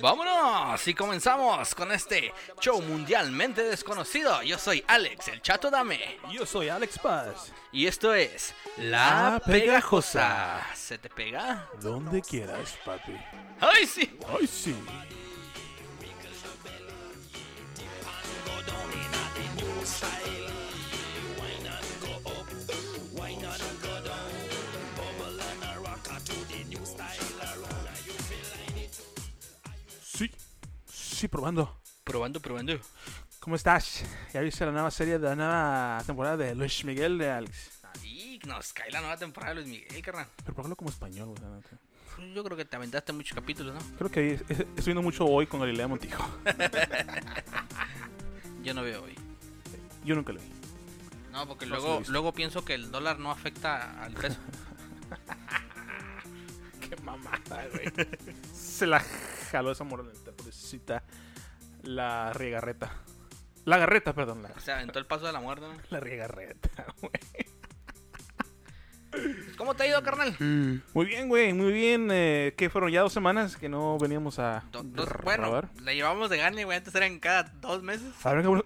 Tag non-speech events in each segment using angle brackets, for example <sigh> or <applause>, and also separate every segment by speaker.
Speaker 1: Vámonos y comenzamos con este show mundialmente desconocido. Yo soy Alex, el chato dame.
Speaker 2: Yo soy Alex Paz.
Speaker 1: Y esto es La,
Speaker 2: La
Speaker 1: pegajosa.
Speaker 2: Pegajosa.
Speaker 1: ¿Se te pega?
Speaker 2: Donde quieras, papi.
Speaker 1: ¡Ay, sí!
Speaker 2: Ay, sí. Sí, sí, probando.
Speaker 1: Probando, probando.
Speaker 2: ¿Cómo estás? ¿Ya viste la nueva serie de la nueva temporada de Luis Miguel de Alex?
Speaker 1: Ahí nos cae la nueva temporada de Luis Miguel, carnal.
Speaker 2: Pero por qué hablo como español, güey, la neta?
Speaker 1: Yo creo que te aventaste muchos capítulos, ¿no?
Speaker 2: Creo que es- es- estoy viendo mucho hoy con Galilea Montijo.
Speaker 1: Yo no veo hoy.
Speaker 2: Yo nunca lo vi.
Speaker 1: <laughs> No, porque
Speaker 2: No, sí lo he
Speaker 1: luego,
Speaker 2: visto.
Speaker 1: luego pienso que el dólar no afecta al peso.
Speaker 2: Qué mamada, güey. Se la jaló esa moroneta, pobrecita. La riegarreta. La garreta, perdón. La,
Speaker 1: O sea, aventó el paso de la muerte, ¿no?
Speaker 2: la riegarreta,
Speaker 1: ¿Cómo te ha ido, carnal?
Speaker 2: güey. Muy bien, güey, muy bien. Eh, ¿Qué fueron? Ya dos semanas que no veníamos a
Speaker 1: Do- dos-
Speaker 2: grabar.
Speaker 1: bueno, la llevamos de gane, güey. Antes eran cada dos meses.
Speaker 2: A ver, cabrón.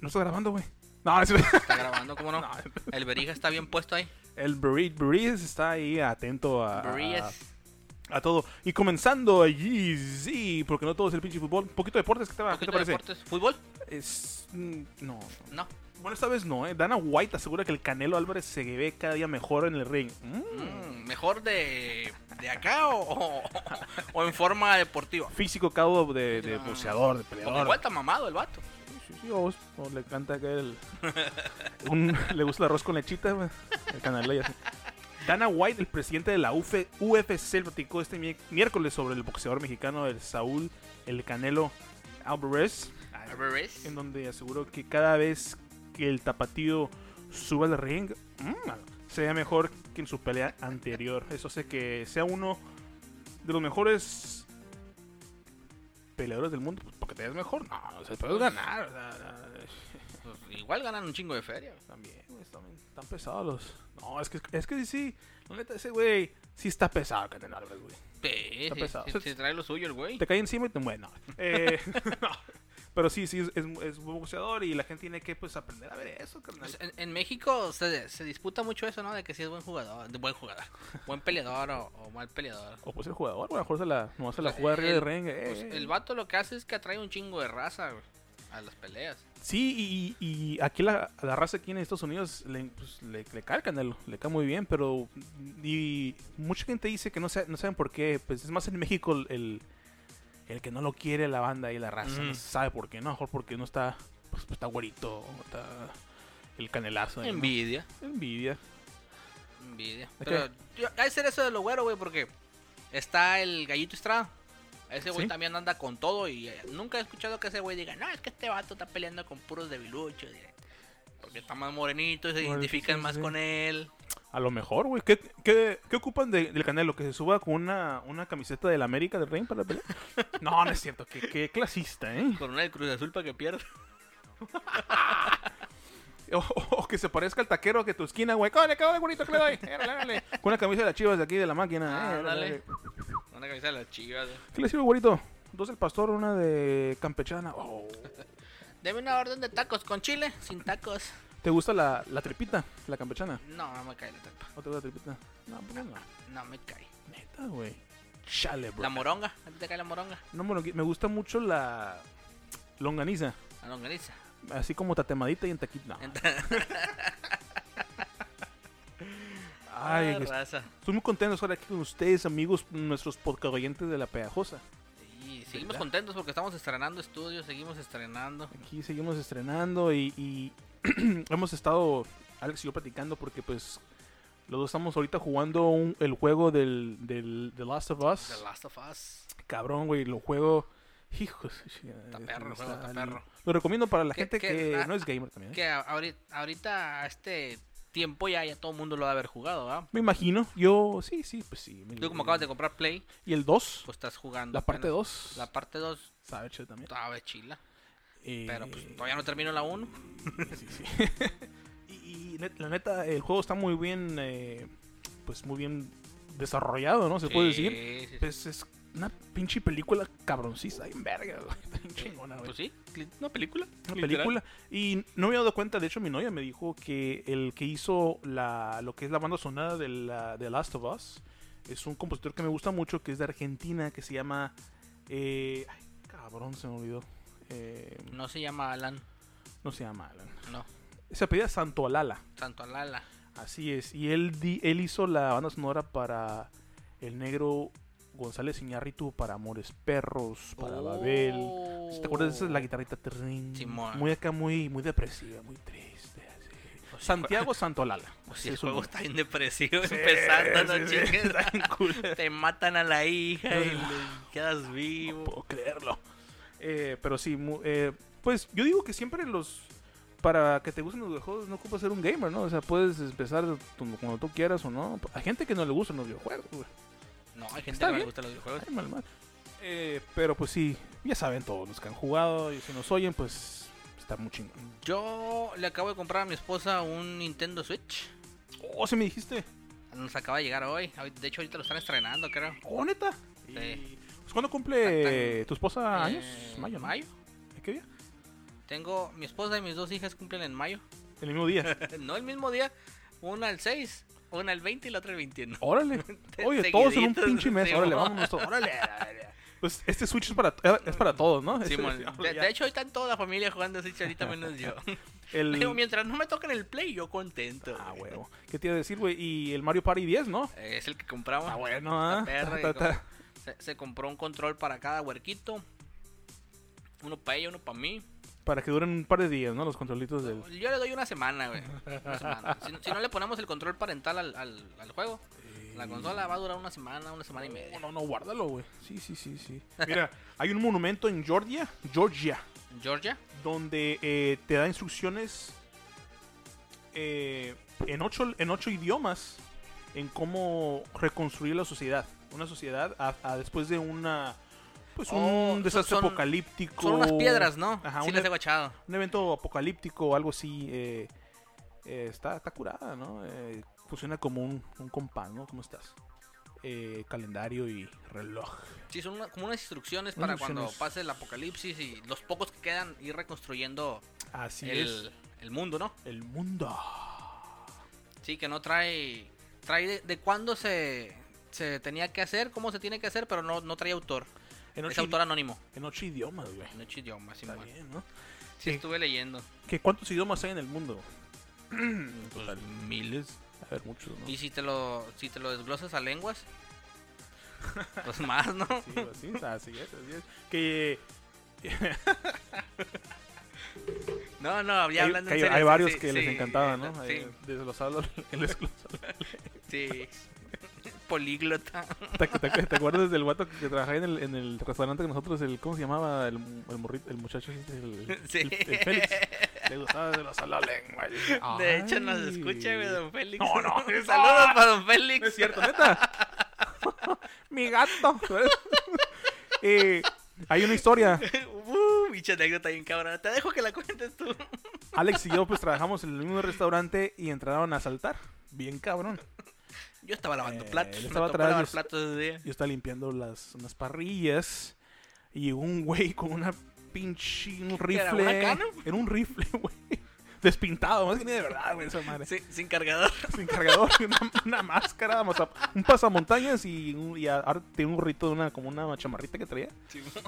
Speaker 2: No está grabando, güey. No, es...
Speaker 1: Está grabando, ¿cómo
Speaker 2: <laughs>
Speaker 1: no? El berija está bien puesto ahí.
Speaker 2: el Breeze está ahí atento a, a,
Speaker 1: Berijas.
Speaker 2: a todo. Y comenzando allí, sí, porque no todo es el pinche fútbol. Un poquito de deportes, ¿qué te, va? Ah, ¿Qué te
Speaker 1: Poquito de
Speaker 2: parece?
Speaker 1: deportes. ¿Fútbol?
Speaker 2: Es... mm, No, no.
Speaker 1: No.
Speaker 2: Bueno, esta vez no, ¿eh? Dana White asegura que el Canelo Álvarez se ve cada día mejor en el ring. Mm.
Speaker 1: Mm, ¿Mejor de, de acá o, o, o en forma deportiva?
Speaker 2: Físico cabo de, de
Speaker 1: No.
Speaker 2: boxeador, de
Speaker 1: Porque igual
Speaker 2: peleador.
Speaker 1: está mamado el vato.
Speaker 2: Sí, sí, o- o le encanta que él... <laughs> un- le gusta el arroz con lechita, güey. El Canelo ya sé. Dana White, el presidente de la UF UFC, platicó este mi- miércoles sobre el boxeador mexicano, el Saúl, el Canelo Álvarez.
Speaker 1: Alvarez.
Speaker 2: en donde aseguró que cada vez que el tapatío suba al ring, mm, se vea mejor que en su pelea anterior. Eso hace que sea uno de los mejores peleadores del mundo. Pues, Porque te ves mejor, no, o sea, puedes ganar. o sea, no,
Speaker 1: Pues igual ganan un chingo de feria.
Speaker 2: también, güey, también están pesados los. No, es que, es que sí, la neta, ese güey sí está pesado, Canelo Álvarez, güey.
Speaker 1: Sí,
Speaker 2: Está
Speaker 1: sí,
Speaker 2: pesado.
Speaker 1: sí, sí, trae lo suyo el güey.
Speaker 2: te cae encima y te muere. No. Eh, <laughs> no. Pero sí, sí, es, es, es buen boxeador y la gente tiene que pues aprender a ver eso, carnal.
Speaker 1: Pues en, en México se, se disputa mucho eso, ¿no? De que si es buen jugador, de buen
Speaker 2: <laughs>
Speaker 1: jugador, buen peleador o, o mal peleador.
Speaker 2: O pues el jugador, güey, a lo mejor se la, nomás se la
Speaker 1: Pues,
Speaker 2: juega arriba de
Speaker 1: el-
Speaker 2: ring. eh,
Speaker 1: Pues
Speaker 2: eh.
Speaker 1: el vato lo que hace es que atrae un chingo de raza güey, a las peleas.
Speaker 2: Sí, y, y- y aquí la, a la raza aquí en Estados Unidos le, pues, le, le cae el Canelo, le cae muy bien, pero y mucha gente dice que no, sa- no saben por qué, pues es más en México el, el, el que no lo quiere la banda y la raza,
Speaker 1: Mm.
Speaker 2: no se sabe por qué, no, a lo mejor porque no está, pues está güerito, está el canelazo. ahí, ¿no?
Speaker 1: Envidia.
Speaker 2: Envidia.
Speaker 1: Envidia.
Speaker 2: ¿De
Speaker 1: Pero yo- ha de ser eso de lo güero, güey, porque está el gallito Estrada. Ese güey
Speaker 2: Sí.
Speaker 1: también anda con todo y eh, nunca he escuchado que ese güey diga, no, es que este vato está peleando con puros debiluchos. diré. Porque está más morenito y se
Speaker 2: Bueno,
Speaker 1: identifican
Speaker 2: sí,
Speaker 1: más
Speaker 2: sí.
Speaker 1: con él.
Speaker 2: A lo mejor, güey. ¿Qué, qué, qué ocupan de- del Canelo? ¿Que se suba con una, una camiseta del América del Rey para
Speaker 1: <laughs>
Speaker 2: pelear? No, no es cierto. Qué, qué clasista, ¿eh?
Speaker 1: <laughs> Con una del Cruz Azul para que pierda.
Speaker 2: O, o- o que se parezca al taquero que tu esquina, güey. ¡Cómo de bonito que
Speaker 1: <laughs>
Speaker 2: le doy! Árale, árale. Con una camisa de las chivas de aquí de la
Speaker 1: Ah,
Speaker 2: máquina. eh,
Speaker 1: dale.
Speaker 2: árale.
Speaker 1: <laughs> Una camisa de las chivas. güey.
Speaker 2: ¿Qué le sirve, güerito? Dos del pastor, una de campechana. Oh.
Speaker 1: Deme una orden de tacos con chile, sin tacos.
Speaker 2: ¿Te gusta la, la tripita? ¿La campechana?
Speaker 1: No, no me cae la tapa.
Speaker 2: ¿O te gusta la tripita? No, pues no.
Speaker 1: No me cae.
Speaker 2: Neta, güey. Chale, bro.
Speaker 1: La moronga, ¿a ti te cae la moronga?
Speaker 2: No, bueno, me gusta mucho la longaniza.
Speaker 1: La longaniza.
Speaker 2: Así como tatemadita y en taquita. No. <laughs> Ay,
Speaker 1: Ah,
Speaker 2: que-
Speaker 1: raza.
Speaker 2: estoy muy contento de estar aquí con ustedes, amigos, nuestros podcast oyentes de La Pegajosa.
Speaker 1: Y seguimos
Speaker 2: ¿Verdad?
Speaker 1: contentos porque estamos estrenando estudios, seguimos estrenando.
Speaker 2: Aquí seguimos estrenando y, y <clears throat> hemos estado, Alex y yo, platicando porque pues los dos estamos ahorita jugando un- el juego del, del The Last of Us.
Speaker 1: The Last of Us.
Speaker 2: Cabrón, güey, lo juego... Hijos, está
Speaker 1: perro el juego, está perro.
Speaker 2: Lo recomiendo para la
Speaker 1: ¿Qué-
Speaker 2: gente
Speaker 1: qué-
Speaker 2: que
Speaker 1: ah,
Speaker 2: no es gamer también. ¿eh?
Speaker 1: Que a- ahori- ahorita a este tiempo ya, ya todo el mundo lo va a haber jugado, ¿verdad?
Speaker 2: Me imagino, yo sí, sí, pues sí. me-
Speaker 1: Tú como acabas de comprar Play,
Speaker 2: Y el 2,
Speaker 1: pues estás jugando.
Speaker 2: la parte
Speaker 1: apenas.
Speaker 2: 2,
Speaker 1: La parte 2
Speaker 2: sabe chido también.
Speaker 1: estaba chila.
Speaker 2: Eh,
Speaker 1: Pero pues todavía no termino la 1.
Speaker 2: <laughs> Sí, sí. <laughs> y, y net- la neta, el juego está muy bien, eh, pues muy bien desarrollado, ¿no? Se puede decir.
Speaker 1: Sí, sí, sí.
Speaker 2: Pues es, Una pinche película cabroncista. Ay, verga, güey. <laughs> Está bien chingona, güey.
Speaker 1: Pues sí, li- una película.
Speaker 2: Una
Speaker 1: literal.
Speaker 2: película. Y no me había dado cuenta, de hecho mi novia me dijo que el que hizo la, lo que es la banda sonora de, la, de Last of Us es un compositor que me gusta mucho, que es de Argentina, que se llama... eh, ay, cabrón, se me olvidó. Eh,
Speaker 1: No se llama Alan,
Speaker 2: no se llama Alan.
Speaker 1: no.
Speaker 2: Se apellida Santo Alala.
Speaker 1: Santo Alala.
Speaker 2: Así es. Y él, di- él hizo la banda sonora para el negro González Iñárritu, para Amores Perros, para Babel.
Speaker 1: Oh.
Speaker 2: ¿Sí ¿Te acuerdas de esa es la guitarrita terrín?
Speaker 1: Simón.
Speaker 2: Muy acá, muy, muy depresiva, muy triste. así.
Speaker 1: Pues sí,
Speaker 2: Santiago Santolala.
Speaker 1: Pues
Speaker 2: Así
Speaker 1: si el
Speaker 2: es su
Speaker 1: juego
Speaker 2: nombre.
Speaker 1: está bien depresivo
Speaker 2: Sí,
Speaker 1: empezando, no
Speaker 2: sí, sí,
Speaker 1: chingues.
Speaker 2: <laughs> está bien cool.
Speaker 1: Te matan a la hija y le
Speaker 2: No,
Speaker 1: quedas
Speaker 2: No
Speaker 1: vivo.
Speaker 2: puedo creerlo. Eh, pero sí, mu- eh, pues yo digo que siempre los. Para que te gusten los videojuegos no ocupas ser un gamer, ¿no? O sea, puedes empezar tu- cuando tú quieras o no. Hay gente que no le gustan los videojuegos, güey.
Speaker 1: No, hay gente que
Speaker 2: Está
Speaker 1: no le
Speaker 2: bien.
Speaker 1: gustan los videojuegos.
Speaker 2: Ay, mal, mal. Eh, pero pues sí, ya saben todos los que han jugado y si nos oyen, pues está muy chingón.
Speaker 1: Yo le acabo de comprar a mi esposa un Nintendo Switch.
Speaker 2: Oh, se me dijiste.
Speaker 1: Nos acaba de llegar hoy. Ahor- De hecho, ahorita lo están estrenando, creo.
Speaker 2: Oh, neta.
Speaker 1: Sí.
Speaker 2: Y- Pues, ¿Cuándo cumple tu esposa Ah, años?
Speaker 1: Eh,
Speaker 2: Mayo, ¿no?
Speaker 1: Mayo.
Speaker 2: ¿En ¿Qué día?
Speaker 1: Tengo mi esposa y mis dos hijas cumplen en mayo. <laughs>
Speaker 2: El mismo día.
Speaker 1: No el mismo día, una al 6, una al 20 y la otra al
Speaker 2: <laughs>
Speaker 1: 21.
Speaker 2: Órale. Oye, todos en un
Speaker 1: Seguiditos,
Speaker 2: pinche mes.
Speaker 1: sí,
Speaker 2: Órale,
Speaker 1: mo.
Speaker 2: vámonos
Speaker 1: <laughs>
Speaker 2: todos. Órale. Pues este Switch es para, es para todos, ¿no?
Speaker 1: Sí,
Speaker 2: <laughs> Este-
Speaker 1: mon.
Speaker 2: órale,
Speaker 1: de,
Speaker 2: ya.
Speaker 1: de hecho, hoy está toda la familia jugando Switch ahorita menos
Speaker 2: <laughs>
Speaker 1: yo. <laughs> Pero
Speaker 2: el...
Speaker 1: mientras no me toquen el play, yo contento.
Speaker 2: Ah,
Speaker 1: güey.
Speaker 2: huevo. ¿Qué te iba a decir, güey? Y el Mario Party 10, ¿no?
Speaker 1: Eh, Es el que compramos.
Speaker 2: Ah, bueno, ah.
Speaker 1: <laughs> perra
Speaker 2: Ta,
Speaker 1: y
Speaker 2: ta, ta.
Speaker 1: Se, se compró un control para cada huerquito. Uno para ella, uno para mí.
Speaker 2: Para que duren un par de días, ¿no? Los controlitos del...
Speaker 1: Yo le doy una semana,
Speaker 2: <laughs>
Speaker 1: güey. Una semana. Si, si no le ponemos el control parental al, al- al juego, la consola va a durar una semana, una semana y
Speaker 2: Eh, No,
Speaker 1: media.
Speaker 2: no, no, guárdalo, güey. Sí, sí, sí, sí. Mira, hay un monumento en Georgia, Georgia,
Speaker 1: Georgia,
Speaker 2: donde eh, te da instrucciones eh, en, ocho, en ocho idiomas en cómo reconstruir la sociedad. Una sociedad a- a después de una pues un
Speaker 1: Oh, son-
Speaker 2: desastre
Speaker 1: son-
Speaker 2: apocalíptico.
Speaker 1: son unas piedras, ¿no?
Speaker 2: Ajá,
Speaker 1: sí
Speaker 2: un-
Speaker 1: les he guachado.
Speaker 2: Un evento apocalíptico o algo así. eh, eh, está, está curada, ¿no? Eh, funciona como un, un compás, ¿no? ¿Cómo estás? Eh, calendario y reloj.
Speaker 1: Sí, son una- como unas instrucciones
Speaker 2: Unas
Speaker 1: para cuando
Speaker 2: instrucciones.
Speaker 1: pase el apocalipsis y los pocos que quedan ir reconstruyendo
Speaker 2: Así es.
Speaker 1: el, el mundo, ¿no?
Speaker 2: El mundo.
Speaker 1: Sí, que no trae. Trae de, de cuándo se, se tenía que hacer, cómo se tiene que hacer, pero no, no trae autor.
Speaker 2: En
Speaker 1: es
Speaker 2: ocho,
Speaker 1: autor anónimo.
Speaker 2: en ocho idiomas, güey.
Speaker 1: No es idioma,
Speaker 2: Está
Speaker 1: Simón.
Speaker 2: bien, ¿no?
Speaker 1: Sí,
Speaker 2: Sí.
Speaker 1: estuve leyendo.
Speaker 2: ¿Qué, ¿Cuántos idiomas hay en el mundo? Mm,
Speaker 1: Pues, miles.
Speaker 2: A ver, muchos, ¿no?
Speaker 1: Y si te lo, si te lo desglosas a lenguas, pues más, ¿no?
Speaker 2: Sí, así, es, así es, así es. Que,
Speaker 1: No, no,
Speaker 2: que
Speaker 1: ya
Speaker 2: hay,
Speaker 1: hablando en
Speaker 2: que hay-
Speaker 1: serio,
Speaker 2: hay
Speaker 1: sí,
Speaker 2: varios
Speaker 1: sí,
Speaker 2: que les
Speaker 1: sí,
Speaker 2: encantaba, ¿no?
Speaker 1: Sí,
Speaker 2: Eh, <laughs> desglosarlo, el desglosado.
Speaker 1: sí. <laughs> Políglota.
Speaker 2: ¿Te, acu- te, acu- te acuerdas del guato que, que trabajaba en el, en el restaurante que nosotros, el, ¿cómo se llamaba? El, el, morrito, el muchacho, ese, el, el,
Speaker 1: Sí.
Speaker 2: el Félix. Le gustaba desglosar la lengua.
Speaker 1: De hecho, nos
Speaker 2: Ay.
Speaker 1: escucha, güey, don Félix.
Speaker 2: No, no.
Speaker 1: <laughs> Saludos
Speaker 2: Ah.
Speaker 1: para don Félix.
Speaker 2: No es cierto, neta. <laughs> Mi gato. <laughs> Eh, hay una historia.
Speaker 1: <laughs> Uh, bicha anécdota bien cabrón. Te dejo que la cuentes tú.
Speaker 2: Alex y yo pues trabajamos en el mismo restaurante y entraron a asaltar. Bien cabrón.
Speaker 1: Yo estaba lavando
Speaker 2: Eh,
Speaker 1: platos.
Speaker 2: él
Speaker 1: me
Speaker 2: estaba
Speaker 1: tocó
Speaker 2: atrás,
Speaker 1: lavar
Speaker 2: yo-
Speaker 1: platos ese día.
Speaker 2: Yo estaba limpiando las unas parrillas y llegó un güey con una pinche un
Speaker 1: ¿Qué era,
Speaker 2: rifle.
Speaker 1: una cana?
Speaker 2: Era un rifle, <laughs> güey. Despintado, más que ni de verdad, güey, esa madre.
Speaker 1: Sí, sin cargador.
Speaker 2: Sin cargador, una, una máscara, o sea, un pasamontañas y, un, y a- ahora tiene un gorrito de una, como una chamarrita que traía.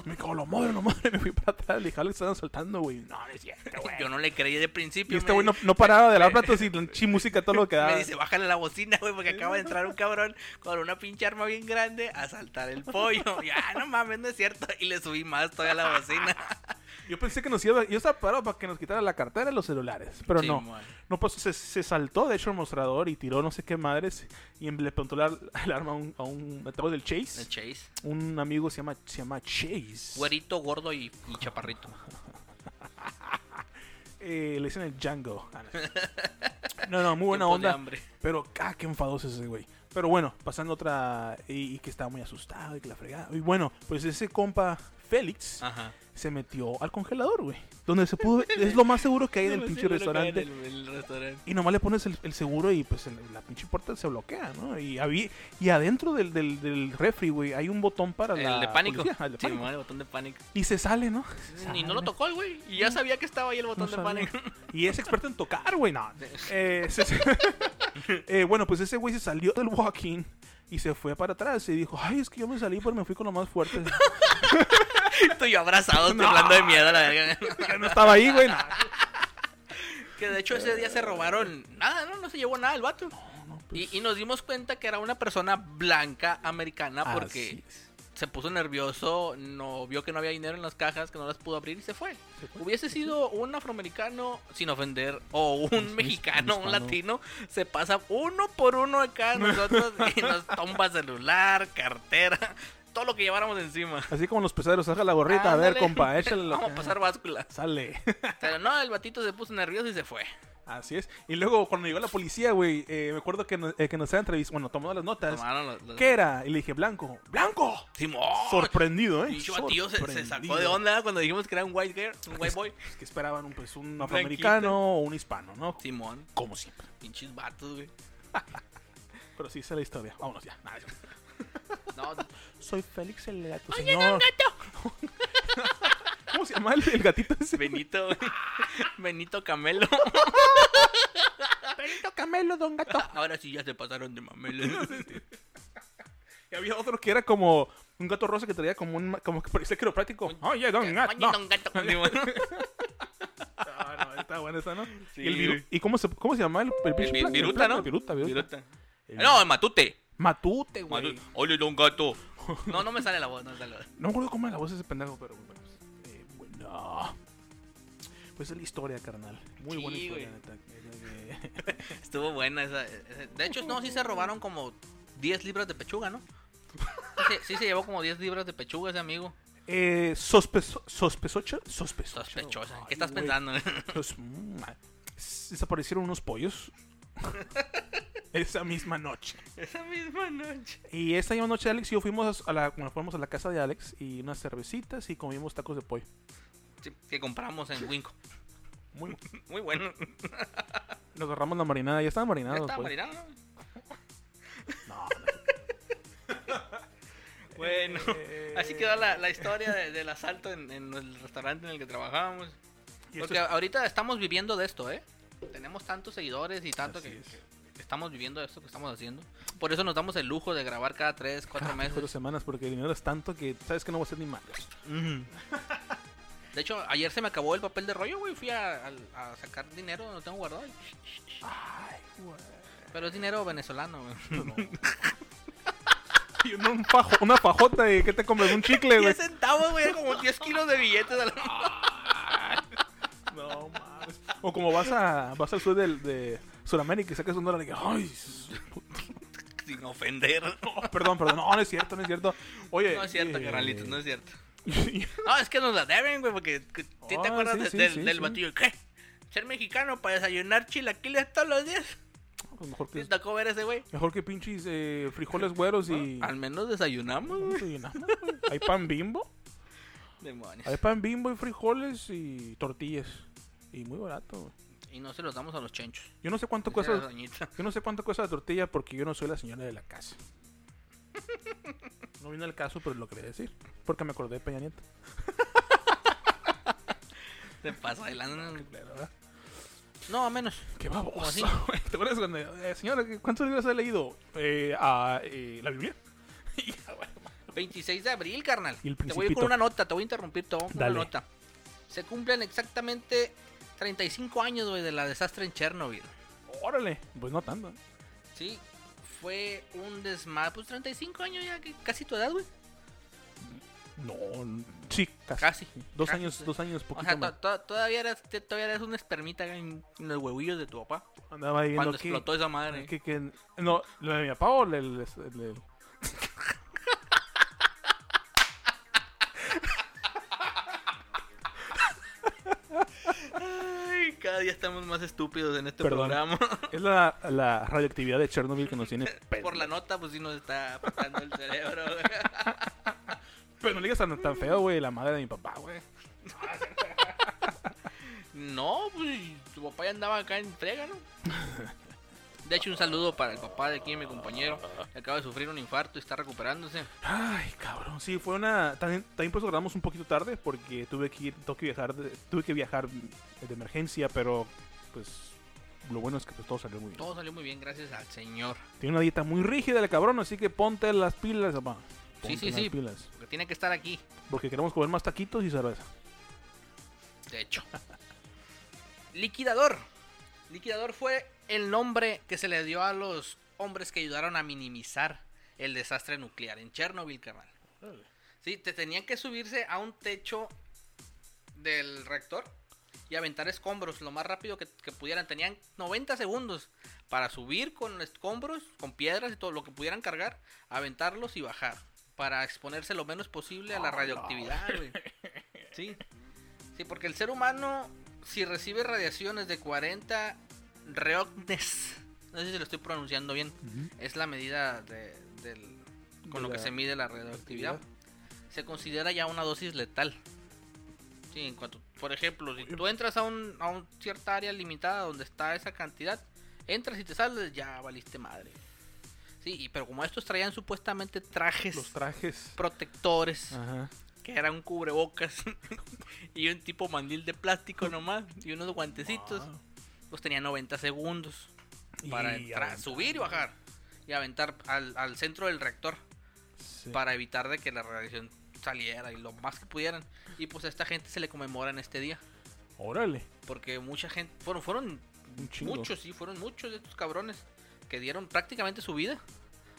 Speaker 2: Me cago en la madre, no madre, <laughs> me fui para atrás, le dije, Alex, estaban saltando, güey. No, no es cierto, <laughs> güey.
Speaker 1: <laughs> Yo no le creí de principio.
Speaker 2: Y este
Speaker 1: me-
Speaker 2: güey no, no paraba de lavar platos y <laughs> chi música todo lo que daba.
Speaker 1: Me dice, bájale la bocina, güey, porque acaba de entrar un cabrón con una pinche arma bien grande a saltar el pollo. <laughs> Ya, no mames, no es cierto. Y le subí más todavía la bocina.
Speaker 2: Yo pensé que nos iba, yo estaba parado para que nos quitara la cartera y los celulares, <laughs> pero no.
Speaker 1: Simón.
Speaker 2: No pasó, se, se saltó de hecho el mostrador y tiró no sé qué madres y en- le apuntó la- <laughs> el arma a un, a un atado del Chase.
Speaker 1: El Chase.
Speaker 2: Un amigo se llama, se llama Chase.
Speaker 1: Güerito, gordo y, y chaparrito.
Speaker 2: Eh,
Speaker 1: <laughs>
Speaker 2: le dicen el Django. Ah, no. No, no, muy buena
Speaker 1: Tiempos de
Speaker 2: onda.
Speaker 1: hambre.
Speaker 2: Pero, ah, qué enfadoso ese güey. Pero bueno, pasando otra. Y, y que estaba muy asustado y que la fregada. Y bueno, pues ese compa Félix
Speaker 1: Ajá.
Speaker 2: se metió al congelador, güey. Donde se pudo. es lo más
Speaker 1: <laughs>
Speaker 2: seguro que hay en el
Speaker 1: Sí,
Speaker 2: pinche
Speaker 1: creo que en
Speaker 2: restaurante.
Speaker 1: El, el restaurante.
Speaker 2: Y nomás le pones el, el seguro y pues el- la pinche puerta se bloquea, ¿no? Y, habí- y adentro del, del, del refri, güey, hay un botón para la
Speaker 1: El de pánico.
Speaker 2: policía, el de
Speaker 1: Sí,
Speaker 2: pánico.
Speaker 1: el botón de pánico.
Speaker 2: Y se sale, ¿no?
Speaker 1: Y no lo tocó el güey. Y ya sabía que estaba ahí el botón
Speaker 2: No
Speaker 1: de
Speaker 2: sabía.
Speaker 1: pánico.
Speaker 2: <laughs>
Speaker 1: <laughs>
Speaker 2: Y es experto en tocar, güey, no. Eh, se- se- <laughs> Eh, bueno, pues ese güey se salió del walking y se fue para atrás y dijo, ay, es que yo me salí pero me fui con lo más fuerte. <laughs>
Speaker 1: Estoy yo abrazado,
Speaker 2: No.
Speaker 1: temblando de miedo a la verga.
Speaker 2: <laughs> Yo no estaba ahí, güey, no.
Speaker 1: Que de hecho ese día se robaron nada, ¿no? No se llevó nada el vato.
Speaker 2: No, pues,
Speaker 1: Y, y nos dimos cuenta que era una persona blanca americana
Speaker 2: así
Speaker 1: porque
Speaker 2: es.
Speaker 1: se puso nervioso, no vio que no había dinero en las cajas, que no las pudo abrir y se fue.
Speaker 2: Se fue.
Speaker 1: Hubiese sido un afroamericano, sin ofender, o
Speaker 2: Un-
Speaker 1: un
Speaker 2: un
Speaker 1: mexicano, un
Speaker 2: hispano.
Speaker 1: latino, se pasa uno por uno
Speaker 2: <laughs>
Speaker 1: acá a nosotros y nos tumba celular, cartera, todo lo que lleváramos encima.
Speaker 2: Así como los pesaderos, saca la gorrita, a ver,
Speaker 1: Ándale.
Speaker 2: compa, échale
Speaker 1: <laughs>
Speaker 2: la...
Speaker 1: Vamos a pasar báscula.
Speaker 2: Sale.
Speaker 1: Pero no, el batito se puso nervioso y se fue.
Speaker 2: Así es. Y luego cuando llegó la policía, güey, eh, me acuerdo que, no- eh, que nos estaba entrevistando, bueno, tomando las notas.
Speaker 1: Tomaron los- los-
Speaker 2: ¿Qué era? Y le dije, Blanco. ¡Blanco!
Speaker 1: Simón.
Speaker 2: Sorprendido, ¿eh?
Speaker 1: Pinche batillo "Ah, se, se sacó de
Speaker 2: Sorprendido.
Speaker 1: onda cuando dijimos que era un white girl, un white boy.
Speaker 2: Es que esperaban un, pues, un
Speaker 1: Blanquito.
Speaker 2: afroamericano o un hispano, ¿no?
Speaker 1: Simón,
Speaker 2: Como siempre.
Speaker 1: pinches vatos, güey.
Speaker 2: Pero sí, esa es la historia. Vámonos ya. Nada, ya.
Speaker 1: No,
Speaker 2: Soy Félix el gato,
Speaker 1: ¡Ay, llega un
Speaker 2: señor.
Speaker 1: gato!
Speaker 2: <laughs> ¿Cómo se llama el, el gatito ese?
Speaker 1: Benito, <laughs> güey. Benito Camelo.
Speaker 2: Benito Camelo, don gato.
Speaker 1: Ahora sí ya se pasaron de mamelo.
Speaker 2: <laughs>
Speaker 1: <laughs>
Speaker 2: Y había otro que era como un gato rosa que traía como un... ma- Como que parecía quiropráctico. Oye, don gato.
Speaker 1: Oye, don gato. Simón.
Speaker 2: No, Ah, no, está buena esa, ¿no?
Speaker 1: Sí.
Speaker 2: ¿Y, el viru- ¿y cómo, se, cómo se llama el, el
Speaker 1: El
Speaker 2: pinche
Speaker 1: vi-
Speaker 2: plan- el
Speaker 1: Viruta,
Speaker 2: plan-
Speaker 1: ¿no?
Speaker 2: el Viruta, viruta.
Speaker 1: Viruta.
Speaker 2: El-
Speaker 1: No, el Matute.
Speaker 2: Matute, güey.
Speaker 1: Matute. Oye, don gato. No, no me sale la voz, no me sale la voz.
Speaker 2: No me acuerdo cómo era la voz de ese pendejo, pero bueno. Pues, eh, bueno. Pues es la historia, carnal. Muy buena
Speaker 1: Sí,
Speaker 2: historia,
Speaker 1: güey.
Speaker 2: neta. Eh, eh, eh.
Speaker 1: Estuvo buena esa. esa- De hecho, no, sí se robaron como 10 libras de pechuga, ¿no? Sí, se- sí se llevó como 10 libras de pechuga ese amigo.
Speaker 2: <laughs> Eh, sospecho, sospechocha, sospechocha.
Speaker 1: Sospechosa.
Speaker 2: Ay,
Speaker 1: ¿Qué estás
Speaker 2: güey.
Speaker 1: pensando?
Speaker 2: Los- mm, ah. S- desaparecieron unos pollos. <laughs> esa misma noche.
Speaker 1: Esa misma noche.
Speaker 2: Y esa misma noche Alex y yo fuimos a la, bueno, fuimos a la casa de Alex y unas cervecitas y comimos tacos de pollo.
Speaker 1: Sí, que compramos en Winco. <laughs>
Speaker 2: Muy bueno.
Speaker 1: Muy
Speaker 2: <laughs>
Speaker 1: bueno.
Speaker 2: Nos agarramos la marinada, ya estaban
Speaker 1: Ya
Speaker 2: marinados.
Speaker 1: estaba
Speaker 2: pues.
Speaker 1: marinado, ¿no?
Speaker 2: No,
Speaker 1: Bueno.
Speaker 2: eh,
Speaker 1: <laughs> Así quedó la, la historia de- del asalto en, en el restaurante en el que trabajábamos.
Speaker 2: y eso
Speaker 1: Porque
Speaker 2: es-
Speaker 1: ahorita estamos viviendo de esto, ¿eh? Tenemos tantos seguidores y tanto
Speaker 2: Así
Speaker 1: que,
Speaker 2: es.
Speaker 1: que estamos viviendo de esto que estamos haciendo. Por eso nos damos el lujo de grabar cada tres, cuatro
Speaker 2: Cada cuatro
Speaker 1: meses.
Speaker 2: semanas porque el dinero es tanto que sabes que no voy a hacer ni madres.
Speaker 1: De hecho, ayer se me acabó el papel de rollo, güey. Fui a, al- a sacar dinero, no tengo guardado.
Speaker 2: Ay, güey.
Speaker 1: Pero es dinero venezolano, <laughs> güey.
Speaker 2: Y un- un fajo- una fajota de que te comes un chicle, güey.
Speaker 1: 10 centavos, güey. Como 10 kilos de billetes. a la-
Speaker 2: No mames. O como vas a vas al sur del, de Sudamérica y sacas un dólar y que, ay, s-
Speaker 1: Sin ofender. <laughs>
Speaker 2: oh, perdón, perdón. No, no es cierto, no es cierto. Oye,
Speaker 1: No es cierto,
Speaker 2: eh,
Speaker 1: carnalitos, no es cierto. No, es que nos la deben, güey, porque que- ¿sí
Speaker 2: Ah,
Speaker 1: ¿te acuerdas
Speaker 2: sí,
Speaker 1: de-
Speaker 2: sí,
Speaker 1: del,
Speaker 2: sí,
Speaker 1: del
Speaker 2: sí.
Speaker 1: batillo? ¿Qué? ¿Ser mexicano para desayunar chilaquiles todos los días?
Speaker 2: pues mejor
Speaker 1: ¿Te
Speaker 2: que
Speaker 1: tocó ver ese güey?
Speaker 2: mejor que pinches eh, frijoles güeros y
Speaker 1: Al menos desayunamos, güey.
Speaker 2: y nada más, güey. Hay pan Bimbo,
Speaker 1: Demonios.
Speaker 2: hay pan Bimbo y frijoles y tortillas y muy barato. güey.
Speaker 1: Y no se los damos a los chenchos.
Speaker 2: Yo no sé cuánto
Speaker 1: Esa era
Speaker 2: cuesta
Speaker 1: la doñita. <laughs>
Speaker 2: Yo no sé cuánto cuesta la tortilla porque yo no soy la señora de la casa. No vino el caso, pero lo quería decir. Porque me acordé de Peña Nieto.
Speaker 1: Te pasa adelante.
Speaker 2: ¿verdad?
Speaker 1: No, a menos.
Speaker 2: ¡Qué
Speaker 1: ¿Cómo así?
Speaker 2: baboso! güey. <laughs> ¿Te acuerdas cuando... eh, señora, ¿cuántos libros has leído? Eh, ah, eh, ¿La Biblia? <laughs>
Speaker 1: 26 de abril, carnal.
Speaker 2: Y el
Speaker 1: Te voy a ir
Speaker 2: Principito.
Speaker 1: con una nota, te voy a interrumpir, te voy con
Speaker 2: Dale.
Speaker 1: una nota. Se cumplen exactamente 35 años, güey, de la desastre en Chernobyl.
Speaker 2: ¡Órale! Pues no tanto. ¿eh?
Speaker 1: Sí, fue un desmadre. Pues 35 años ya, que- casi tu edad, güey.
Speaker 2: No... Sí, casi.
Speaker 1: Casi.
Speaker 2: Dos
Speaker 1: casi.
Speaker 2: años, dos años,
Speaker 1: O
Speaker 2: poquito
Speaker 1: sea, to-
Speaker 2: más.
Speaker 1: to- todavía, eras, te- todavía eras un espermita en, en los huevillos de tu papá.
Speaker 2: Andaba ahí
Speaker 1: Cuando
Speaker 2: viendo que...
Speaker 1: explotó esa madre.
Speaker 2: que- que- no, lo de mi papá o el... el- el- el-
Speaker 1: Ay, cada día estamos más estúpidos en este
Speaker 2: Perdón.
Speaker 1: programa. <laughs>
Speaker 2: Es la, la radioactividad de Chernobyl que nos tiene
Speaker 1: Por la nota, pues sí nos está afectando el cerebro. güey. <laughs>
Speaker 2: Pero no le digas tan, tan feo, güey, la madre de mi papá, güey.
Speaker 1: No, pues tu papá ya andaba acá en frega, ¿no? De hecho, un saludo para el papá de aquí, mi compañero, que acaba de sufrir un infarto y está recuperándose.
Speaker 2: Ay, cabrón. Sí, fue una. También, también por eso grabamos un poquito tarde porque tuve que ir, tuve que viajar, de- tuve que viajar de emergencia, pero pues lo bueno es que pues, todo salió muy bien.
Speaker 1: Todo salió muy bien, gracias al señor.
Speaker 2: Tiene una dieta muy rígida el cabrón, así que ponte las pilas, papá.
Speaker 1: Sí,
Speaker 2: Ponte
Speaker 1: sí,
Speaker 2: las
Speaker 1: sí.
Speaker 2: pilas.
Speaker 1: Porque tiene que estar aquí,
Speaker 2: Porque queremos comer más taquitos y cerveza.
Speaker 1: de hecho. Liquidador. Liquidador fue el nombre que se le dio a los hombres que ayudaron a minimizar el desastre nuclear en Chernobyl, carnal. Sí, te tenían que subirse a un techo del reactor y aventar escombros lo más rápido que, que pudieran. Tenían 90 segundos para subir con escombros, con piedras y todo lo que pudieran cargar, aventarlos y bajar. Para exponerse lo menos posible a la radioactividad, güey. Sí. Sí, porque el ser humano, si recibe radiaciones de 40 reocnes, no sé si lo estoy pronunciando bien, es la medida de- del- con
Speaker 2: De
Speaker 1: lo que
Speaker 2: la-
Speaker 1: se mide la radioactividad. Se considera ya una dosis letal. Sí, en cuanto, por ejemplo, si tú entras a, un, a un cierta área limitada donde está esa cantidad, entras y te sales, ya valiste madre. Sí, y- pero como estos traían supuestamente trajes
Speaker 2: Los Ah. trajes.
Speaker 1: protectores,
Speaker 2: Ajá.
Speaker 1: que era un cubrebocas <laughs> y un tipo mandil de plástico nomás, y unos guantecitos,
Speaker 2: Wow.
Speaker 1: pues tenía 90 segundos para
Speaker 2: Ah. Y
Speaker 1: entrar,
Speaker 2: aventar.
Speaker 1: subir y bajar y aventar al, al centro del reactor
Speaker 2: Sí.
Speaker 1: para evitar de que la radiación saliera y lo más que pudieran. Y pues a esta gente se le conmemora en este día,
Speaker 2: Órale.
Speaker 1: porque mucha gente, fueron, fueron
Speaker 2: Un chingo.
Speaker 1: muchos, sí, fueron muchos de estos cabrones que dieron prácticamente su vida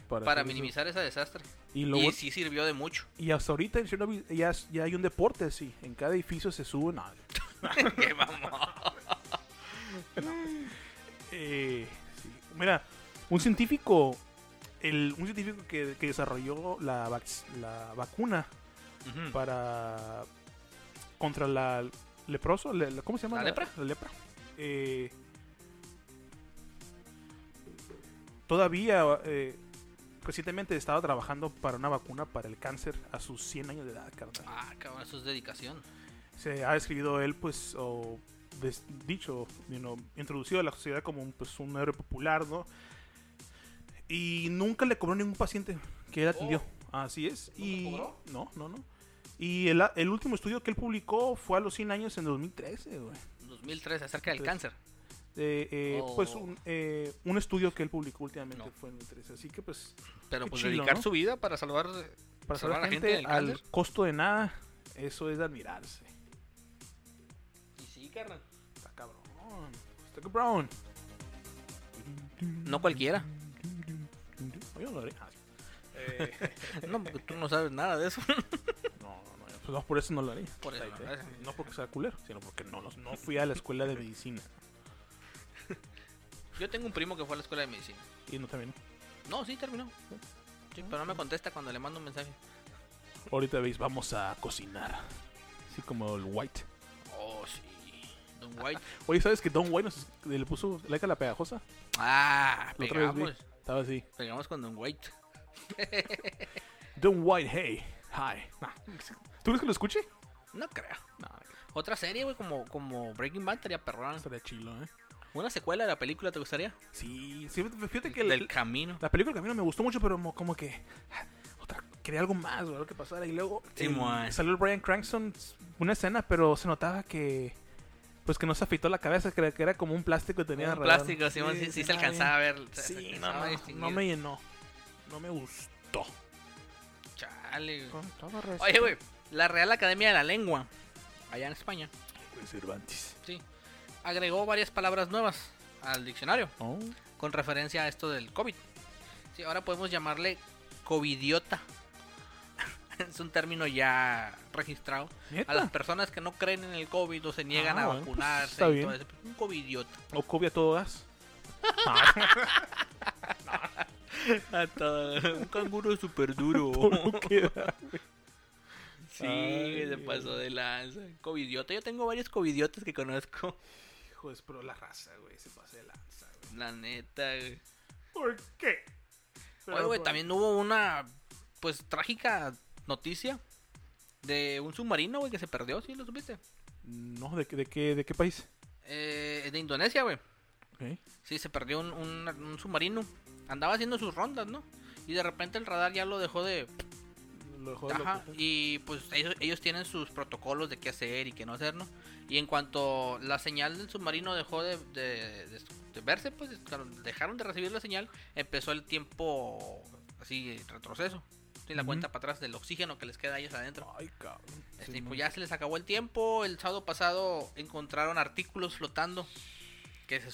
Speaker 2: Para,
Speaker 1: para
Speaker 2: hacer eso.
Speaker 1: minimizar ese desastre.
Speaker 2: Y, lo
Speaker 1: y
Speaker 2: bueno-
Speaker 1: sí sirvió de
Speaker 2: <laughs>
Speaker 1: mucho. <laughs>
Speaker 2: y hasta ahorita en Chernobyl ya, es- ya hay un deporte así. En cada edificio se sube. No,
Speaker 1: Qué mamón.
Speaker 2: Eh, sí. Mira, un científico, el, un científico que, que desarrolló la, vac- la vacuna
Speaker 1: Ujú.
Speaker 2: para contra la leproso, le- le- ¿cómo se llama?
Speaker 1: ¿La lepra?
Speaker 2: La lepra. Eh, todavía eh, recientemente estaba trabajando para una vacuna para el cáncer a sus 100 años de edad, carnal.
Speaker 1: Ah, cabrón, eso es dedicación.
Speaker 2: se ha describido él, pues, o des- dicho, you know, introducido a la sociedad como un, pues, un héroe popular, ¿no? Y nunca le cobró ningún paciente que él atendió. Así es.
Speaker 1: Oh. ¿No
Speaker 2: y
Speaker 1: le cobró?
Speaker 2: No, no, no. Y el, el último estudio que él publicó fue a los 100 años en 2013, güey.
Speaker 1: 2003 acerca del
Speaker 2: Entonces,
Speaker 1: cáncer.
Speaker 2: Eh, eh,
Speaker 1: Oh.
Speaker 2: Pues un, eh, un estudio que él publicó últimamente
Speaker 1: No.
Speaker 2: fue en 2013. Así que, pues,
Speaker 1: Pero
Speaker 2: qué
Speaker 1: pues
Speaker 2: chido,
Speaker 1: dedicar
Speaker 2: ¿no?
Speaker 1: su vida para salvar. eh,
Speaker 2: para
Speaker 1: Salvar a
Speaker 2: salvar a
Speaker 1: la
Speaker 2: la
Speaker 1: gente
Speaker 2: gente
Speaker 1: del
Speaker 2: al
Speaker 1: cáncer.
Speaker 2: costo de nada, eso es de admirarse.
Speaker 1: Y sí, carnal.
Speaker 2: Está cabrón. Está cabrón.
Speaker 1: No cualquiera.
Speaker 2: Oye, no lo haré. Ah, sí.
Speaker 1: <laughs> No, porque tú no sabes nada de eso.
Speaker 2: No, no, no. Pues no, por eso no lo haría.
Speaker 1: Por eso
Speaker 2: Ahí
Speaker 1: no Ah,
Speaker 2: te-
Speaker 1: lo haría.
Speaker 2: no porque sea culero, sino porque no, los- no fui a la escuela de medicina.
Speaker 1: <laughs> Yo tengo un primo que fue a la escuela de medicina.
Speaker 2: Y no también.
Speaker 1: No, sí, terminó. Sí, pero no me contesta cuando le mando un mensaje.
Speaker 2: Ahorita veis, vamos a cocinar. Así como el White.
Speaker 1: Oh, sí. Don White.
Speaker 2: Oye, ¿sabes que Don White nos- le puso like a la pegajosa?
Speaker 1: <laughs> Ah,
Speaker 2: La otra vez vi.
Speaker 1: pegamos.
Speaker 2: Estaba así.
Speaker 1: Pegamos con Don White.
Speaker 2: Don White, hey. Hi.
Speaker 1: Ah.
Speaker 2: Nah. ¿Tú crees que lo escuche?
Speaker 1: No creo.
Speaker 2: No,
Speaker 1: Otra serie, güey, como, como Breaking Bad estaría perrón.
Speaker 2: estaría chilo, ¿eh?
Speaker 1: ¿Una secuela de la película te gustaría?
Speaker 2: Sí, sí, fíjate que el-
Speaker 1: Del camino.
Speaker 2: La película que a mí no me gustó mucho, pero mo- como que ah, otra, quería algo más, güey, algo que pasara. Y luego
Speaker 1: Sí,
Speaker 2: eh,
Speaker 1: man.
Speaker 2: salió el Brian Cranston, s- una escena, pero se notaba que pues que no se afeitó la cabeza, que, era- que era como un plástico que tenía
Speaker 1: Un
Speaker 2: alrededor.
Speaker 1: plástico, sí, sí, sí se
Speaker 2: ah,
Speaker 1: alcanzaba a ver. se- se
Speaker 2: Sí, no,
Speaker 1: alcanzaba a
Speaker 2: no,
Speaker 1: distinguir.
Speaker 2: no me llenó, no me gustó.
Speaker 1: Chale, güey.
Speaker 2: Con todo respeto,
Speaker 1: Oye, güey, la Real Academia de la Lengua, allá en España,
Speaker 2: güey, Pues, Cervantes.
Speaker 1: sí, agregó varias palabras nuevas al diccionario
Speaker 2: Oh,
Speaker 1: con referencia a esto del COVID. Sí, ahora podemos llamarle covidiota. es un término ya registrado. A las
Speaker 2: ¿Neta?
Speaker 1: personas que no creen en el COVID o se niegan
Speaker 2: Ah,
Speaker 1: a
Speaker 2: bueno, pues,
Speaker 1: vacunarse
Speaker 2: está
Speaker 1: y
Speaker 2: bien.
Speaker 1: todo eso. pues, Un covidiota.
Speaker 2: ¿O cobia todo
Speaker 1: <laughs>
Speaker 2: gas? Ah, <laughs>
Speaker 1: un canguro súper duro.
Speaker 2: todo queda.
Speaker 1: sí,
Speaker 2: Ay,
Speaker 1: se
Speaker 2: güey.
Speaker 1: pasó de lanza. Covidiota. Yo tengo varios covidiotas que conozco.
Speaker 2: hijo, es pero la raza, güey. Se pasa de lanza, güey.
Speaker 1: La neta, güey.
Speaker 2: ¿Por qué? Pero,
Speaker 1: Oye, güey,
Speaker 2: pues,
Speaker 1: también hubo una, pues, trágica noticia de un submarino, güey, que se perdió, ¿sí lo supiste?
Speaker 2: No, ¿de, qué- de, qué, ¿de qué país?
Speaker 1: Eh, de Indonesia, güey.
Speaker 2: Ok.
Speaker 1: Sí, se perdió un, un- un submarino. Andaba haciendo sus rondas, ¿no? Y de repente el radar ya lo dejó de...
Speaker 2: Lo dejó de
Speaker 1: Ajá,
Speaker 2: loco.
Speaker 1: y pues ellos, ellos tienen sus protocolos de qué hacer y qué no hacer, ¿no? Y en cuanto la señal del submarino dejó de, de- de- de verse, pues claro, dejaron de recibir la señal, empezó el tiempo así, retroceso. Y la
Speaker 2: Ujú.
Speaker 1: cuenta para atrás del oxígeno que les queda a ellos adentro.
Speaker 2: Ay, cabrón.
Speaker 1: Este,
Speaker 2: Sí,
Speaker 1: pues
Speaker 2: no.
Speaker 1: ya se les acabó el tiempo. El sábado pasado encontraron artículos flotando que se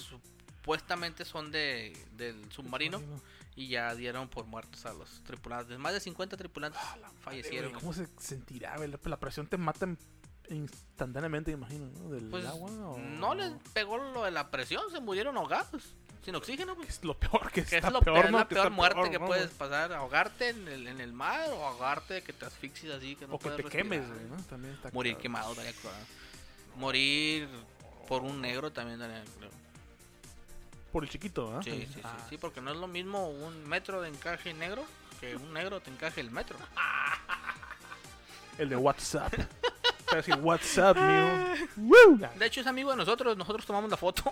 Speaker 1: supuestamente son de, del submarino y ya dieron por muertos a los tripulantes. Más de 50 tripulantes fallecieron.
Speaker 2: Güey, ¿Cómo se sentirá, güey? La, la presión te mata en- instantáneamente, me imagino, ¿no? Del
Speaker 1: Pues
Speaker 2: agua. o-
Speaker 1: no les pegó lo de la presión, se murieron ahogados, sin oxígeno.
Speaker 2: Que
Speaker 1: Pues.
Speaker 2: es lo peor que,
Speaker 1: Que
Speaker 2: está
Speaker 1: es lo
Speaker 2: peor,
Speaker 1: peor,
Speaker 2: ¿no?
Speaker 1: la
Speaker 2: Que
Speaker 1: peor
Speaker 2: está
Speaker 1: muerte
Speaker 2: peor,
Speaker 1: que
Speaker 2: ¿no,
Speaker 1: puedes
Speaker 2: güey?
Speaker 1: pasar, ahogarte en el, en el mar o ahogarte de que te asfixies así que no
Speaker 2: O que te
Speaker 1: puedes respirar.
Speaker 2: quemes, güey, ¿no? También está
Speaker 1: Morir
Speaker 2: cabrón.
Speaker 1: quemado estaría curado. Morir por un negro también estaría curado.
Speaker 2: Por el chiquito, ¿verdad?
Speaker 1: Sí, sí, sí,
Speaker 2: Ah,
Speaker 1: sí, porque no es lo mismo un metro de encaje negro que un negro te encaje el metro.
Speaker 2: El
Speaker 1: <laughs>
Speaker 2: de WhatsApp. Te decir WhatsApp, mío. ¡Woo!
Speaker 1: De hecho, es amigo de nosotros, nosotros tomamos la foto.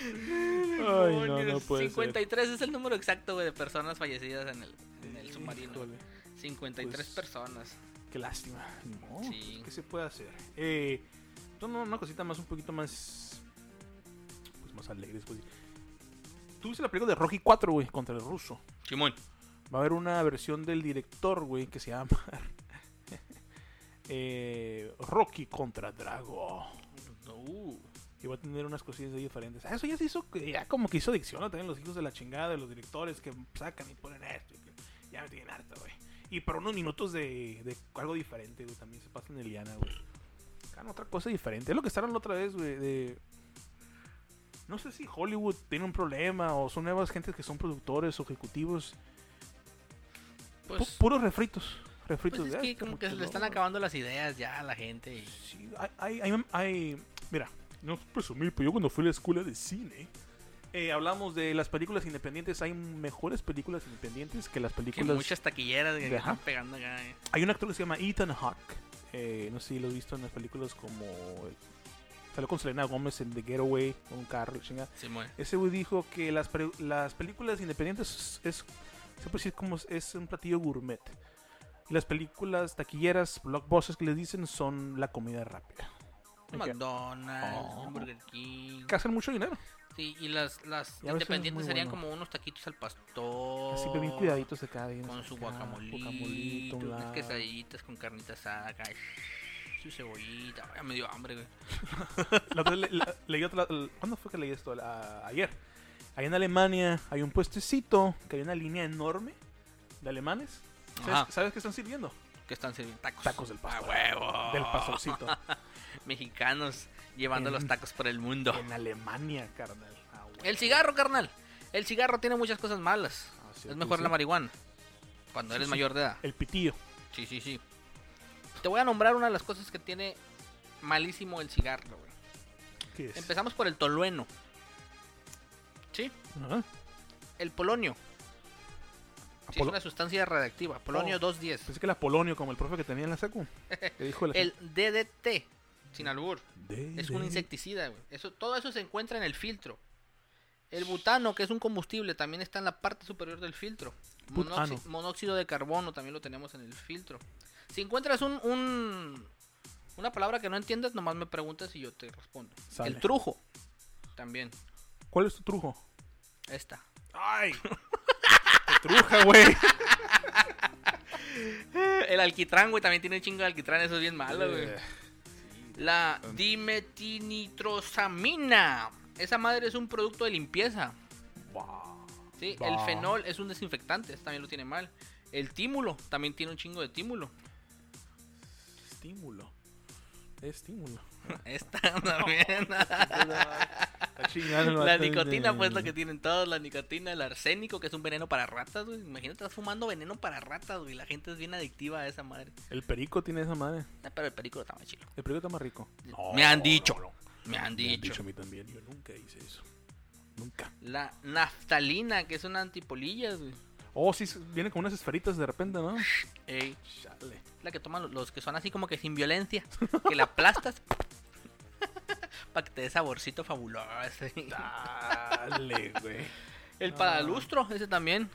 Speaker 2: Ay, no, no puede
Speaker 1: 53 es el número exacto güey, de personas fallecidas en el,
Speaker 2: ser.
Speaker 1: en el submarino.
Speaker 2: Híjole,
Speaker 1: 53
Speaker 2: pues,
Speaker 1: personas.
Speaker 2: qué lástima. No,
Speaker 1: Sí.
Speaker 2: pues, ¿qué se puede hacer? Eh, no, no, una cosita más, un poquito más... Pues más alegre, pues. Tú viste la película de Rocky 4, güey, contra el ruso.
Speaker 1: Simón.
Speaker 2: Va a haber una versión del director, güey, que se llama... <laughs> eh, Rocky contra Drago.
Speaker 1: No.
Speaker 2: Y va a tener unas cosillas ahí diferentes. Ah, eso ya se hizo, ya como que hizo adicción ¿no? también los hijos de la chingada, de los directores que sacan y ponen esto. y que ya me tienen harto, güey. Y por unos minutos de, de algo diferente, güey. También se pasa en Eliana, güey. Sacan otra cosa diferente. Es lo que estaban la otra vez, güey. De... No sé si Hollywood tiene un problema o son nuevas gentes que son productores o ejecutivos. Pu-
Speaker 1: Pues,
Speaker 2: puros refritos.
Speaker 1: pues
Speaker 2: Refritos
Speaker 1: es
Speaker 2: de, "Ah,
Speaker 1: que
Speaker 2: este
Speaker 1: como que se le
Speaker 2: muchacho,
Speaker 1: están
Speaker 2: no,
Speaker 1: acabando las ideas ya a la gente. y-
Speaker 2: Sí, hay, hay, hay- hay- Mira, no es presumir, pero yo cuando fui a la escuela de cine, eh, hablamos de las películas independientes. Hay mejores películas independientes que Pues las
Speaker 1: Que
Speaker 2: películas.
Speaker 1: muchas taquilleras que
Speaker 2: Ajá.
Speaker 1: están pegando acá. eh.
Speaker 2: Hay un actor que se llama Ethan Hawke. eh, no sé si lo has visto en las películas como. Salió con Selena Gómez en The Getaway, con un carro, chinga.
Speaker 1: Simón.
Speaker 2: Ese güey dijo que las, pre- las películas independientes es, es- se puede decir como es- es un platillo gourmet. Y las películas taquilleras, blockbusters que les dicen son la comida rápida. Y que-
Speaker 1: McDonald's,
Speaker 2: Oh.
Speaker 1: Burger King.
Speaker 2: que hacen mucho dinero.
Speaker 1: Sí, y las, las
Speaker 2: Y a veces es muy
Speaker 1: independientes serían
Speaker 2: bueno.
Speaker 1: como unos taquitos al pastor.
Speaker 2: Así que bien cuidaditos de cada bien
Speaker 1: Oh, Con su
Speaker 2: acá,
Speaker 1: guacamolito,
Speaker 2: guacamolito, un
Speaker 1: unas
Speaker 2: lado.
Speaker 1: quesadillitas con carnita asada acá, su cebollita. Ay, me dio hambre, güey.
Speaker 2: La otra vez le- la- leí otra- la- ¿Cuándo fue que leí esto? La- ayer. Allá en Alemania hay un puestecito que hay una línea enorme de alemanes.
Speaker 1: Ajá.
Speaker 2: ¿Sabes, ¿sabes qué están sirviendo?
Speaker 1: ¿Qué están sirviendo? Tacos.
Speaker 2: Tacos del
Speaker 1: ¡A
Speaker 2: pastor.
Speaker 1: huevo!
Speaker 2: Del
Speaker 1: <laughs>
Speaker 2: pastorcito.
Speaker 1: Mexicanos llevando
Speaker 2: En-
Speaker 1: los tacos por el mundo.
Speaker 2: en Alemania, carnal. Ah, huevo.
Speaker 1: El cigarro, carnal. El cigarro tiene muchas cosas malas.
Speaker 2: Ah, sí,
Speaker 1: Es
Speaker 2: sí,
Speaker 1: mejor
Speaker 2: sí.
Speaker 1: la marihuana. Cuando
Speaker 2: Sí,
Speaker 1: eres
Speaker 2: sí.
Speaker 1: mayor de edad.
Speaker 2: El pitillo.
Speaker 1: Sí, sí, sí. Te voy a nombrar una de las cosas que tiene malísimo el cigarro, güey.
Speaker 2: ¿Qué es?
Speaker 1: Empezamos por el tolueno. ¿Sí?
Speaker 2: Ajá.
Speaker 1: El polonio. Sí, es
Speaker 2: Apolo-
Speaker 1: una sustancia radiactiva. Polonio
Speaker 2: Oh.
Speaker 1: 210.
Speaker 2: Pensé que era Polonio, como el profe que tenía en la
Speaker 1: <laughs>
Speaker 2: secu. Que dijo la-
Speaker 1: El DDT, sin albur,
Speaker 2: De-
Speaker 1: es un
Speaker 2: de-
Speaker 1: insecticida, güey. Eso, todo eso se encuentra en el filtro. El butano, que es un combustible, también está en la parte superior del filtro. Monoxi-
Speaker 2: Butano.
Speaker 1: monóxido de carbono también lo tenemos en el filtro. Si encuentras un, un- una palabra que no entiendas, nomás me preguntas y yo te respondo.
Speaker 2: Sale.
Speaker 1: El trujo, también.
Speaker 2: ¿Cuál es tu trujo?
Speaker 1: Esta.
Speaker 2: ¡Ay! <laughs> ¡Te truja, güey!
Speaker 1: <laughs> El alquitrán, güey, también tiene un chingo de alquitrán, eso es bien malo, güey.
Speaker 2: Eh,
Speaker 1: La dimetinitrosamina. Esa madre es un producto de limpieza.
Speaker 2: bah.
Speaker 1: ¿sí? El
Speaker 2: Bah.
Speaker 1: fenol es un desinfectante, ese también lo tiene mal. El tímulo también tiene un chingo de tímulo. <laughs>
Speaker 2: Estímulo. Estímulo.
Speaker 1: Esta también.
Speaker 2: <laughs> Está Chingado, el
Speaker 1: La
Speaker 2: vato
Speaker 1: nicotina,
Speaker 2: de-
Speaker 1: pues, lo que tienen todos, la nicotina, el arsénico, que es un veneno para ratas, güey. Imagínate, estás fumando veneno para ratas, güey. La gente es bien adictiva a esa madre.
Speaker 2: El perico tiene esa madre.
Speaker 1: Ah, Pero el perico está más chido.
Speaker 2: El perico está más rico.
Speaker 1: me han dicho,
Speaker 2: no, no.
Speaker 1: me han
Speaker 2: Me han
Speaker 1: dicho.
Speaker 2: dicho a mí también. Yo nunca hice eso. Nunca.
Speaker 1: La naftalina, que es una antipolillas, güey.
Speaker 2: Oh, sí, viene con unas esferitas de repente, ¿no?
Speaker 1: Ey,
Speaker 2: Chale.
Speaker 1: la que toman los, los que son así como que sin violencia. Que la aplastas. <laughs> para que te dé saborcito fabuloso.
Speaker 2: Ah. Dale, güey.
Speaker 1: El paralustro, ese también.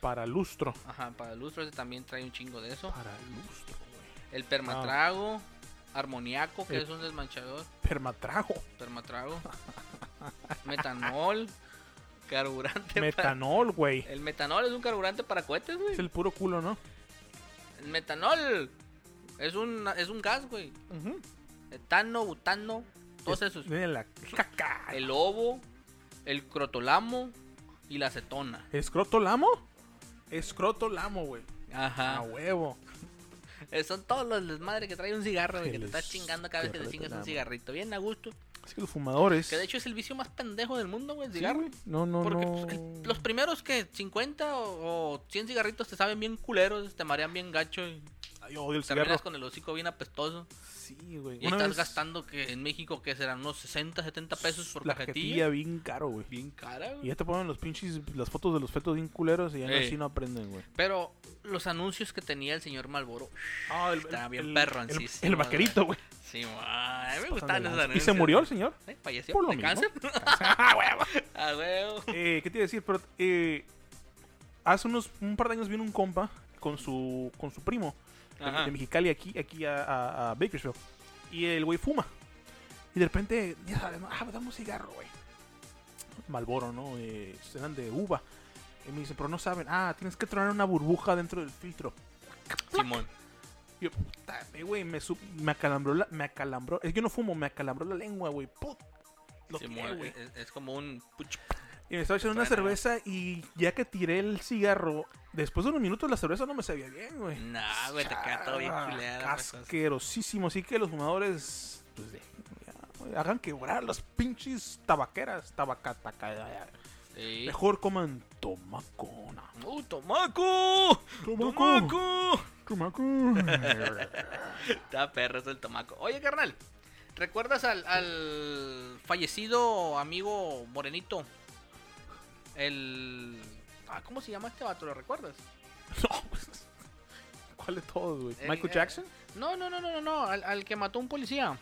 Speaker 2: Para lustro.
Speaker 1: Ajá, paralustro, ese también trae un chingo de eso.
Speaker 2: Para lustro, güey.
Speaker 1: El permatrago, armoniaco, que
Speaker 2: El-
Speaker 1: es un desmanchador,
Speaker 2: Permatrago.
Speaker 1: permatrago, <laughs> metanol, carburante. para-
Speaker 2: Metanol, güey.
Speaker 1: El metanol es un carburante para cohetes, güey.
Speaker 2: Es el puro culo, ¿no?
Speaker 1: El metanol es un, es un gas, güey. Etano, butano, todos esos.
Speaker 2: Viene la caca.
Speaker 1: El ovo, el crotolamo y la acetona.
Speaker 2: ¿Escrotolamo? Escrotolamo, Ah, güey. A
Speaker 1: Ajá.
Speaker 2: huevo.
Speaker 1: Eh, Son todos los desmadres que trae un cigarro, güey, que
Speaker 2: El
Speaker 1: te estás chingando cada vez que te chingas un
Speaker 2: escrotolamo.
Speaker 1: cigarrito. Bien a gusto.
Speaker 2: Así que los fumadores.
Speaker 1: Que de hecho es el vicio más pendejo del mundo, güey, el
Speaker 2: Sí,
Speaker 1: cigarro.
Speaker 2: güey. No, no,
Speaker 1: Porque
Speaker 2: no.
Speaker 1: pues, el- los primeros que 50 o, o 100 cigarritos te saben bien culeros, te marean bien gacho y
Speaker 2: Ay, yo odio el cigarro.
Speaker 1: terminas con el hocico bien apestoso.
Speaker 2: Sí, güey.
Speaker 1: Y
Speaker 2: Una
Speaker 1: estás
Speaker 2: vez,
Speaker 1: gastando que en México que serán unos 60, 70 pesos por
Speaker 2: la
Speaker 1: cajetilla.
Speaker 2: cajetilla bien caro, güey.
Speaker 1: Bien cara,
Speaker 2: Y
Speaker 1: güey.
Speaker 2: ya te ponen los pinches, las fotos de los fetos bien culeros y ya no-
Speaker 1: Ey.
Speaker 2: así no aprenden, güey.
Speaker 1: Pero los anuncios que tenía el señor Malboro.
Speaker 2: Ah, el,
Speaker 1: Está bien perroncísimo,
Speaker 2: El, vaquerito, güey.
Speaker 1: Sí, ma, a mí me gustaban
Speaker 2: Pasan de
Speaker 1: esos
Speaker 2: lanza. ¿Y
Speaker 1: anuncios.
Speaker 2: se murió el señor?
Speaker 1: ¿Eh? ¿Falleció?
Speaker 2: Por lo
Speaker 1: ¿De
Speaker 2: mismo. <laughs>
Speaker 1: cáncer?
Speaker 2: Ah, huevo.
Speaker 1: <laughs> Ah, huevo.
Speaker 2: Eh, ¿Qué te iba a decir? Pero, eh, hace unos un par de años vino un compa con su con su primo de,
Speaker 1: Ajá.
Speaker 2: de Mexicali aquí aquí a, a- a Bakersfield y el güey fuma y de repente ya sabes ¿no? ah dame un cigarro güey Malboro no eh, eran de uva y me dice pero no saben ah tienes que tronar una burbuja dentro del filtro
Speaker 1: Simón.
Speaker 2: y yo puta eh, güey me su- me acalambró la, me acalambró es que yo no fumo me acalambró la lengua güey put lo
Speaker 1: Simón.
Speaker 2: tiré, güey.
Speaker 1: Es, es como un... puch-
Speaker 2: Y me estaba echando una
Speaker 1: Truena.
Speaker 2: cerveza y ya que tiré el cigarro, después de unos minutos la cerveza no me sabía bien, güey.
Speaker 1: Nah, güey, te queda todo bien
Speaker 2: Ah,
Speaker 1: culeado.
Speaker 2: Asquerosísimo. Así que los fumadores, pues, de- ya, güey, hagan quebrar las pinches tabaqueras, tabacata. ca- ya, ya.
Speaker 1: Sí.
Speaker 2: Mejor coman tomacona.
Speaker 1: ¡Uh, tomaco! ¡Tomaco!
Speaker 2: Tomaco.
Speaker 1: Está perro es el tomaco. Oye, carnal, ¿recuerdas al, al fallecido amigo morenito? El. Ah, ¿cómo se llama este vato? ¿Lo recuerdas?
Speaker 2: <laughs> no, pues, ¿Cuál de todos, güey?
Speaker 1: El-
Speaker 2: ¿Michael
Speaker 1: el-
Speaker 2: Jackson?
Speaker 1: No, no, no, no, no, no. Al, al que mató un
Speaker 2: <laughs>
Speaker 1: policía.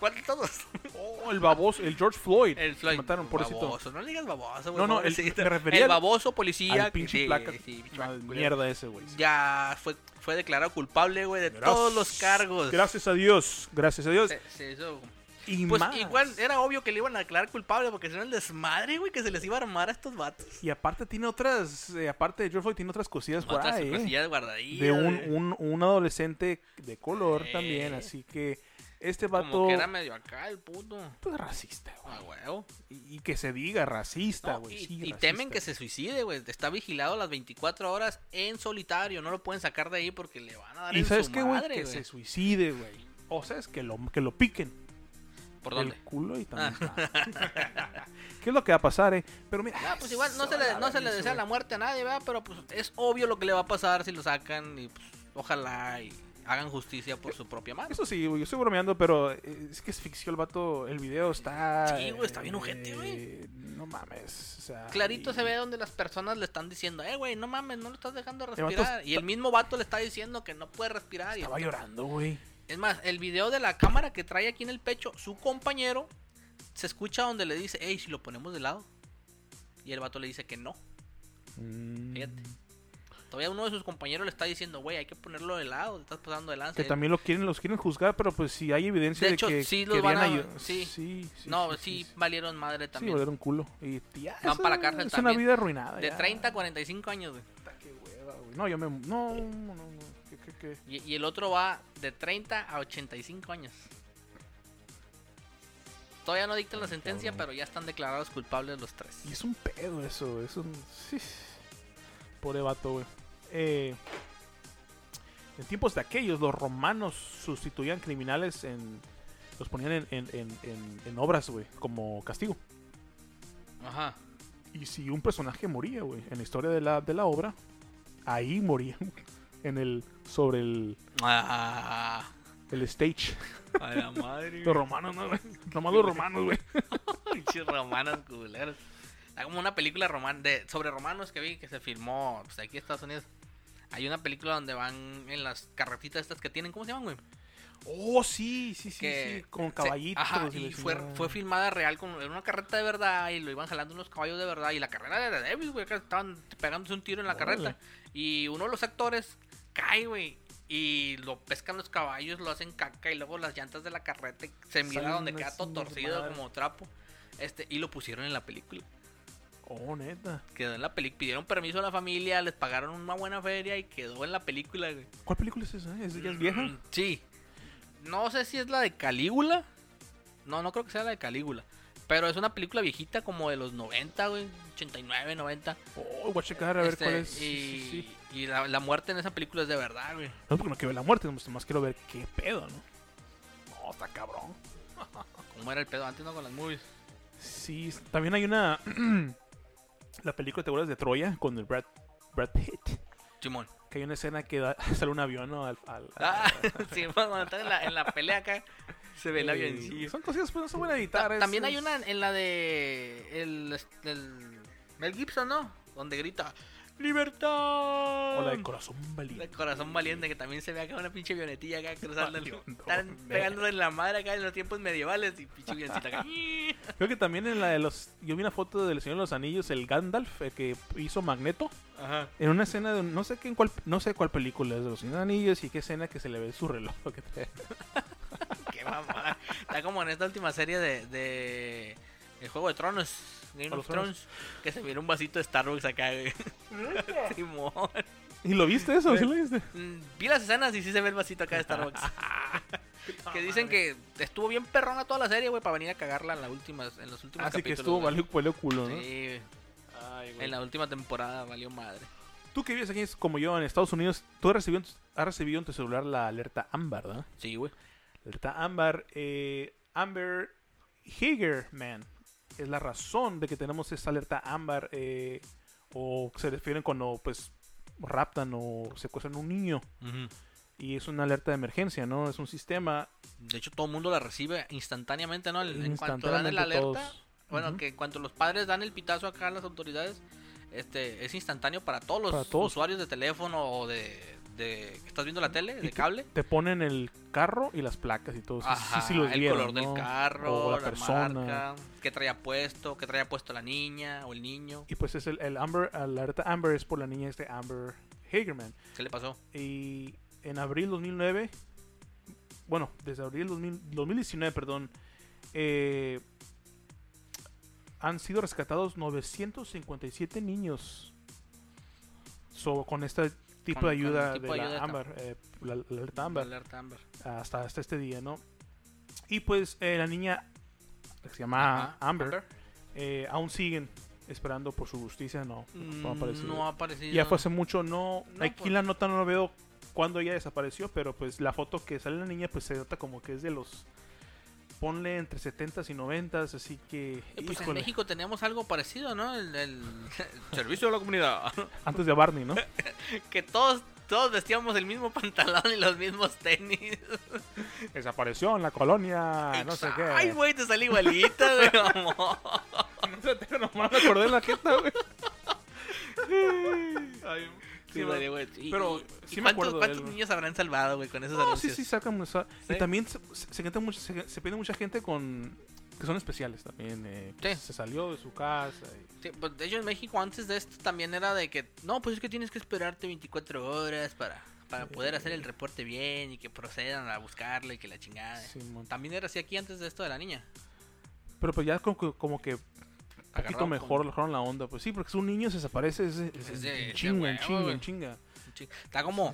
Speaker 1: ¿Cuál de todos?
Speaker 2: Oh, el baboso, el George Floyd.
Speaker 1: El Floyd.
Speaker 2: Lo mataron, pobrecito.
Speaker 1: Baboso, no le digas baboso, güey.
Speaker 2: No, no, el-
Speaker 1: pobrecito.
Speaker 2: me refería
Speaker 1: El
Speaker 2: al-
Speaker 1: baboso policía.
Speaker 2: Al
Speaker 1: que-
Speaker 2: pinche
Speaker 1: sí,
Speaker 2: placa.
Speaker 1: sí, pinche
Speaker 2: Ah,
Speaker 1: placa, culero.
Speaker 2: mierda ese, güey.
Speaker 1: Ya fue, fue declarado culpable, güey, de
Speaker 2: Gracias-
Speaker 1: todos los cargos.
Speaker 2: Gracias a Dios, gracias a Dios.
Speaker 1: Se- se hizo
Speaker 2: Y
Speaker 1: Pues
Speaker 2: más.
Speaker 1: igual era obvio que le iban a declarar culpable porque si no el desmadre, güey, que se les iba a armar a estos vatos.
Speaker 2: Y aparte tiene otras, eh, aparte de George Floyd tiene otras cosillas por
Speaker 1: Otras
Speaker 2: ahí, eh,
Speaker 1: cosillas guardadillas.
Speaker 2: De un,
Speaker 1: güey.
Speaker 2: un, un adolescente de color
Speaker 1: Eh.
Speaker 2: también, así que este
Speaker 1: Como
Speaker 2: vato
Speaker 1: que era medio acá el puto.
Speaker 2: pues, racista, güey.
Speaker 1: Ah, huevo.
Speaker 2: Y, y que se diga racista,
Speaker 1: No,
Speaker 2: güey.
Speaker 1: y,
Speaker 2: sí,
Speaker 1: y
Speaker 2: racista.
Speaker 1: temen que se suicide, güey. Está vigilado las 24 horas en solitario. No lo pueden sacar de ahí porque le van a dar
Speaker 2: Y
Speaker 1: en
Speaker 2: sabes
Speaker 1: su
Speaker 2: qué, güey,
Speaker 1: madre,
Speaker 2: que
Speaker 1: güey.
Speaker 2: se suicide, güey. O sabes que lo que lo piquen
Speaker 1: ¿Por dónde?
Speaker 2: el culo y también. <laughs> ¿Qué es lo que va a pasar, eh? Pero mira,
Speaker 1: Ah, pues igual no se le, no se le desea la muerte a nadie, ¿verdad? Pero pues es obvio lo que le va a pasar si lo sacan y pues ojalá y hagan justicia por su propia mano.
Speaker 2: Eso sí, güey, yo estoy bromeando, pero eh, es que es ficción el vato. El video está.
Speaker 1: Sí, güey, está bien ojete, güey.
Speaker 2: eh, No mames. O sea,
Speaker 1: Clarito
Speaker 2: y-
Speaker 1: se ve donde las personas le están diciendo, eh, güey, no mames, no lo estás dejando
Speaker 2: vato
Speaker 1: respirar. Y
Speaker 2: está-
Speaker 1: el mismo vato le está diciendo que no puede respirar. y-
Speaker 2: Estaba llorando, güey.
Speaker 1: Es más, el video de la cámara que trae aquí en el pecho, su compañero, se escucha donde le dice, hey, si lo ponemos de lado. Y el vato le dice que no.
Speaker 2: Mm,
Speaker 1: Fíjate. Todavía uno de sus compañeros le está diciendo, güey, hay que ponerlo de lado, te estás pasando de lanza.
Speaker 2: Que también lo quieren, los quieren juzgar, pero pues si hay evidencia
Speaker 1: De
Speaker 2: de,
Speaker 1: hecho,
Speaker 2: que
Speaker 1: sí los
Speaker 2: querían
Speaker 1: van a-
Speaker 2: ayu-
Speaker 1: sí.
Speaker 2: sí, sí,
Speaker 1: no,
Speaker 2: sí,
Speaker 1: sí,
Speaker 2: sí, sí.
Speaker 1: valieron madre
Speaker 2: Sí,
Speaker 1: también.
Speaker 2: valieron culo. Y tía,
Speaker 1: Van
Speaker 2: eso
Speaker 1: para la cárcel
Speaker 2: Es una
Speaker 1: también.
Speaker 2: vida arruinada.
Speaker 1: de
Speaker 2: ya.
Speaker 1: 30 a 45 años, güey.
Speaker 2: Puta, qué hueva, güey. No, yo me. No, no, no. ¿Qué, qué, qué?
Speaker 1: Y, y el otro va de 30 a 85 años. Todavía no dictan la sentencia, pero ya están declarados culpables los tres.
Speaker 2: Y es un pedo eso, es un... Sí. Pobre vato, güey. Eh, en tiempos de aquellos, los romanos sustituían criminales en... Los ponían en, en- en- en- en obras, güey, como castigo.
Speaker 1: Ajá.
Speaker 2: Y si un personaje moría, güey, en la historia de la, de la obra, ahí moría, güey, <laughs> en el, sobre el,
Speaker 1: Ah,
Speaker 2: el stage.
Speaker 1: a la madre.
Speaker 2: Los romanos, ¿no, güey? Nomás los romanos, güey.
Speaker 1: Pinches romanos culeros. Está como una película roman de, sobre romanos que vi que se filmó pues, aquí en Estados Unidos. Hay una película donde van en las carretitas estas que tienen. ¿Cómo se llaman, güey?
Speaker 2: Oh, sí, sí, sí,
Speaker 1: Que
Speaker 2: sí. Con
Speaker 1: se-
Speaker 2: caballitos.
Speaker 1: ajá,
Speaker 2: la
Speaker 1: y fue,
Speaker 2: chingada.
Speaker 1: fue filmada real con en una carreta de verdad y lo iban jalando unos caballos de verdad. Y la carrera era débil, güey. acá Estaban pegándose un tiro en la
Speaker 2: Órale.
Speaker 1: carreta. Y uno de los actores cae, güey. Y lo pescan los caballos, lo hacen caca y luego las llantas de la carreta y se mira
Speaker 2: Salen
Speaker 1: donde queda
Speaker 2: así,
Speaker 1: todo torcido
Speaker 2: madre.
Speaker 1: como trapo. Este, y lo pusieron en la película.
Speaker 2: Oh, neta.
Speaker 1: Quedó en la película. Pidieron permiso a la familia, les pagaron una buena feria y quedó en la película, güey.
Speaker 2: ¿Cuál película es esa? ¿Es, ya es vieja?
Speaker 1: Mm, Sí. No sé si es la de Calígula. No, no creo que sea la de Calígula. Pero es una película viejita como de los 90, güey. 89, 90.
Speaker 2: Oh, voy a checar a ver
Speaker 1: Este,
Speaker 2: cuál es.
Speaker 1: Y,
Speaker 2: Sí, sí, sí.
Speaker 1: y la, la muerte en esa película es de verdad, güey.
Speaker 2: No, porque no quiero ver la muerte, nomás nomás quiero ver qué pedo, ¿no? No, está cabrón.
Speaker 1: Como era el pedo antes, ¿no? Con las movies.
Speaker 2: Sí, s- también hay una. <clears throat> la película, ¿te acuerdas de Troya? Con el Brad, Brad Pitt.
Speaker 1: Simón.
Speaker 2: Que hay una escena que da- <laughs> sale un avión ¿no? al. al-
Speaker 1: Ah, <laughs> sí, cuando está en la, en la pelea acá, se ve el
Speaker 2: Eh,
Speaker 1: avioncillo.
Speaker 2: Son cosas pues no se pueden
Speaker 1: Ta-
Speaker 2: editar. es-
Speaker 1: También hay
Speaker 2: es-
Speaker 1: una en la de. El, el Mel Gibson, ¿no? Donde grita: ¡Libertad!
Speaker 2: O la de Corazón Valiente.
Speaker 1: Mm. De corazón valiente que también se ve acá una pinche avionetilla acá cruzando. el-
Speaker 2: Valiendo,
Speaker 1: Están
Speaker 2: verga.
Speaker 1: pegándole en la madre acá en los tiempos medievales y pinche avioncita
Speaker 2: <laughs>
Speaker 1: acá.
Speaker 2: Creo que también en la de los. Yo vi una foto del Señor de los Anillos, el Gandalf, el que hizo Magneto.
Speaker 1: Ajá.
Speaker 2: En una escena de. No sé, qué, en cuál, no sé cuál película es de los Señor de los Anillos y qué escena que se le ve su reloj. que trae.
Speaker 1: Qué mamada. Está como en esta última serie de. de el Juego de Tronos. Game
Speaker 2: ¿Juego
Speaker 1: of
Speaker 2: de Tronos?
Speaker 1: Thrones. Que se mira un vasito de Starbucks acá, güey. <laughs> Simón.
Speaker 2: ¿Y lo viste eso? ¿Sí lo viste?
Speaker 1: Mm, Vi las escenas y sí se ve el vasito acá de
Speaker 2: <laughs>
Speaker 1: Starbucks. que dicen que estuvo bien perrona toda la serie, güey, para venir a cagarla en, la última, en los últimos
Speaker 2: Así Ah, que
Speaker 1: capítulos.
Speaker 2: estuvo
Speaker 1: güey.
Speaker 2: valió valió culo, ¿no?
Speaker 1: Sí, güey. en la última temporada valió madre.
Speaker 2: Tú que vives aquí como yo en Estados Unidos, tú has recibido, en tu- has recibido en tu celular la alerta Amber, ¿verdad?
Speaker 1: Sí, güey.
Speaker 2: Alerta Amber, eh, Amber Hagerman es la razón de que tenemos esta alerta Amber eh, o se refieren cuando pues raptan o secuestran un niño y es una alerta de emergencia, ¿no? Es un sistema
Speaker 1: De hecho, todo el mundo la recibe instantáneamente, ¿no? En cuanto dan la
Speaker 2: instantáneamente
Speaker 1: alerta.
Speaker 2: todos.
Speaker 1: Bueno,
Speaker 2: Ujú.
Speaker 1: que en cuanto los padres dan el pitazo acá a las autoridades, este es instantáneo para todos los
Speaker 2: Para todos.
Speaker 1: usuarios de teléfono o de, de- que estás viendo la tele,
Speaker 2: Y
Speaker 1: de
Speaker 2: te-
Speaker 1: cable.
Speaker 2: Te ponen el carro y las placas y todo. Sí,
Speaker 1: Ajá,
Speaker 2: sí, sí los
Speaker 1: el
Speaker 2: vieron,
Speaker 1: color
Speaker 2: ¿no?
Speaker 1: del carro,
Speaker 2: o
Speaker 1: la,
Speaker 2: la, persona.
Speaker 1: marca, qué traía puesto, qué traía puesto la niña o el niño,
Speaker 2: Y pues es el, el Amber, alerta Amber es por la niña este Amber Hagerman.
Speaker 1: qué le pasó.
Speaker 2: Y en abril 2009, bueno, desde abril 2000 2019, perdón, eh, han sido rescatados 957 niños So, con este tipo
Speaker 1: Con-
Speaker 2: de
Speaker 1: con el
Speaker 2: ayuda
Speaker 1: tipo
Speaker 2: de
Speaker 1: de
Speaker 2: la
Speaker 1: ayuda
Speaker 2: Amber, eh, la, la alerta Amber,
Speaker 1: Alerta Amber.
Speaker 2: hasta, hasta este día, ¿no? Y pues eh, la niña que se llama
Speaker 1: Ajá,
Speaker 2: Amber, eh, aún siguen esperando por su justicia, no,
Speaker 1: Mm,
Speaker 2: no ha aparecido.
Speaker 1: No ha aparecido.
Speaker 2: Ya fue hace mucho, no.
Speaker 1: No,
Speaker 2: aquí
Speaker 1: pues.
Speaker 2: la nota no lo veo cuando ella desapareció, pero pues la foto que sale la niña, pues se nota como que es de los. Ponle entre 70 y 90, así que.
Speaker 1: Eh, pues en
Speaker 2: híjole,
Speaker 1: México tenemos algo parecido, ¿no? El- el <laughs> servicio de la comunidad.
Speaker 2: Antes de
Speaker 1: <laughs>
Speaker 2: Barney, ¿no?
Speaker 1: que todos todos vestíamos el mismo <laughs> pantalón y los mismos tenis.
Speaker 2: Desapareció en la colonia, Ah, no sé qué.
Speaker 1: Ay, güey, te sale
Speaker 2: <laughs>
Speaker 1: igualita, güey, amor.
Speaker 2: No sé, tengo <laughs> nomás me acordé de la jeta,
Speaker 1: <laughs>
Speaker 2: güey. Ay,
Speaker 1: Sí, madre, güey. Y-
Speaker 2: Pero
Speaker 1: y-
Speaker 2: sí
Speaker 1: ¿y
Speaker 2: me
Speaker 1: ¿Cuántos,
Speaker 2: acuerdo de
Speaker 1: cuántos
Speaker 2: él, güey.
Speaker 1: niños habrán salvado, güey, con esos
Speaker 2: No, sí,
Speaker 1: anuncios?
Speaker 2: sí, sacan. sa-
Speaker 1: Sí.
Speaker 2: Y también se, se, se canta mucho- se- se pide mucha gente con. que son especiales también. eh,
Speaker 1: Sí.
Speaker 2: Se salió de su casa. y-
Speaker 1: Sí, pues, de hecho, en México antes de esto también era de que, no, pues es que tienes que esperarte 24 horas para, para poder hacer el reporte bien y que procedan a buscarlo y que la chingada.
Speaker 2: Simón.
Speaker 1: También era así aquí antes de esto de la niña.
Speaker 2: Pero pues ya como que, como que poquito
Speaker 1: Agarraron
Speaker 2: mejor, bajaron la onda. Pues sí, porque si un niño se desaparece, es, es-
Speaker 1: Es
Speaker 2: es
Speaker 1: de-
Speaker 2: en
Speaker 1: de
Speaker 2: chinga, en
Speaker 1: huevo,
Speaker 2: chinga,
Speaker 1: güey.
Speaker 2: en chinga.
Speaker 1: Sí, Está como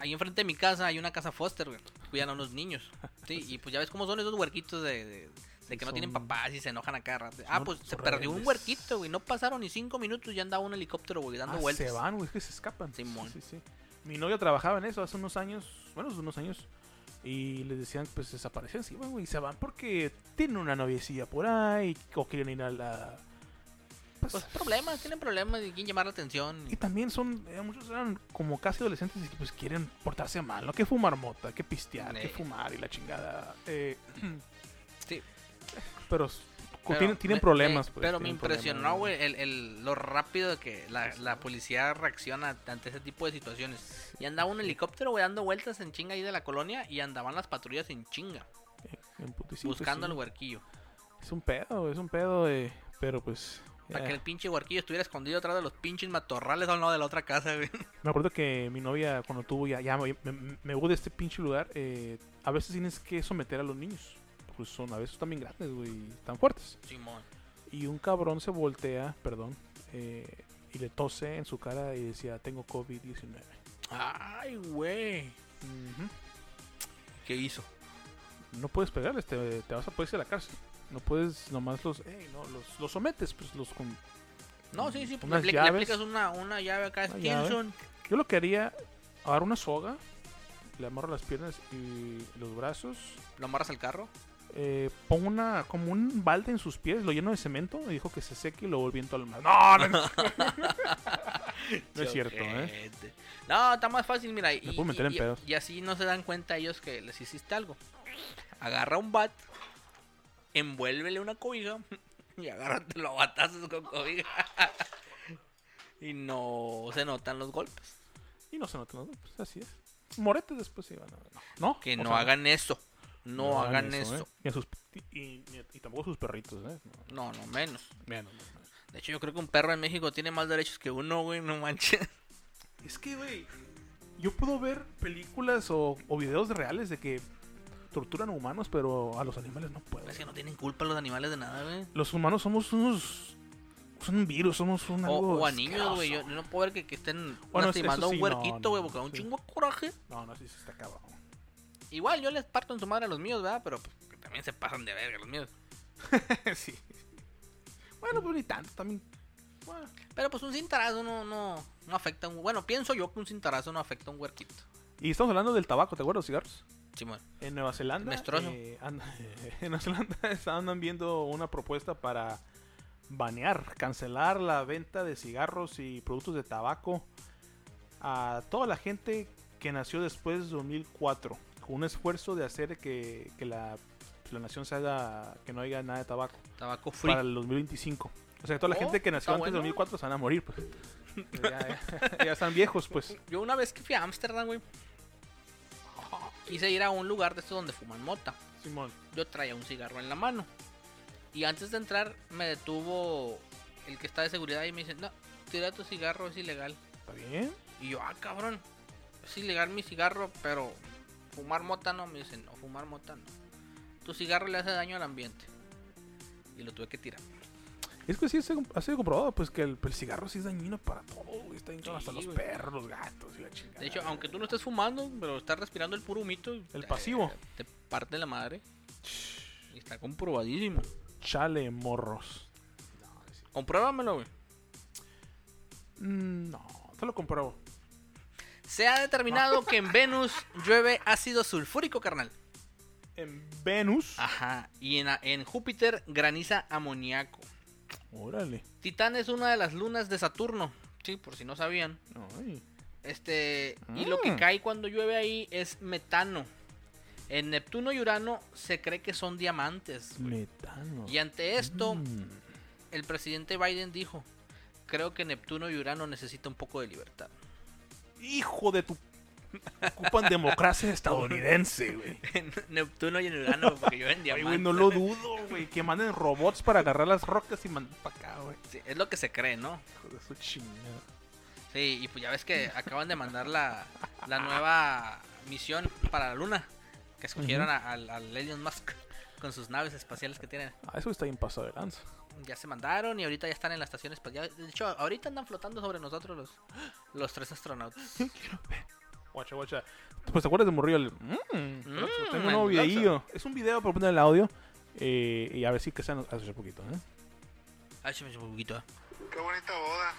Speaker 1: ahí enfrente de mi casa hay una casa foster, güey. Cuidan a unos
Speaker 2: <laughs>
Speaker 1: niños. Sí, y pues ya ves cómo son esos huerquitos de, de- de que no
Speaker 2: son-
Speaker 1: tienen papás y se enojan a cada rato. Ah,
Speaker 2: son-
Speaker 1: pues
Speaker 2: son
Speaker 1: se perdió un
Speaker 2: rebeldes.
Speaker 1: huerquito, güey. No pasaron ni cinco minutos y ya andaba un helicóptero, güey, dando
Speaker 2: Ah,
Speaker 1: vueltas.
Speaker 2: se van, güey, es que se escapan. Sí,
Speaker 1: Simón.
Speaker 2: sí, sí. Mi novia trabajaba en eso hace unos años, bueno, hace unos años. Y les decían, pues desaparecen, sí, güey, y se van porque tienen una noviecilla por ahí, o quieren ir a la. pues.
Speaker 1: Pues problemas, tienen problemas y quieren llamar la atención.
Speaker 2: Y también son, eh, muchos eran como casi adolescentes y que pues quieren portarse mal, ¿no? Que fumar mota, que pistear, que
Speaker 1: Eh.
Speaker 2: fumar y la chingada. eh, <clears throat>
Speaker 1: Sí.
Speaker 2: pero s- co-
Speaker 1: Pero
Speaker 2: tienen, tienen
Speaker 1: me-
Speaker 2: problemas.
Speaker 1: me-
Speaker 2: pues,
Speaker 1: pero me
Speaker 2: tienen
Speaker 1: impresionó,
Speaker 2: problemas.
Speaker 1: güey, el, el- lo rápido que la, la policía reacciona ante ese tipo de situaciones. Y andaba un helicóptero, güey, dando vueltas en chinga ahí de la colonia y andaban las patrullas en chinga,
Speaker 2: Eh, en putis- sí, pues,
Speaker 1: buscando
Speaker 2: sí.
Speaker 1: al huerquillo.
Speaker 2: Es un pedo, es un pedo, eh, pero pues...
Speaker 1: Para
Speaker 2: ya.
Speaker 1: que el pinche huerquillo estuviera escondido atrás de los pinches matorrales a un lado de la otra casa,
Speaker 2: <laughs>
Speaker 1: güey.
Speaker 2: Me acuerdo que mi novia, cuando tuvo ya, ya me, me, me voy de este pinche lugar, eh, a veces tienes que someter a los niños. Pues son, a veces están bien grandes, güey, y están fuertes.
Speaker 1: Simón.
Speaker 2: Y un cabrón se voltea, perdón, eh, y le tose en su cara y decía, tengo COVID-19.
Speaker 1: Ay, güey.
Speaker 2: Ujú.
Speaker 1: ¿Qué hizo?
Speaker 2: No puedes pegarles, te, te vas a poder ir a la cárcel. No puedes, nomás los, "Ey, no, los, los sometes, pues los... con-
Speaker 1: No, sí, sí, pues,
Speaker 2: Unas
Speaker 1: le, le
Speaker 2: llaves.
Speaker 1: aplicas una, una llave acá a
Speaker 2: Una llave.
Speaker 1: Stinson.
Speaker 2: Yo lo que haría, agarro una soga, le amarro las piernas y los brazos,
Speaker 1: Lo amarras al carro.
Speaker 2: eh, pongo una, como un balde en sus pies, lo lleno de cemento y dijo que se seque y lo volviendo al mar. No,
Speaker 1: <laughs>
Speaker 2: no, no. No es cierto, ¿eh?
Speaker 1: Ojete. No, está más fácil, mira. Y,
Speaker 2: Me puedo meter
Speaker 1: y-
Speaker 2: en
Speaker 1: y-
Speaker 2: pedos.
Speaker 1: y así no se dan cuenta ellos que les hiciste algo. Agarra un bat, envuélvele una cobija <laughs> y agárrate los batazos con cobija. <laughs> y no se notan los golpes.
Speaker 2: Y no se nota, ¿no? Pues así es. Morete después se iban a No, no,
Speaker 1: Que
Speaker 2: o
Speaker 1: no
Speaker 2: sea,
Speaker 1: hagan eso. No, hagan, eso.
Speaker 2: ¿eh? Ni a sus- y, y- y tampoco sus perritos, ¿eh? No,
Speaker 1: No, no menos.
Speaker 2: mira, no, no, no.
Speaker 1: De hecho, yo creo que un perro en México tiene más derechos que uno, güey. No manches.
Speaker 2: Es que, güey, yo puedo ver películas o, o videos reales de que torturan a humanos, pero a los animales no
Speaker 1: <laughs>
Speaker 2: puedo.
Speaker 1: Es que no tienen culpa los animales de nada, güey.
Speaker 2: Los humanos somos unos... Son un virus, somos un
Speaker 1: O,
Speaker 2: algo
Speaker 1: o a niños, güey. Yo,
Speaker 2: asqueroso.
Speaker 1: yo no puedo ver que, que estén
Speaker 2: Bueno, eso-
Speaker 1: lastimando
Speaker 2: eso sí,
Speaker 1: a un huerquito,
Speaker 2: no,
Speaker 1: güey,
Speaker 2: no,
Speaker 1: porque da un
Speaker 2: sí.
Speaker 1: chingo de coraje.
Speaker 2: No, no, sí, sí está cabrón. <laughs>
Speaker 1: Igual yo les parto en su madre a los míos, ¿verdad? Pero pues, que también se pasan de verga los míos.
Speaker 2: sí. Bueno, pues ni tanto, también. Bueno,
Speaker 1: Pero pues un cintarazo no, no, no afecta a un. Bueno, pienso yo que un cintarazo no afecta a un huerquito.
Speaker 2: Y estamos hablando del tabaco, ¿te acuerdas, los cigarros?
Speaker 1: Simón.
Speaker 2: En Nueva Zelanda.
Speaker 1: Mestrozo.
Speaker 2: eh, and- <laughs> en Nueva Zelanda <laughs> estaban viendo una propuesta para banear, cancelar la venta de cigarros y productos de tabaco a toda la gente que nació después de 2004, con un esfuerzo de hacer que, que la, la nación se haga, que no haya nada de tabaco.
Speaker 1: Tabaco free.
Speaker 2: para el 2025. O sea, que toda la
Speaker 1: Oh,
Speaker 2: gente que nació
Speaker 1: está
Speaker 2: antes de
Speaker 1: bueno.
Speaker 2: 2004 se van a
Speaker 1: <laughs>
Speaker 2: morir, pues. ya, ya- ya están viejos, pues.
Speaker 1: Yo una vez que fui a Ámsterdam, güey, quise ir a un lugar de estos donde fuman mota.
Speaker 2: Simón.
Speaker 1: Yo traía un cigarro en la mano. Y antes de entrar, me detuvo el que está de seguridad y me dice: No, tira tu cigarro, es ilegal.
Speaker 2: ¿Está bien?
Speaker 1: Y yo, ah, cabrón, es ilegal mi cigarro, pero fumar mota no. Me dicen, no, fumar mota no. Tu cigarro le hace daño al ambiente. Y lo tuve que tirar.
Speaker 2: Es que sí se- ha sido comprobado, pues, que el, el cigarro sí es dañino para todo. güey. Está dañino
Speaker 1: Sí,
Speaker 2: hasta los
Speaker 1: güey.
Speaker 2: perros, los gatos y la chingada.
Speaker 1: De hecho, aunque tú no estés fumando, pero estás respirando el puro humito.
Speaker 2: El
Speaker 1: eh,
Speaker 2: pasivo.
Speaker 1: Te parte la madre. Y está comprobadísimo.
Speaker 2: Chale, morros.
Speaker 1: Compruébamelo, güey.
Speaker 2: Mm, no, te lo compruebo.
Speaker 1: Se ha determinado que en Venus llueve ácido sulfúrico, carnal.
Speaker 2: En Venus.
Speaker 1: Ajá. Y en, en Júpiter graniza amoníaco.
Speaker 2: Órale.
Speaker 1: Titán es una de las lunas de Saturno. Sí, por si no sabían.
Speaker 2: Ay.
Speaker 1: Este, y lo que
Speaker 2: Mm.
Speaker 1: cae cuando llueve ahí es metano. En Neptuno y Urano se cree que son diamantes. güey.
Speaker 2: Metano.
Speaker 1: Y ante esto,
Speaker 2: Mm.
Speaker 1: el presidente Biden dijo, creo que Neptuno y Urano necesitan un poco de libertad.
Speaker 2: Hijo de tu.
Speaker 1: <laughs>
Speaker 2: Ocupan democracia estadounidense, güey.
Speaker 1: En <laughs> Neptuno y en Urano, porque <laughs> llueven
Speaker 2: Ay,
Speaker 1: diamantes.
Speaker 2: güey, no lo dudo, güey. Que manden robots para agarrar las rocas y mandar para acá, güey.
Speaker 1: Sí, es lo que se cree, ¿no?
Speaker 2: Hijo de su chingada.
Speaker 1: Sí, y pues ya ves que acaban de mandar la, la nueva misión para la Luna, que escogieron a- al, al Elon Musk con sus naves espaciales que tienen.
Speaker 2: Ah, eso está bien pasado de lanza.
Speaker 1: Ya se mandaron y ahorita ya están en la estación espacial. De hecho, ahorita andan flotando sobre nosotros los, los tres
Speaker 2: <laughs>
Speaker 1: astronautas.
Speaker 2: pues, Guacha, guacha. Pues te acuerdas de Morrillo. El... Mm,
Speaker 1: Mm,
Speaker 2: tengo un nuevo
Speaker 1: el
Speaker 2: videillo. Es un video para poner el audio. Eh, y a ver si que se nos hace un poquito, ¿eh?
Speaker 1: Ay, se me hizo un poquito. ¿eh?
Speaker 3: Qué bonita boda.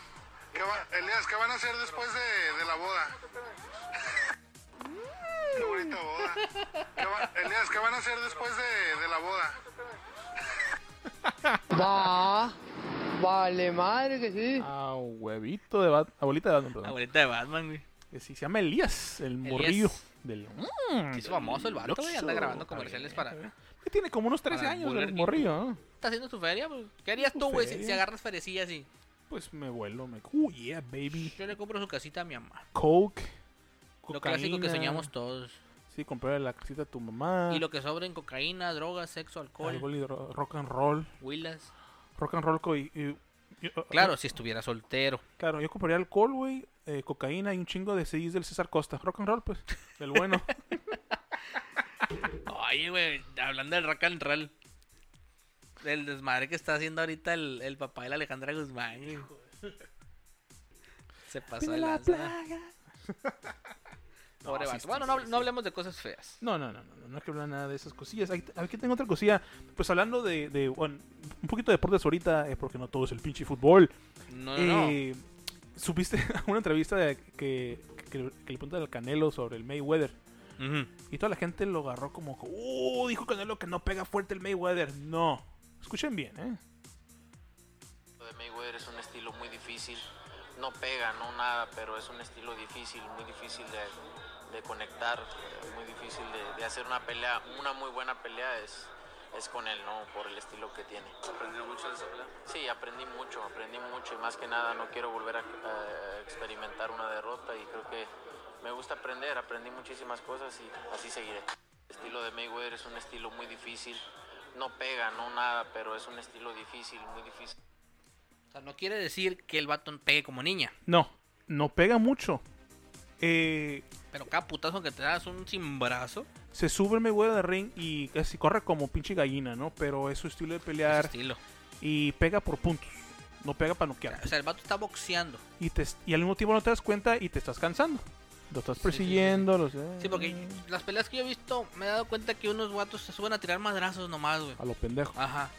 Speaker 3: ¿Qué va- Elías, ¿qué van a hacer después de, de la boda? Qué bonita boda. ¿Qué va- Elías, ¿qué van a hacer después de, de la boda?
Speaker 4: Va. Vale, madre que sí.
Speaker 2: Ah, huevito de Batman. Abuelita de Batman, perdón.
Speaker 1: Abuelita de Batman, güey.
Speaker 2: Que sí, se llama Elías, el morrillo del.
Speaker 1: Se hizo famoso el vato, güey. Anda
Speaker 2: Oxxo.
Speaker 1: grabando
Speaker 2: Ah,
Speaker 1: comerciales
Speaker 2: bien,
Speaker 1: para.
Speaker 2: bien. Que tiene como unos 13
Speaker 1: para
Speaker 2: años
Speaker 1: Burger
Speaker 2: el
Speaker 1: King.
Speaker 2: morrillo, ¿no?
Speaker 1: ¿Está haciendo tu feria? pues? ¿Qué harías
Speaker 2: Tu
Speaker 1: tú, güey, si,
Speaker 2: feria.
Speaker 1: si agarras ferecillas y
Speaker 2: Pues me vuelo, me. Uh, yeah, baby.
Speaker 1: yo le compro su casita a mi mamá?
Speaker 2: Coke.
Speaker 1: Lo clásico que
Speaker 2: cocaína.
Speaker 1: soñamos todos.
Speaker 2: Sí, comprarle la casita a tu mamá.
Speaker 1: Y lo que sobra en cocaína, drogas, sexo, alcohol,
Speaker 2: Alcohol y ro- rock and roll.
Speaker 1: huilas.
Speaker 2: Rock and roll. co- y- y- yo-
Speaker 1: Claro, si estuviera soltero.
Speaker 2: Claro, yo compraría alcohol, güey, eh, cocaína y un chingo de CDs del César Costa. Rock and roll, pues. Del
Speaker 1: <laughs>
Speaker 2: bueno.
Speaker 1: Oye, güey, hablando del rock and roll. Del desmadre que está haciendo ahorita el, el papá de la Alejandra Guzmán. güey. Se pasó
Speaker 2: Viene
Speaker 1: de
Speaker 2: la
Speaker 1: lanza.
Speaker 2: plaga.
Speaker 1: Pobre
Speaker 2: sí
Speaker 1: vato.
Speaker 2: está,
Speaker 1: Bueno, no,
Speaker 2: sí,
Speaker 1: hable- no hablemos de cosas feas.
Speaker 2: No, no, no, no, no, no hay que hablar nada de esas cosillas. Ahí- Aquí tengo otra cosilla. Pues hablando de, de, bueno, un poquito de deportes ahorita, eh, porque no todo es el pinche fútbol.
Speaker 1: No, no, no.
Speaker 2: Eh, Supiste <laughs> una entrevista de que, que, que le preguntan al Canelo sobre el Mayweather.
Speaker 1: Ujú.
Speaker 2: Y toda la gente lo agarró como, uh, dijo Canelo que no pega fuerte el Mayweather. No. Escuchen bien, ¿eh?
Speaker 5: Lo de Mayweather es un estilo muy difícil, no pega, no nada, pero es un estilo difícil, muy difícil de, de conectar, eh, muy difícil de, de hacer una pelea, una muy buena pelea es, es con él, ¿no? Por el estilo que tiene.
Speaker 6: aprendido mucho de esa pelea.
Speaker 5: Sí, aprendí mucho, aprendí mucho y más que nada no quiero volver a, a experimentar una derrota y creo que me gusta aprender, aprendí muchísimas cosas y así seguiré. El estilo de Mayweather es un estilo muy difícil, no pega, no nada, pero es un estilo difícil, muy difícil.
Speaker 1: O sea, no quiere decir que el vato pegue como niña.
Speaker 2: No, no pega mucho. Eh,
Speaker 1: Pero cada putazo que te das un simbrazo.
Speaker 2: se sube el Mayweather al ring y casi corre como pinche gallina, ¿no? Pero es su estilo de
Speaker 1: ese
Speaker 2: pelear
Speaker 1: Estilo.
Speaker 2: y pega por puntos. No pega para noquear.
Speaker 1: O sea, el vato está boxeando.
Speaker 2: Y, te, y al mismo tiempo no te das cuenta y te estás cansando. Lo estás
Speaker 1: Sí, sí, sí, sí.
Speaker 2: persiguiendo, lo sé.
Speaker 1: Sí, porque las peleas que yo he visto, me he dado cuenta que unos vatos se suben a tirar madrazos nomás, güey.
Speaker 2: A lo pendejo.
Speaker 1: Ajá.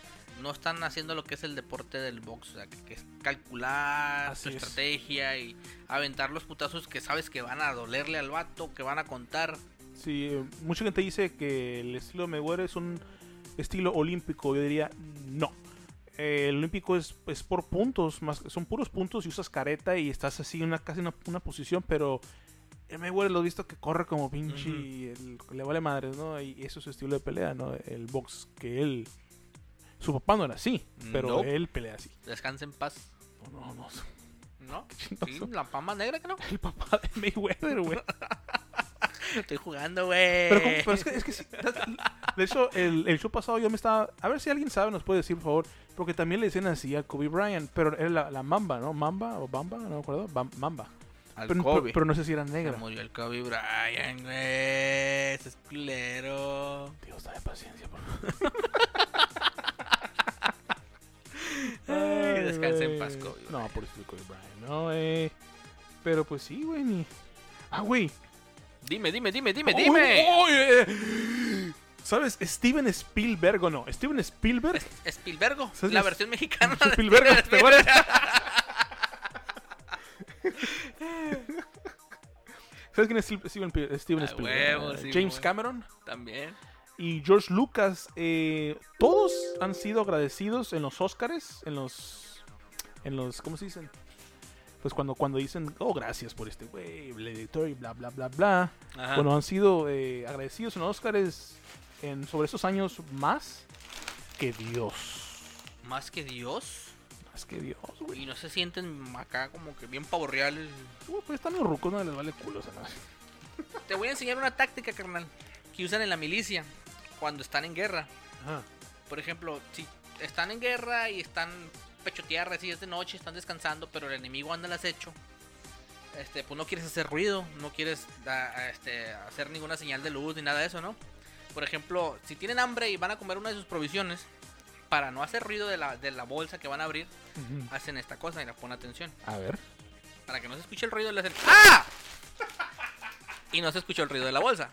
Speaker 1: No están haciendo lo que es el deporte del box, o sea, que, que es calcular
Speaker 2: Así
Speaker 1: su
Speaker 2: es.
Speaker 1: estrategia y aventar los putazos que sabes que van a dolerle al vato, que van a contar.
Speaker 2: Sí, eh, mucha gente dice que el estilo de Mayweather es un estilo olímpico. Yo diría, no. Eh, el olímpico es, es por puntos, más, son puros puntos y usas careta y estás así en una, casi en una, una posición, pero el Mayweather lo he visto que corre como pinche y el- le vale madres, ¿no? Y eso es su estilo de pelea, ¿no? El box, que él... Su papá no era así, pero
Speaker 1: Nope.
Speaker 2: él pelea así.
Speaker 1: Descansa en paz.
Speaker 2: No, no, <laughs> no.
Speaker 1: ¿No? Sí,
Speaker 2: chingoso.
Speaker 1: la pama negra
Speaker 2: <laughs>
Speaker 1: que no.
Speaker 2: El papá de Mayweather, güey.
Speaker 1: Estoy jugando, güey.
Speaker 2: Pero, ¿cómo? Pero es
Speaker 1: Eh.
Speaker 2: que, es que sí. De hecho, el, el show pasado yo me estaba. A ver si alguien sabe, nos puede decir, por favor. Porque también le decían así a Kobe Bryant. Pero era la, la Mamba, ¿no? Mamba o Bamba, no me acuerdo. Bam- Mamba.
Speaker 1: Al
Speaker 2: Pero, pero,
Speaker 1: Kobe.
Speaker 2: pero no sé si era
Speaker 1: Se
Speaker 2: negra.
Speaker 1: murió el Kobe Bryant, güey. Ese es culero.
Speaker 2: Dios, dame paciencia, por favor.
Speaker 1: <laughs>
Speaker 2: Ay,
Speaker 1: descansa en
Speaker 2: güey.
Speaker 1: paz, Kobe Bryant.
Speaker 2: No, por eso es Kobe Bryant. No, eh. Pero pues sí, güey. ni- Ah, güey.
Speaker 1: Dime, dime, dime, dime,
Speaker 2: Oh,
Speaker 1: dime.
Speaker 2: oh, eh. ¿Sabes? Steven Spielberg o no. Steven Spielberg.
Speaker 1: Spilbergo,
Speaker 2: ¿Sabes
Speaker 1: la
Speaker 2: las-
Speaker 1: versión
Speaker 2: <laughs>
Speaker 1: mexicana. de
Speaker 2: Spielberg,
Speaker 1: Steven
Speaker 2: ¿te acuerdas? ¿Sabes quién es Steven Spielberg? Steven
Speaker 1: Ah,
Speaker 2: Spielberg,
Speaker 1: huevo,
Speaker 2: eh,
Speaker 1: sí,
Speaker 2: James
Speaker 1: güey.
Speaker 2: Cameron
Speaker 1: También.
Speaker 2: y George Lucas. eh, todos han sido agradecidos en los Oscars, en los, en los, ¿cómo se dicen? Pues cuando, cuando dicen, oh, gracias por este güey, el editor y bla, bla, bla, bla.
Speaker 1: Ajá.
Speaker 2: Bueno, han sido eh, agradecidos en los Oscars en, sobre esos años más que Dios.
Speaker 1: Más que Dios.
Speaker 2: Más que Dios, güey.
Speaker 1: Y no se sienten acá como que bien pavorreales.
Speaker 2: Uh, pues están los rucos, no les vale culo. o sea, no.
Speaker 1: Te voy a enseñar una táctica, carnal. Que usan en la milicia cuando están en guerra. Por ejemplo, si están en guerra y están pecho tierra, si es de noche, están descansando, pero el enemigo anda al acecho. Este, pues no quieres hacer ruido, no quieres da- a- este, hacer ninguna señal de luz ni nada de eso, ¿no? Por ejemplo, si tienen hambre y van a comer una de sus provisiones, para no hacer ruido de la, de la bolsa que van a abrir,
Speaker 2: Ujú.
Speaker 1: hacen esta cosa y la ponen atención.
Speaker 2: A ver.
Speaker 1: Para que no se escuche el ruido, le hacen ¡Ah! Y no se escuchó el ruido de la bolsa.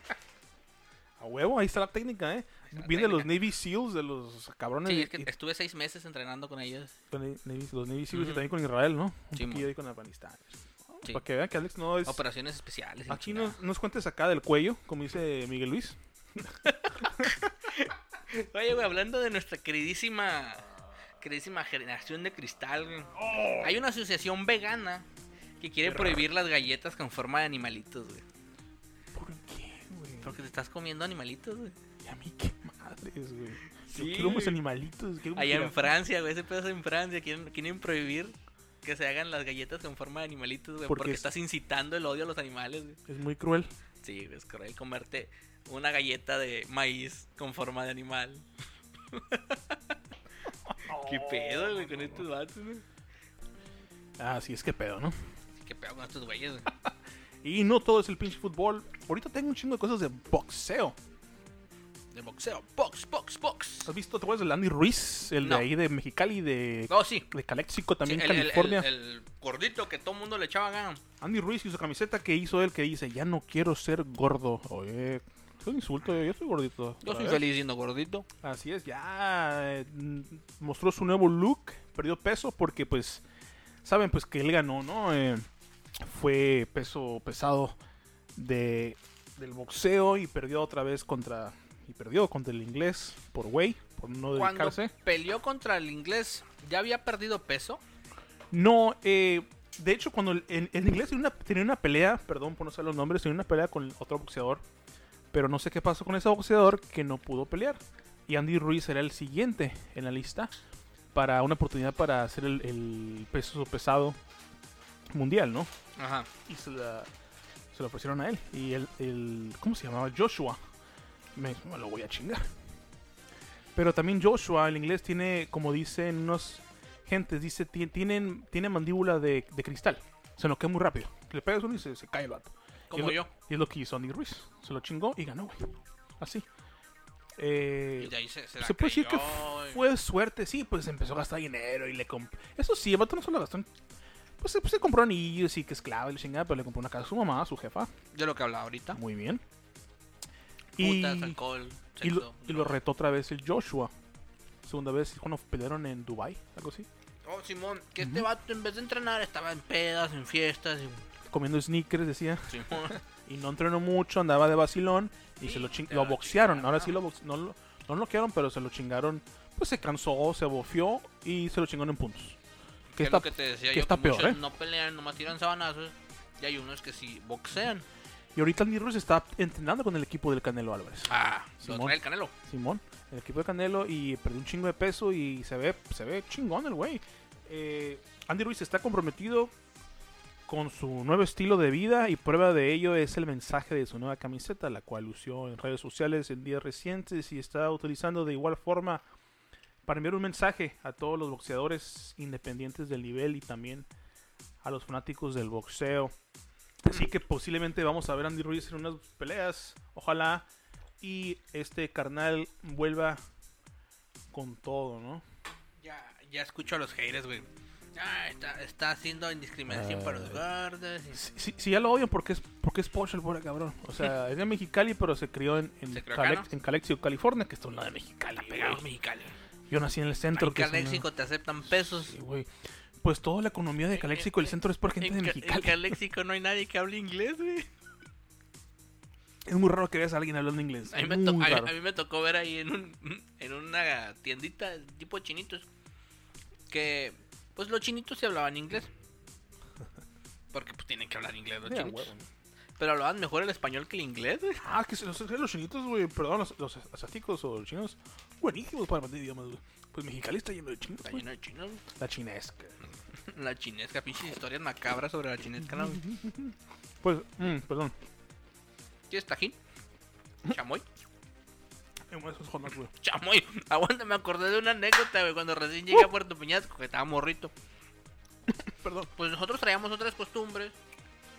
Speaker 2: A huevo, ahí está la técnica, ¿eh?
Speaker 1: está la
Speaker 2: Viene de los
Speaker 1: técnica.
Speaker 2: Navy SEALs, de los cabrones.
Speaker 1: Sí,
Speaker 2: de-
Speaker 1: es que
Speaker 2: y-
Speaker 1: estuve seis meses entrenando con ellos.
Speaker 2: con el Navy- los Navy SEALs
Speaker 1: Ujú.
Speaker 2: y también con Israel, ¿no? Un
Speaker 1: Sí,
Speaker 2: poquillo
Speaker 1: mo.
Speaker 2: ahí con Afganistán.
Speaker 1: Sí.
Speaker 2: Para que vean que Alex no es.
Speaker 1: Operaciones especiales. y la
Speaker 2: Aquí
Speaker 1: chingada.
Speaker 2: nos, nos cuentes acá del cuello, como dice Miguel Luis.
Speaker 1: Oye, güey, hablando de nuestra queridísima. que queridísima generación de cristal, güey.
Speaker 2: Oh.
Speaker 1: Hay una asociación vegana que quiere prohibir las galletas con forma de animalitos, güey.
Speaker 2: ¿Por qué, güey?
Speaker 1: Porque te estás comiendo animalitos, güey.
Speaker 2: ¿Y a mí qué madres, güey?
Speaker 1: Sí,
Speaker 2: Yo quiero unos
Speaker 1: güey.
Speaker 2: animalitos. Quiero un
Speaker 1: Allá en
Speaker 2: jirafa.
Speaker 1: Francia, güey, ese pedo es en Francia. Quieren, quieren prohibir que se hagan las galletas con forma de animalitos, güey.
Speaker 2: Porque
Speaker 1: Porque
Speaker 2: es-
Speaker 1: estás incitando el odio a los animales, güey.
Speaker 2: Es muy cruel.
Speaker 1: Sí, güey, es cruel comerte una galleta de maíz con forma de
Speaker 2: <laughs>
Speaker 1: animal. ¿Qué pedo, güey, con estos vatos, güey?
Speaker 2: Ah, sí, es que pedo, ¿no?
Speaker 1: ¿Qué pedo con estos güeyes, güey?
Speaker 2: Y no todo es el pinche fútbol. Ahorita tengo un chingo de cosas de boxeo.
Speaker 1: De boxeo. Box, box, box.
Speaker 2: ¿Has visto? ¿Te acuerdas de Andy Ruiz? El
Speaker 1: No.
Speaker 2: de ahí de Mexicali, de,
Speaker 1: No, Oh, sí.
Speaker 2: de Calexico, también
Speaker 1: Sí, el, el- el-
Speaker 2: California.
Speaker 1: El, gordito que todo el mundo le echaba ganas.
Speaker 2: Andy Ruiz y su camiseta que hizo él que dice, ya no quiero ser gordo. Oye, es un insulto, yo soy gordito.
Speaker 1: Yo soy
Speaker 2: ¿Sabes?
Speaker 1: feliz siendo gordito.
Speaker 2: Así es, ya eh, mm, mostró su nuevo look, perdió peso porque pues, saben pues que él ganó, ¿no? Eh, fue peso pesado de, del boxeo y perdió otra vez contra, y perdió contra el inglés por güey, por no
Speaker 1: Cuando
Speaker 2: dedicarse.
Speaker 1: peleó contra el inglés, ya había perdido peso.
Speaker 2: No, eh, de hecho, cuando el, el- el inglés tenía una, tenía una pelea, perdón por no saber los nombres, tenía una pelea con otro boxeador, pero no sé qué pasó con ese boxeador que no pudo pelear. Y Andy Ruiz era el siguiente en la lista para una oportunidad para hacer el, el peso pesado mundial, ¿no?
Speaker 1: Ajá.
Speaker 2: Y se la, se la ofrecieron a él. Y el, el- ¿cómo se llamaba? Joshua. Me, me lo voy a chingar. Pero también Joshua, el inglés, tiene, como dicen unos gentes, dice, ti- tienen, tiene mandíbula de, de cristal. Se noquea muy rápido. Le pegas uno y se, se cae el vato.
Speaker 1: Como
Speaker 2: Y es
Speaker 1: yo.
Speaker 2: lo- y es lo que hizo Andy Ruiz. Se lo chingó y ganó, güey. Así. Eh,
Speaker 1: Y de ahí se, se la
Speaker 2: se puede decir que
Speaker 1: creyó, y-
Speaker 2: fue suerte, sí, pues empezó a gastar dinero y le compró. Eso sí, el vato no solo gastó. en- Pues, se- pues se compró anillos y que esclava y la chingada, pero le compró una casa a su mamá, a su jefa. ah,
Speaker 1: De lo que hablaba ahorita.
Speaker 2: Muy bien. Y,
Speaker 1: Putas, alcohol,
Speaker 2: y, lo,
Speaker 1: sexo.
Speaker 2: y lo
Speaker 1: drogas.
Speaker 2: retó otra vez el Joshua. Segunda vez cuando pelearon en Dubai, algo así.
Speaker 1: Oh, Simón, que este vato en vez de entrenar estaba en pedas, en <laughs> fiestas. y-
Speaker 2: Comiendo sneakers, decía.
Speaker 1: Simón.
Speaker 2: Y no entrenó mucho, andaba de vacilón. Y se lo, ching-
Speaker 1: te
Speaker 2: lo
Speaker 1: la
Speaker 2: boxearon.
Speaker 1: chingaron.
Speaker 2: Ahora sí lo box- no lo no lo noquearon, pero se lo chingaron. Pues se cansó, se bofió y se lo chingaron en puntos.
Speaker 1: Que
Speaker 2: Que
Speaker 1: es
Speaker 2: está,
Speaker 1: lo que te decía
Speaker 2: que
Speaker 1: yo,
Speaker 2: está
Speaker 1: que
Speaker 2: peor,
Speaker 1: muchos
Speaker 2: ¿eh?
Speaker 1: no pelean, nomás tiran sabanazos. Y hay unos que sí boxean.
Speaker 2: Y ahorita Andy Ruiz está entrenando con el equipo del Canelo Álvarez.
Speaker 1: Ah, lo
Speaker 2: Simón.
Speaker 1: trae el canelo.
Speaker 2: Simón, el equipo del Canelo y perdió un chingo de peso y se ve, se ve chingón el güey. Eh, Andy Ruiz está comprometido con su nuevo estilo de vida y prueba de ello es el mensaje de su nueva camiseta, la cual lució en redes sociales en días recientes y está utilizando de igual forma para enviar un mensaje a todos los boxeadores independientes del nivel y también a los fanáticos del boxeo. Así que posiblemente vamos a ver a Andy Ruiz en unas peleas, ojalá, y este carnal vuelva con todo, ¿no?
Speaker 1: Ya, ya escucho a los haters, güey. Ah, está, está haciendo
Speaker 2: Ah,
Speaker 1: indiscriminación para los gordos. y-
Speaker 2: Si, si- si ya lo odian, porque es, porque es Porsche el pobre cabrón? O <laughs> sea, es de Mexicali, pero se crió en, en,
Speaker 1: ¿Se crió acá,
Speaker 2: Calex-
Speaker 1: no?
Speaker 2: en Calexio, California, que está a un lado de Mexicali,
Speaker 1: Está
Speaker 2: güey.
Speaker 1: pegado Mexicali.
Speaker 2: Yo nací en el centro.
Speaker 1: En
Speaker 2: que es una-
Speaker 1: Caléxico te aceptan pesos.
Speaker 2: Sí, güey. Pues toda la economía de Calexico, el centro es por gente de
Speaker 1: En, Ca- en
Speaker 2: Mexicali.
Speaker 1: Caléxico no hay nadie que hable inglés, güey.
Speaker 2: Es muy raro que veas a alguien hablando inglés.
Speaker 1: A mí, me
Speaker 2: muy
Speaker 1: to- a mí-
Speaker 2: raro.
Speaker 1: a mí me tocó ver ahí en, un, <laughs> en una tiendita tipo chinitos que pues los chinitos se hablaban
Speaker 2: <laughs>
Speaker 1: inglés. Porque pues tienen que hablar inglés los
Speaker 2: Mira,
Speaker 1: chinitos.
Speaker 2: huevo.
Speaker 1: Pero hablaban mejor el español que el inglés. güey.
Speaker 2: Ah, que se- los, los chinitos, güey, perdón, los, los asiáticos o los chinos, buenísimos para aprender idiomas, güey. Pues Mexicali está lleno de chinos,
Speaker 1: Está
Speaker 2: güey.
Speaker 1: lleno de chinos. güey.
Speaker 2: La chinesca.
Speaker 1: La chinesca, pinches historias macabras sobre la chinesca. ¿no? güey?
Speaker 2: Pues, mm, perdón.
Speaker 1: ¿Quieres tajín? Chamoy. <laughs>
Speaker 2: En uno de esos hot dogs, güey.
Speaker 1: Chamoy. Aguanta, me acordé de una anécdota, güey, cuando recién llegué a Puerto Peñasco, que estaba morrito.
Speaker 2: <laughs> Perdón.
Speaker 1: Pues nosotros traíamos otras costumbres.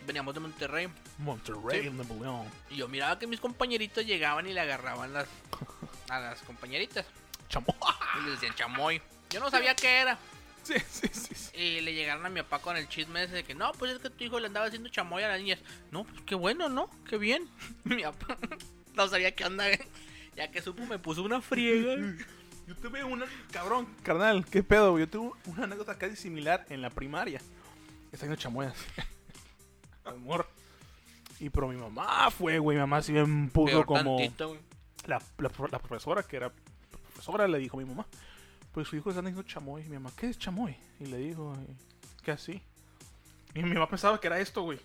Speaker 1: Veníamos de Monterrey.
Speaker 2: Monterrey,
Speaker 1: Sí.
Speaker 2: Nuevo León.
Speaker 1: Y yo miraba que mis compañeritos llegaban y le agarraban las, a las compañeritas.
Speaker 2: Chamo.
Speaker 1: Y le decían chamoy. Yo no sabía qué era.
Speaker 2: <laughs> Sí, sí, sí. sí.
Speaker 1: Y le llegaron a mi papá con el chisme ese de que no, pues es que tu hijo le andaba haciendo chamoy a las niñas. No, pues qué bueno, ¿no? Qué bien. <laughs> Mi papá no sabía qué onda. güey. Ya que supo, me puso una friega.
Speaker 2: Yo tuve una, cabrón, carnal, qué pedo, güey. Yo tuve una anécdota casi similar en la primaria. Está haciendo chamuelas. <laughs> Amor. Y pero mi mamá fue, güey. Mi mamá sí me <laughs> puso
Speaker 1: Peor
Speaker 2: como.
Speaker 1: tantito, güey.
Speaker 2: la, la prof- la profesora, que era profesora, le dijo a mi mamá. pues su hijo está diciendo chamoy. Y mi mamá, ¿qué es chamoy? Y le dijo, ¿qué así? Y mi mamá pensaba que era esto, güey.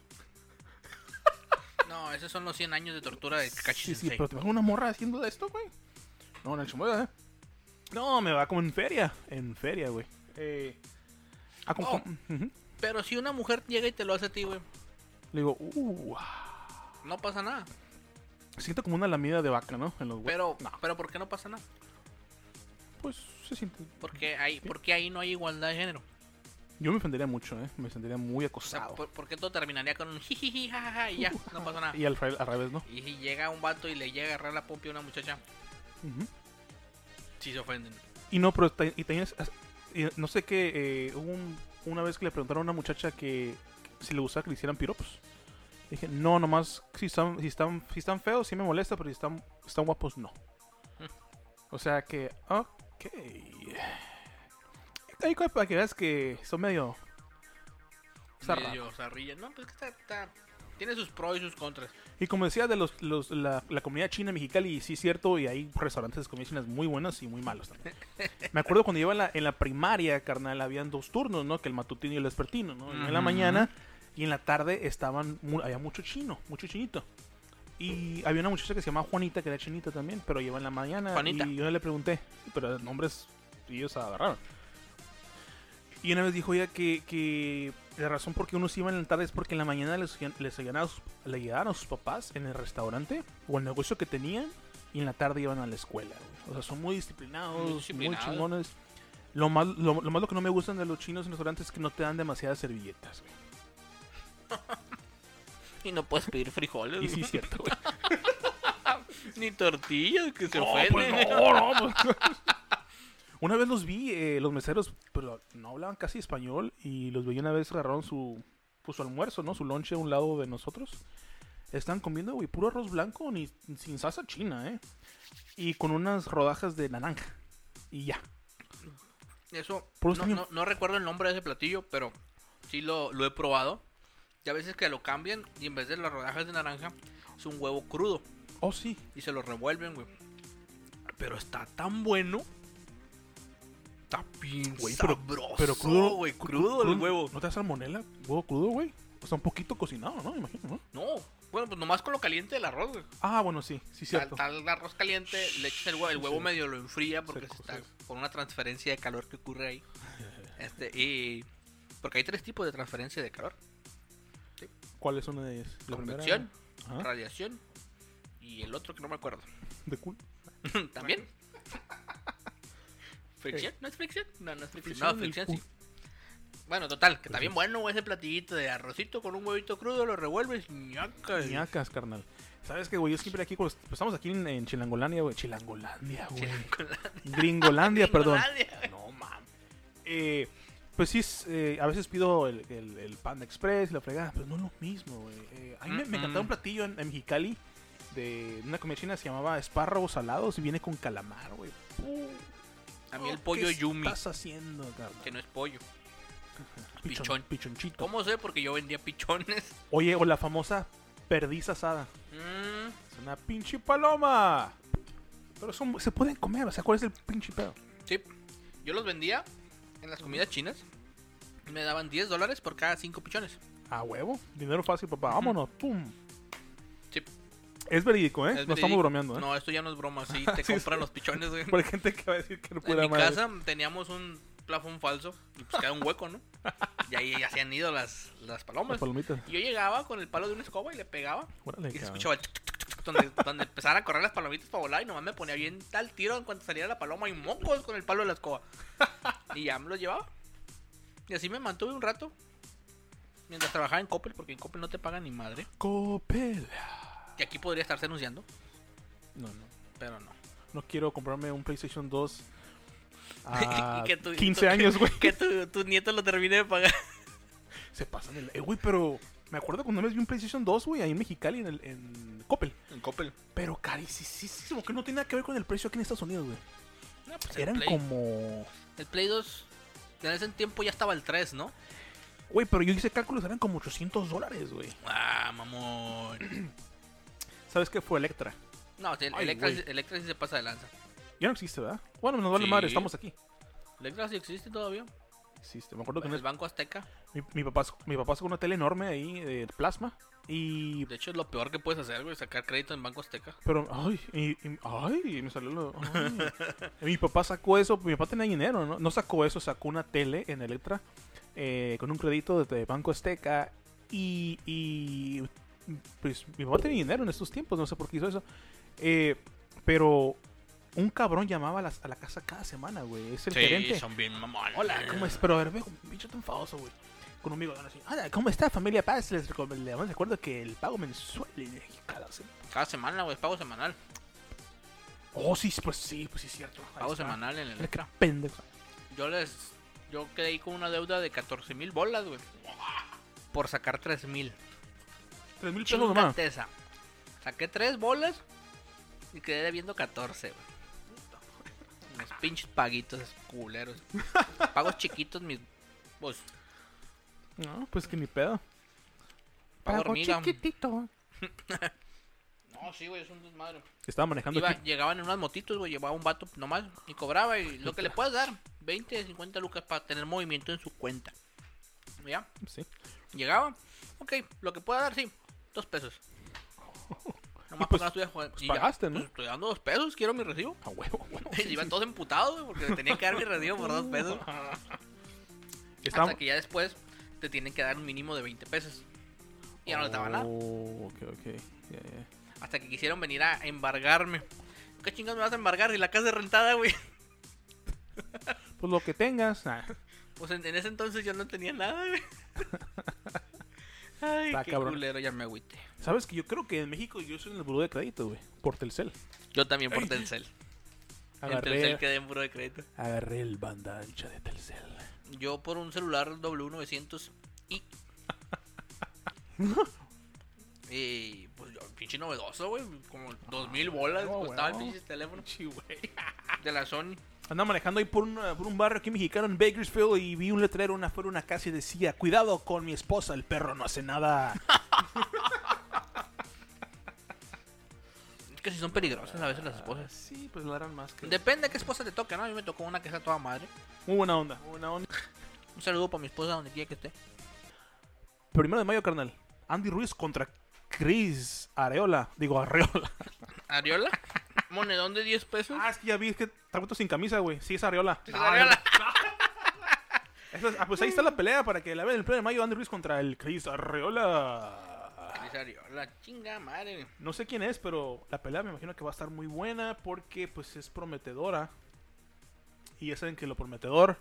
Speaker 1: No, esos son los 100 años de tortura de Kakashi
Speaker 2: Sí, sí,
Speaker 1: Sensei.
Speaker 2: pero te vas una morra haciendo de esto, güey. No, Nacho, mueve, ¿eh? No, me va como en feria. En feria, güey. Eh. Ah, como.
Speaker 1: Oh.
Speaker 2: Ujú.
Speaker 1: Pero si una mujer llega y te lo hace a ti, güey,
Speaker 2: Le digo, uh.
Speaker 1: no pasa nada.
Speaker 2: Siento como una lamida de vaca, ¿no? En los hue-
Speaker 1: Pero,
Speaker 2: No,
Speaker 1: pero ¿por qué no pasa nada?
Speaker 2: pues se siente.
Speaker 1: Porque ahí, porque ahí no hay igualdad de género.
Speaker 2: Yo me ofendería mucho, ¿eh? Me sentiría muy
Speaker 1: O sea,
Speaker 2: acosado.
Speaker 1: por- porque todo terminaría con un jijiji, jajaja y ya, no pasa
Speaker 2: <laughs>
Speaker 1: nada.
Speaker 2: Y al, re- al revés, ¿no?
Speaker 1: Y si llega un vato y le llega a agarrar la pompa a una muchacha,
Speaker 2: Ujú.
Speaker 1: sí se ofenden.
Speaker 2: Y no, pero ta- y también es- as- y no sé qué, eh, hubo un- una vez que le preguntaron a una muchacha que si le gustaba que le hicieran piropos. Dije, no, nomás si están, si están, si están feos sí me molesta, pero si están, están guapos no. O sea que, ok. Ahí como para que veas que son medio... Está raro.
Speaker 1: Medio zarrilla. No, pues que está, está- Tiene sus pros y sus contras.
Speaker 2: Y como decía de los, los- la, la comunidad china mexicali, sí es cierto, y hay restaurantes de comida china muy buenos y muy malos también. Me acuerdo cuando iba en la, en la primaria, carnal, habían dos turnos, ¿no? Que el matutino y el vespertino, ¿no? En la
Speaker 1: Ujú.
Speaker 2: mañana y en la tarde estaban mu- había mucho chino, mucho chinito. Y había una muchacha que se llamaba Juanita, que era chinita también, pero iba en la mañana.
Speaker 1: Juanita.
Speaker 2: Y yo le pregunté, sí, pero nombres ellos agarraron. Y una vez dijo ella que, que la razón por qué unos iban en la tarde es porque en la mañana les, oían- les, oían a sus- le llegaban a sus papás en el restaurante o el negocio que tenían y en la tarde iban a la escuela. güey. O sea, son muy disciplinados,
Speaker 1: Muy
Speaker 2: muy,
Speaker 1: disciplinados.
Speaker 2: chingones. Lo más, lo, lo más lo que no me gustan de los chinos en restaurantes es que no te dan demasiadas servilletas, güey.
Speaker 1: Y no puedes pedir frijoles,
Speaker 2: Y sí es cierto, güey.
Speaker 1: <laughs> ni tortillas, que se
Speaker 2: No,
Speaker 1: ofenden.
Speaker 2: pues no, no, pues. <laughs> Una vez los vi, eh, los meseros, pero no hablaban casi español y los veía una vez agarraron su, pues, su almuerzo, ¿no? Su lonche a un lado de nosotros. Están comiendo, güey, puro arroz blanco ni, sin salsa china, ¿eh? Y con unas rodajas de naranja. Y ya.
Speaker 1: Eso,
Speaker 2: Puro
Speaker 1: no,
Speaker 2: sueño.
Speaker 1: no- no recuerdo el nombre de ese platillo, pero sí lo, lo he probado. Y a veces que lo cambian y en vez de las rodajas de naranja, es un huevo crudo.
Speaker 2: Oh, sí.
Speaker 1: Y se lo revuelven, güey. Pero está tan bueno. Está bien
Speaker 2: Güey, pero-
Speaker 1: sabroso,
Speaker 2: pero crudo-
Speaker 1: güey. Crudo, el huevo.
Speaker 2: ¿No te da salmonela? Huevo crudo, güey. O sea, un poquito cocinado, ¿no? Me Imagino, ¿no?
Speaker 1: No, bueno, pues nomás con lo caliente del arroz, güey.
Speaker 2: Ah, bueno, sí, sí,
Speaker 1: Tal,
Speaker 2: cierto.
Speaker 1: tal arroz caliente, le echas el huevo, el
Speaker 2: Sí,
Speaker 1: huevo
Speaker 2: sí.
Speaker 1: medio lo enfría porque
Speaker 2: Seco,
Speaker 1: se está
Speaker 2: sí.
Speaker 1: por una transferencia de calor que ocurre
Speaker 2: <laughs>
Speaker 1: ahí. Este, y porque hay tres tipos de transferencia de calor:
Speaker 2: ¿Cuál es una de ellas? La primera.
Speaker 1: convección,
Speaker 2: Ajá.
Speaker 1: radiación y el otro que no me acuerdo.
Speaker 2: De cul-
Speaker 1: <laughs>
Speaker 2: <laughs>
Speaker 1: ¿También?
Speaker 2: Eh.
Speaker 1: ¿Fricción? ¿No es fricción? No, no es fricción.
Speaker 2: Fricción
Speaker 1: No,
Speaker 2: del
Speaker 1: fricción
Speaker 2: cu-
Speaker 1: sí. Bueno, total,
Speaker 2: Pues
Speaker 1: que está bien bueno güey, ese platillito de arrocito con un huevito crudo, lo revuelves, ñaca. y-
Speaker 2: Ñacas, carnal. ¿Sabes qué, güey? Yo siempre aquí, cuando pues, estamos aquí en, en Chilangolandia, güey. Chilangolandia, güey. Gringolandia,
Speaker 1: <laughs>
Speaker 2: perdón.
Speaker 1: Gringolandia, güey.
Speaker 2: No, mames. Eh, pues sí, es, eh, a veces pido el, el, el Panda Express, la fregada, pero no es lo mismo, güey. Eh, a mí me, me encantaba un platillo en, en Mexicali de una comida china, se llamaba espárragos salados y viene con calamar, güey.
Speaker 1: A mí el pollo yumi,
Speaker 2: Oh, ¿Qué estás haciendo, carnal?
Speaker 1: que no es pollo.
Speaker 2: Pichon-
Speaker 1: pichón.
Speaker 2: Pichonchito.
Speaker 1: ¿Cómo sé? Porque yo vendía pichones.
Speaker 2: Oye, o la famosa perdiz asada.
Speaker 1: Mm,
Speaker 2: Es una pinche paloma. Pero son, se pueden comer, o sea, ¿cuál es el pinche pedo?
Speaker 1: sí. Yo los vendía en las
Speaker 2: Mm.
Speaker 1: comidas chinas. y Me daban 10 dólares por cada 5 pichones.
Speaker 2: A huevo. Dinero fácil, papá. Vámonos. Pum.
Speaker 1: Sí.
Speaker 2: Es verídico, ¿eh?
Speaker 1: Es
Speaker 2: no estamos
Speaker 1: verídico.
Speaker 2: bromeando, ¿eh?
Speaker 1: No, esto ya no es broma.
Speaker 2: <laughs>
Speaker 1: Sí, te
Speaker 2: Sí,
Speaker 1: compran
Speaker 2: sí.
Speaker 1: los pichones, güey.
Speaker 2: Porque hay gente que va a decir que no
Speaker 1: En
Speaker 2: puede
Speaker 1: mi
Speaker 2: madre.
Speaker 1: casa teníamos un plafón falso y pues queda un hueco, ¿no? Y ahí <laughs> ya se han ido las, las
Speaker 2: Las
Speaker 1: palomas.
Speaker 2: palomitas.
Speaker 1: Y yo llegaba con el palo de una escoba y le pegaba
Speaker 2: Órale,
Speaker 1: pues. y se
Speaker 2: cabrón.
Speaker 1: escuchaba el tuc, tuc, tuc, tuc, donde, donde empezaban a correr las palomitas para volar y nomás me ponía bien tal tiro en cuanto salía la paloma y mocos con el palo de la escoba. Y ya me los llevaba. Y así me mantuve un rato mientras trabajaba en Coppel porque en Coppel no te pagan ni madre.
Speaker 2: Copel.
Speaker 1: Que aquí podría estarse anunciando,
Speaker 2: No, no.
Speaker 1: pero no.
Speaker 2: No quiero comprarme un
Speaker 1: <laughs>
Speaker 2: PlayStation 2 a
Speaker 1: Y que tu-
Speaker 2: 15
Speaker 1: tu- <laughs>
Speaker 2: Ah, años, güey.
Speaker 1: Que tu, tu nieto lo termine de pagar.
Speaker 2: Se pasan el... Eh, güey, pero... Me acuerdo cuando una vez vi un PlayStation 2, güey, ahí en Mexicali, en, el, en Coppel.
Speaker 1: En Coppel.
Speaker 2: Pero carísimo, que no tiene nada que ver con el precio aquí en Estados Unidos, güey.
Speaker 1: No, pues el
Speaker 2: Eran
Speaker 1: Play.
Speaker 2: como...
Speaker 1: El Play 2, en ese tiempo ya estaba el 3, ¿no?
Speaker 2: Güey, pero yo hice cálculos, eran como 800 dólares, güey.
Speaker 1: Ah, mamón.
Speaker 2: ¿Sabes qué fue Electra?
Speaker 1: <clears throat> No, sí, el
Speaker 2: Ay,
Speaker 1: Electra,
Speaker 2: güey.
Speaker 1: Electra sí se pasa de lanza.
Speaker 2: Ya no existe, ¿verdad? Bueno, nos vale
Speaker 1: Sí.
Speaker 2: madre, estamos aquí.
Speaker 1: Electra sí existe todavía.
Speaker 2: Existe. Me acuerdo que
Speaker 1: En
Speaker 2: una
Speaker 1: el
Speaker 2: vez-
Speaker 1: Banco Azteca.
Speaker 2: mi, mi papá, mi papá sacó una tele enorme ahí de plasma. Y.
Speaker 1: De hecho, es lo peor que puedes hacer, güey, sacar crédito en Banco Azteca.
Speaker 2: Pero, ay, y, y- ay, y me salió lo. ay. mi papá sacó eso, mi papá tenía dinero, ¿no? No sacó eso, sacó una tele en Electra eh, con un crédito de, de Banco Azteca y, y. Pues mi papá tenía dinero en estos tiempos, no sé por qué hizo eso. Eh, pero un cabrón llamaba a la, a la casa cada semana, güey. Es el gerente.
Speaker 1: son bien mamones.
Speaker 2: Hola, ¿cómo es? Pero a ver, veo un bicho tan famoso, güey. Con un amigo, así. Hola, ¿cómo está, familia Paz? Les recom- le damos recuerdo que el pago mensual de cada semana.
Speaker 1: Cada semana, güey, es pago semanal.
Speaker 2: Oh, sí, pues sí, pues sí, es cierto. Ahí
Speaker 1: Pago
Speaker 2: está.
Speaker 1: semanal en el
Speaker 2: Mira qué
Speaker 1: Electra.
Speaker 2: pendejo.
Speaker 1: Yo les. Yo quedé ahí con una deuda de 14 mil bolas, güey. Por sacar 3 mil.
Speaker 2: Tres mil pesos nomás.
Speaker 1: Chingate esa. Saqué 3 bolas y quedé debiendo 14, güey. Mis pinches paguitos culeros. Pagos chiquitos, mis. Pues,
Speaker 2: No, pues que ni pedo.
Speaker 1: pago
Speaker 2: Pago
Speaker 1: hormiga.
Speaker 2: chiquitito.
Speaker 1: No, sí, güey, es un desmadre.
Speaker 2: Estaba manejando
Speaker 1: Iba-
Speaker 2: aquí.
Speaker 1: llegaban en unas motitos, güey, llevaba un vato nomás y cobraba y lo que
Speaker 2: <laughs>
Speaker 1: le puedas dar, 20, 50 lucas para tener movimiento en su cuenta. ¿Ya?
Speaker 2: Sí.
Speaker 1: Llegaba, ok, lo que pueda dar, sí, dos
Speaker 2: <laughs>
Speaker 1: pesos. Nomás
Speaker 2: Y pues,
Speaker 1: porque no estuviera jugando.
Speaker 2: pues
Speaker 1: Y ya,
Speaker 2: pagaste, ¿no?
Speaker 1: pues, estoy dando dos pesos, quiero mi recibo.
Speaker 2: A huevo, a huevo.
Speaker 1: Y iban todos emputados, güey, porque tenía que dar mi recibo por dos
Speaker 2: <laughs>
Speaker 1: pesos.
Speaker 2: Estaba-
Speaker 1: Hasta que ya después te tienen que dar un mínimo de 20 pesos. Y <laughs> ya no les daba nada.
Speaker 2: Oh, ok, ok. Ya, ya.
Speaker 1: Hasta que quisieron venir a embargarme. ¿Qué chingados me vas a embargar? Y la casa es rentada, güey.
Speaker 2: Pues lo que tengas. ah,
Speaker 1: Pues en, en ese entonces yo no tenía nada,
Speaker 2: <laughs>
Speaker 1: güey. Ay,
Speaker 2: Está
Speaker 1: qué
Speaker 2: Ah, cabrón.
Speaker 1: culero, ya me agüité.
Speaker 2: Sabes que yo creo que en México yo soy en el buró de crédito, güey. Por Telcel.
Speaker 1: Yo también por Telcel. En Telcel
Speaker 2: Agarré,
Speaker 1: quedé en puro de crédito.
Speaker 2: agarré el banda ancha de Telcel.
Speaker 1: Yo por un celular W900 y...
Speaker 2: <laughs>
Speaker 1: y pues yo, pinche novedoso, güey. Como 2000 bolas
Speaker 2: huevo,
Speaker 1: costaba el
Speaker 2: huevo.
Speaker 1: pinche teléfono
Speaker 2: Sí, güey.
Speaker 1: de la Sony.
Speaker 2: Andaba manejando ahí por, una- por un barrio aquí mexicano en Bakersfield y vi un letrero una, afuera de una casa y decía, cuidado con mi esposa, el perro no hace nada.
Speaker 1: Es que si son peligrosas a veces las esposas.
Speaker 2: <laughs> Sí, pues lo harán más que...
Speaker 1: Depende de qué esposa te toque, ¿no? A mí me tocó una que está toda madre.
Speaker 2: Muy buena onda, muy buena onda.
Speaker 1: Un saludo para mi esposa donde quiera que esté.
Speaker 2: Primero de mayo, carnal. Andy Ruiz contra Chris Areola. Digo, Areola. <laughs>
Speaker 1: ¿Ariola? ¿Monedón de 10 pesos?
Speaker 2: Ah, es que ya vi, es que está puesto sin camisa, güey. Sí, es Areola.
Speaker 1: Sí, es Areola.
Speaker 2: Eso es- ah, pues ahí está la pelea para que la vean el primero de mayo, Andy Ruiz contra el Chris Areola.
Speaker 1: Cris Ariola, chinga madre.
Speaker 2: No sé quién es, pero la pelea me imagino que va a estar muy buena porque pues es prometedora. Y ya saben que lo prometedor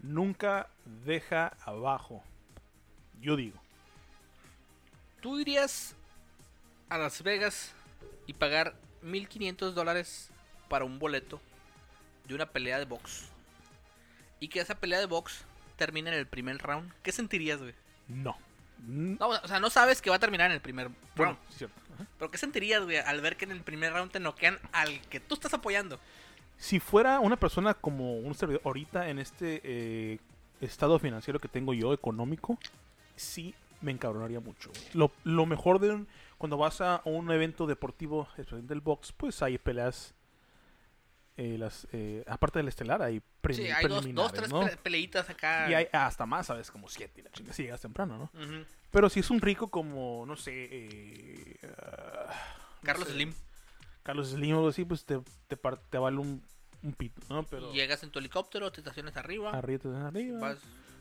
Speaker 2: nunca deja abajo. Yo digo.
Speaker 1: ¿Tú irías a Las Vegas y pagar 1500 dólares para un boleto de una pelea de box? Y que esa pelea de box termine en el primer round. ¿Qué sentirías, güey?
Speaker 2: No. Mm,
Speaker 1: No, o sea, no sabes que va a terminar en el primer round.
Speaker 2: Bueno, sí, es cierto. Ajá.
Speaker 1: Pero ¿qué sentirías, güey, al ver que en el primer round te noquean al que tú estás apoyando?
Speaker 2: Si fuera una persona como un servidor ahorita en este eh, estado financiero que tengo yo, económico, sí me encabronaría mucho. güey. Lo, lo mejor de un- cuando vas a un evento deportivo, especialmente del box, pues hay peleas. eh, las, eh, aparte del estelar, hay pre-
Speaker 1: Sí, hay dos, dos,
Speaker 2: preliminares,
Speaker 1: tres
Speaker 2: ¿no?
Speaker 1: pele- peleitas acá.
Speaker 2: Y hay hasta más, ¿sabes? Como siete, y la chinga, si llegas temprano, ¿no?
Speaker 1: Ujú.
Speaker 2: Pero si es un rico como, no sé, eh, ah,
Speaker 1: Carlos
Speaker 2: sé.
Speaker 1: Slim.
Speaker 2: Carlos Slim o algo así, pues te, te, par- te vale un, un pito, ¿no? Pero
Speaker 1: Llegas en tu helicóptero, te estacionas arriba.
Speaker 2: arriba, te dan arriba.
Speaker 1: Vas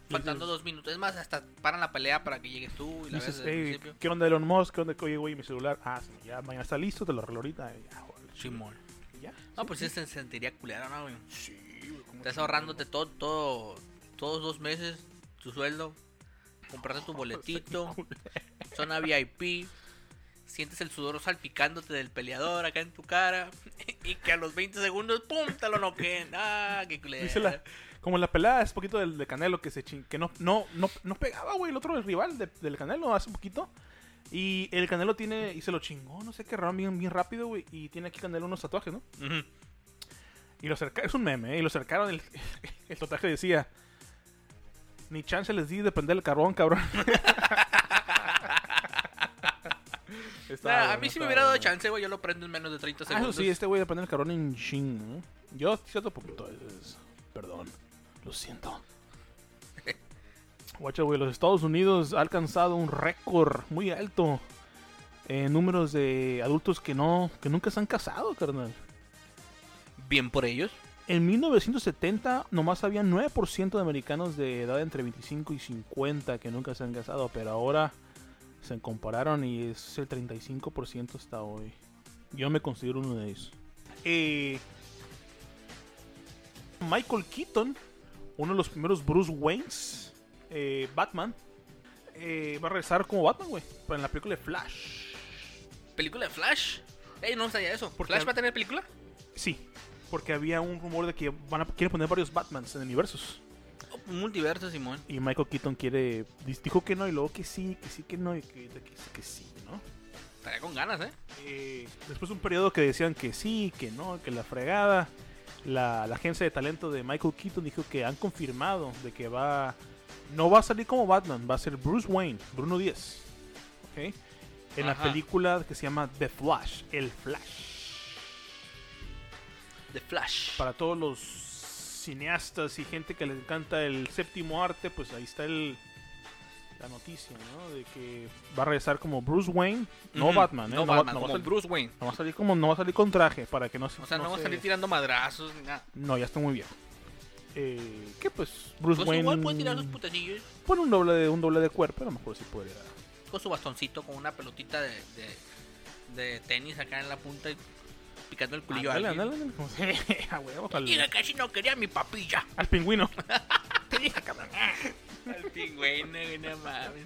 Speaker 1: faltando dos minutos. Es más, hasta paran la pelea para que llegues tú y la
Speaker 2: Dices,
Speaker 1: veas desde el
Speaker 2: "Ey,
Speaker 1: principio.
Speaker 2: ¿qué onda Elon Musk? ¿Qué onda? Oye, güey, mi celular. Ah, sí, ya mañana está listo, te lo arreglo ahorita. Y ya, órale,
Speaker 1: Simón.
Speaker 2: y ya.
Speaker 1: No, pues sí se sentiría culero, ¿no, güey?
Speaker 2: Sí, güey, ¿cómo
Speaker 1: Estás
Speaker 2: chingados?
Speaker 1: ahorrándote todo, todo, todos dos meses tu sueldo. Compraste
Speaker 2: <laughs>
Speaker 1: tu boletito. Zona VIP. Sientes el sudor salpicándote del peleador acá en tu cara. Y que a los 20 segundos, ¡pum! te lo noqueen. ¡Ah, qué culero!
Speaker 2: Dice la- como la pelada es poquito del de Canelo que se chin, que no, no, no, no pegaba, güey, el otro el rival de- del Canelo hace poquito. Y el Canelo tiene, y se lo chingó, no sé qué round bien, bien rápido, güey. Y tiene aquí Canelo unos tatuajes, ¿no?
Speaker 1: Ujú.
Speaker 2: Y lo cerca es un meme, ¿eh? Y lo cercaron, el, <laughs> el tatuaje decía, ni chance les di de prender el carbón, cabrón.
Speaker 1: <laughs>
Speaker 2: Estaba
Speaker 1: Nah, a
Speaker 2: bueno,
Speaker 1: mí si
Speaker 2: estaba
Speaker 1: me hubiera dado
Speaker 2: bueno.
Speaker 1: chance, güey, yo lo prendo en menos de 30
Speaker 2: Ah, eso
Speaker 1: segundos.
Speaker 2: sí, este güey de prender el carbón en ching, ¿no? Yo, cierto punto, es- perdón. Lo siento. Guacha, güey, los Estados Unidos ha alcanzado un récord muy alto en números de adultos que no que nunca se han casado, carnal.
Speaker 1: Bien por ellos.
Speaker 2: En 1970 nomás había 9% de americanos de edad entre 25 y 50 que nunca se han casado, pero ahora se compararon y es el 35% hasta hoy. Yo me considero uno de ellos. Eh, Michael Keaton, uno de los primeros Bruce Waynes, eh, Batman, eh, va a regresar como Batman, güey, pero en la película de Flash.
Speaker 1: ¿Película de Flash? Ey, no sabía eso.
Speaker 2: Porque-
Speaker 1: ¿Flash va a tener película?
Speaker 2: Sí, porque había un rumor de que van a, quieren poner varios Batmans en universos.
Speaker 1: Oh, multiverso, Simón.
Speaker 2: Y Michael Keaton quiere. Dijo que no, y luego que sí, que sí, que no, y que, que sí, que sí, ¿no?
Speaker 1: Estaría con ganas, ¿eh?
Speaker 2: Eh, después de un periodo que decían que sí, que no, que la fregada, la, la agencia de talento de Michael Keaton dijo que han confirmado de que va no va a salir como Batman, va a ser Bruce Wayne, Bruno Díaz. ¿ok? En
Speaker 1: Ajá.
Speaker 2: la película que se llama The Flash, El Flash.
Speaker 1: The Flash.
Speaker 2: Para todos los cineastas y gente que les encanta el séptimo arte, pues ahí está el, la noticia, ¿no? De que va a regresar como Bruce Wayne, no
Speaker 1: Ujú.
Speaker 2: Batman, ¿eh?
Speaker 1: No
Speaker 2: va-
Speaker 1: Batman,
Speaker 2: no va a
Speaker 1: como
Speaker 2: salir-
Speaker 1: Bruce Wayne.
Speaker 2: no va a salir como no va a salir con traje para que no se
Speaker 1: O sea, no, va a
Speaker 2: se-
Speaker 1: salir tirando madrazos ni nada.
Speaker 2: No, ya está muy bien. Eh, ¿Qué pues? Bruce
Speaker 1: Pues
Speaker 2: Wayne.
Speaker 1: igual puede tirar los putecillos
Speaker 2: pon un doble de un doble de cuerpo, a lo mejor sí podría.
Speaker 1: con su bastoncito, con una pelotita de, de, de tenis acá en la punta y picando el culillo
Speaker 2: Ándale,
Speaker 1: a alguien.
Speaker 2: ándale, ándale, como- Sí, <laughs> a huevo, al,
Speaker 1: Mira, casi no quería mi papilla.
Speaker 2: al
Speaker 1: <laughs>
Speaker 2: pingüino.
Speaker 1: El pingüino, güey, no mames.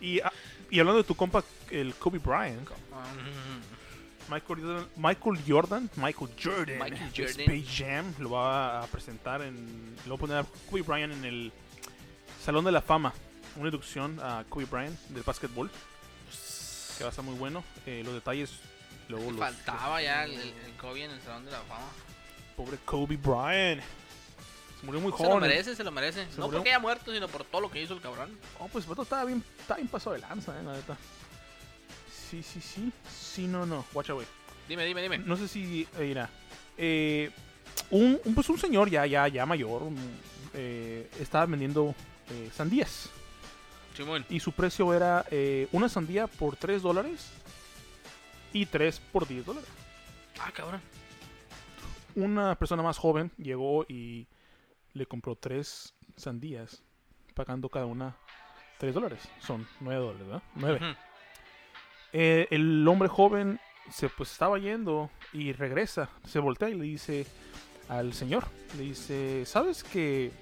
Speaker 2: Y, ah, y hablando de tu compa, el Kobe Bryant, Michael Jordan, Michael Jordan, Michael Jordan,
Speaker 1: Michael
Speaker 2: de
Speaker 1: Jordan.
Speaker 2: Space Jam, lo va a presentar en, lo va a poner a Kobe Bryant en el Salón de la Fama, una inducción a Kobe Bryant del básquetbol, que va a estar muy bueno. Eh, los detalles luego los,
Speaker 1: Faltaba ya el, el, el Kobe en el Salón de la Fama.
Speaker 2: Pobre Kobe Bryant. Se murió muy
Speaker 1: Se lo
Speaker 2: joven.
Speaker 1: merece, se lo merece.
Speaker 2: Se
Speaker 1: No
Speaker 2: murió.
Speaker 1: porque haya muerto, sino por todo lo que hizo el cabrón.
Speaker 2: Oh, pues vato, estaba bien, estaba bien pasado de lanza, eh, la neta. Sí, sí, sí. Sí, no, no. Watch away.
Speaker 1: Dime, dime, dime.
Speaker 2: No sé si. eh, Mira. eh, un, un- pues un señor ya, ya, ya mayor. un- eh, estaba vendiendo eh, sandías.
Speaker 1: Simón.
Speaker 2: Y su precio era eh, una sandía por 3 dólares. Y 3 por 10 dólares.
Speaker 1: Ah, cabrón.
Speaker 2: una persona más joven llegó y le compró tres sandías, pagando cada una tres dólares. Son nueve dólares, ¿verdad? Nueve.
Speaker 1: Ujú.
Speaker 2: Eh, el hombre joven se pues estaba yendo y regresa, se voltea y le dice al señor, le dice, ¿sabes que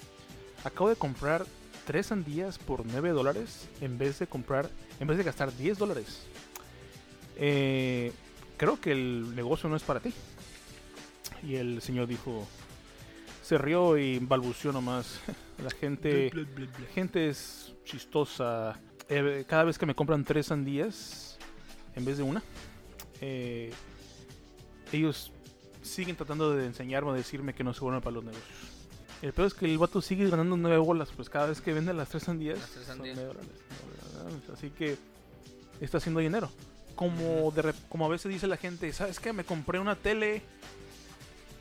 Speaker 2: acabo de comprar tres sandías por nueve dólares en vez de comprar, en vez de gastar 10 dólares? Eh, creo que el negocio no es para ti. Y el señor dijo, se rió y balbució nomás. <laughs> La gente, la gente es chistosa. Eh, cada vez que me compran tres sandías en vez de una, eh, ellos siguen tratando de enseñarme o decirme que no se bueno para los negocios. El peor es que el vato sigue ganando nueve bolas, pues cada vez que vende las tres sandías,
Speaker 1: Las tres
Speaker 2: son
Speaker 1: sandías.
Speaker 2: nueve dólares, nueve dólares. Así que está haciendo dinero. Como, de, rep- como a veces dice la gente, ¿sabes qué? Me compré una tele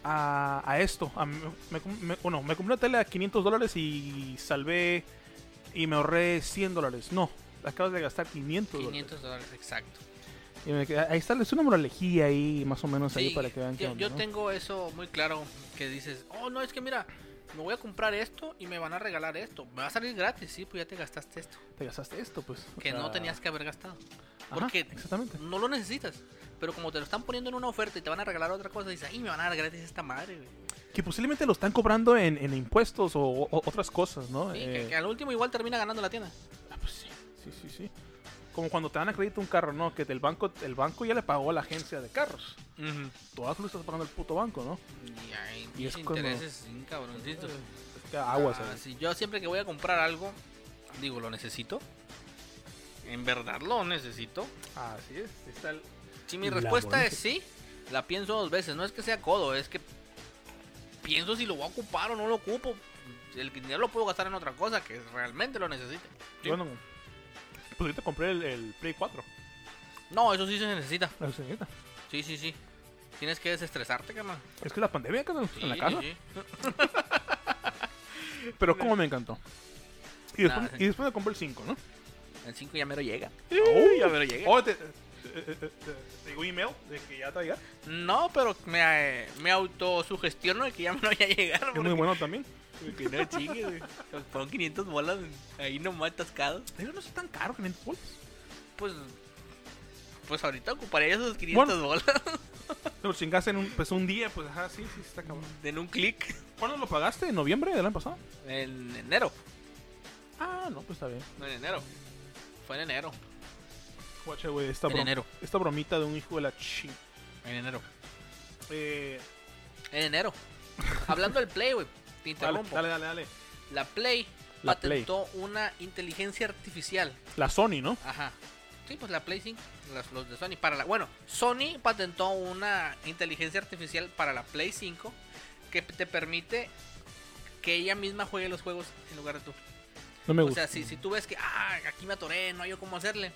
Speaker 2: a, a esto. a- me, me- me- bueno, me compré una tele a 500 dólares y salvé y me ahorré 100 dólares. No, acabas de gastar 500 dólares.
Speaker 1: 500 dólares, exacto.
Speaker 2: Y me quedé- ahí está, es una moralejía ahí, más o menos ahí
Speaker 1: Sí,
Speaker 2: para que vean
Speaker 1: yo,
Speaker 2: que.
Speaker 1: yo tengo eso muy claro que dices, oh no, es que mira, me voy a comprar esto y me van a regalar esto. Me va a salir gratis, sí, pues ya te gastaste esto.
Speaker 2: Te gastaste esto, pues. o
Speaker 1: Que no
Speaker 2: sea,
Speaker 1: tenías que haber gastado.
Speaker 2: ajá,
Speaker 1: Porque
Speaker 2: Exactamente.
Speaker 1: no lo necesitas. Pero como te lo están poniendo en una oferta y te van a regalar otra cosa, dices, ay, me van a dar gratis esta madre, güey.
Speaker 2: Que posiblemente lo están cobrando en, en impuestos o, o- otras cosas, ¿no?
Speaker 1: Sí,
Speaker 2: Eh,
Speaker 1: que, que al último igual termina ganando la tienda.
Speaker 2: Ah, pues sí, sí, sí, sí. Como cuando te dan a crédito un carro, ¿no? Que el banco, el banco ya le pagó a la agencia de carros. Todas lo estás pagando el puto banco, ¿no?
Speaker 1: Y hay
Speaker 2: Y es
Speaker 1: mis
Speaker 2: como-
Speaker 1: intereses, bien cabroncitos.
Speaker 2: Es que aguas.
Speaker 1: Ah,
Speaker 2: ahí.
Speaker 1: sí, yo siempre que voy a comprar algo, digo, lo necesito. En verdad lo necesito.
Speaker 2: Así es. Está el-
Speaker 1: Si mi
Speaker 2: La
Speaker 1: respuesta
Speaker 2: bolsa.
Speaker 1: es sí, la pienso dos veces. No es que sea codo, es que pienso si lo voy a ocupar o no lo ocupo. El dinero lo puedo gastar en otra cosa que realmente lo necesite. Sí.
Speaker 2: Bueno, pues ahorita compré el, el Play 4.
Speaker 1: No, eso sí se necesita.
Speaker 2: la señorita.
Speaker 1: Sí, sí, sí. Tienes que desestresarte, carnal.
Speaker 2: Es que la pandemia, carnal,
Speaker 1: Sí,
Speaker 2: en la casa.
Speaker 1: sí, sí.
Speaker 2: Pero cómo me encantó. Y
Speaker 1: Nah,
Speaker 2: después,
Speaker 1: sí.
Speaker 2: y después me compré el 5, ¿no?
Speaker 1: El 5 ya mero llega.
Speaker 2: Oh,
Speaker 1: ya mero llega.
Speaker 2: Oh, te, te- te- te- te digo email de que ya te va a llegar.
Speaker 1: No, pero me, eh, me autosugestiono de que ya me <laughs> lo voy a llegar.
Speaker 2: Es muy bueno también.
Speaker 1: porque no chingues, güey. Los Pongo 500 bolas ahí nomás atascado.
Speaker 2: Pero no es tan caro, 500 bolas.
Speaker 1: Pues. Pues ahorita ocuparía esos 500
Speaker 2: Bueno.
Speaker 1: <laughs> bolas
Speaker 2: Te lo chingaste en un, pues, un día, pues ajá, sí, sí, está cabrón.
Speaker 1: en un clic
Speaker 2: ¿Cuándo lo pagaste? ¿En noviembre del año pasado?
Speaker 1: en enero.
Speaker 2: Ah, no, pues está bien.
Speaker 1: No, en enero. Fue en enero.
Speaker 2: Guacha, güey, esta,
Speaker 1: En
Speaker 2: brom-
Speaker 1: enero.
Speaker 2: esta bromita de un hijo de la chi.
Speaker 1: En enero.
Speaker 2: Eh,
Speaker 1: En enero. Hablando del Play, güey. Te
Speaker 2: dale,
Speaker 1: interrumpo.
Speaker 2: dale, dale, dale.
Speaker 1: La Play
Speaker 2: La
Speaker 1: patentó una inteligencia artificial.
Speaker 2: La Sony, ¿no?
Speaker 1: Ajá. Sí, pues la Play 5, las- los de Sony. Para la, bueno, Sony patentó una inteligencia artificial para la Play 5 que te permite que ella misma juegue los juegos en lugar de tú.
Speaker 2: No me
Speaker 1: O
Speaker 2: gusta.
Speaker 1: sea, si, si tú ves que, ah, aquí me atoré, no hay cómo hacerle,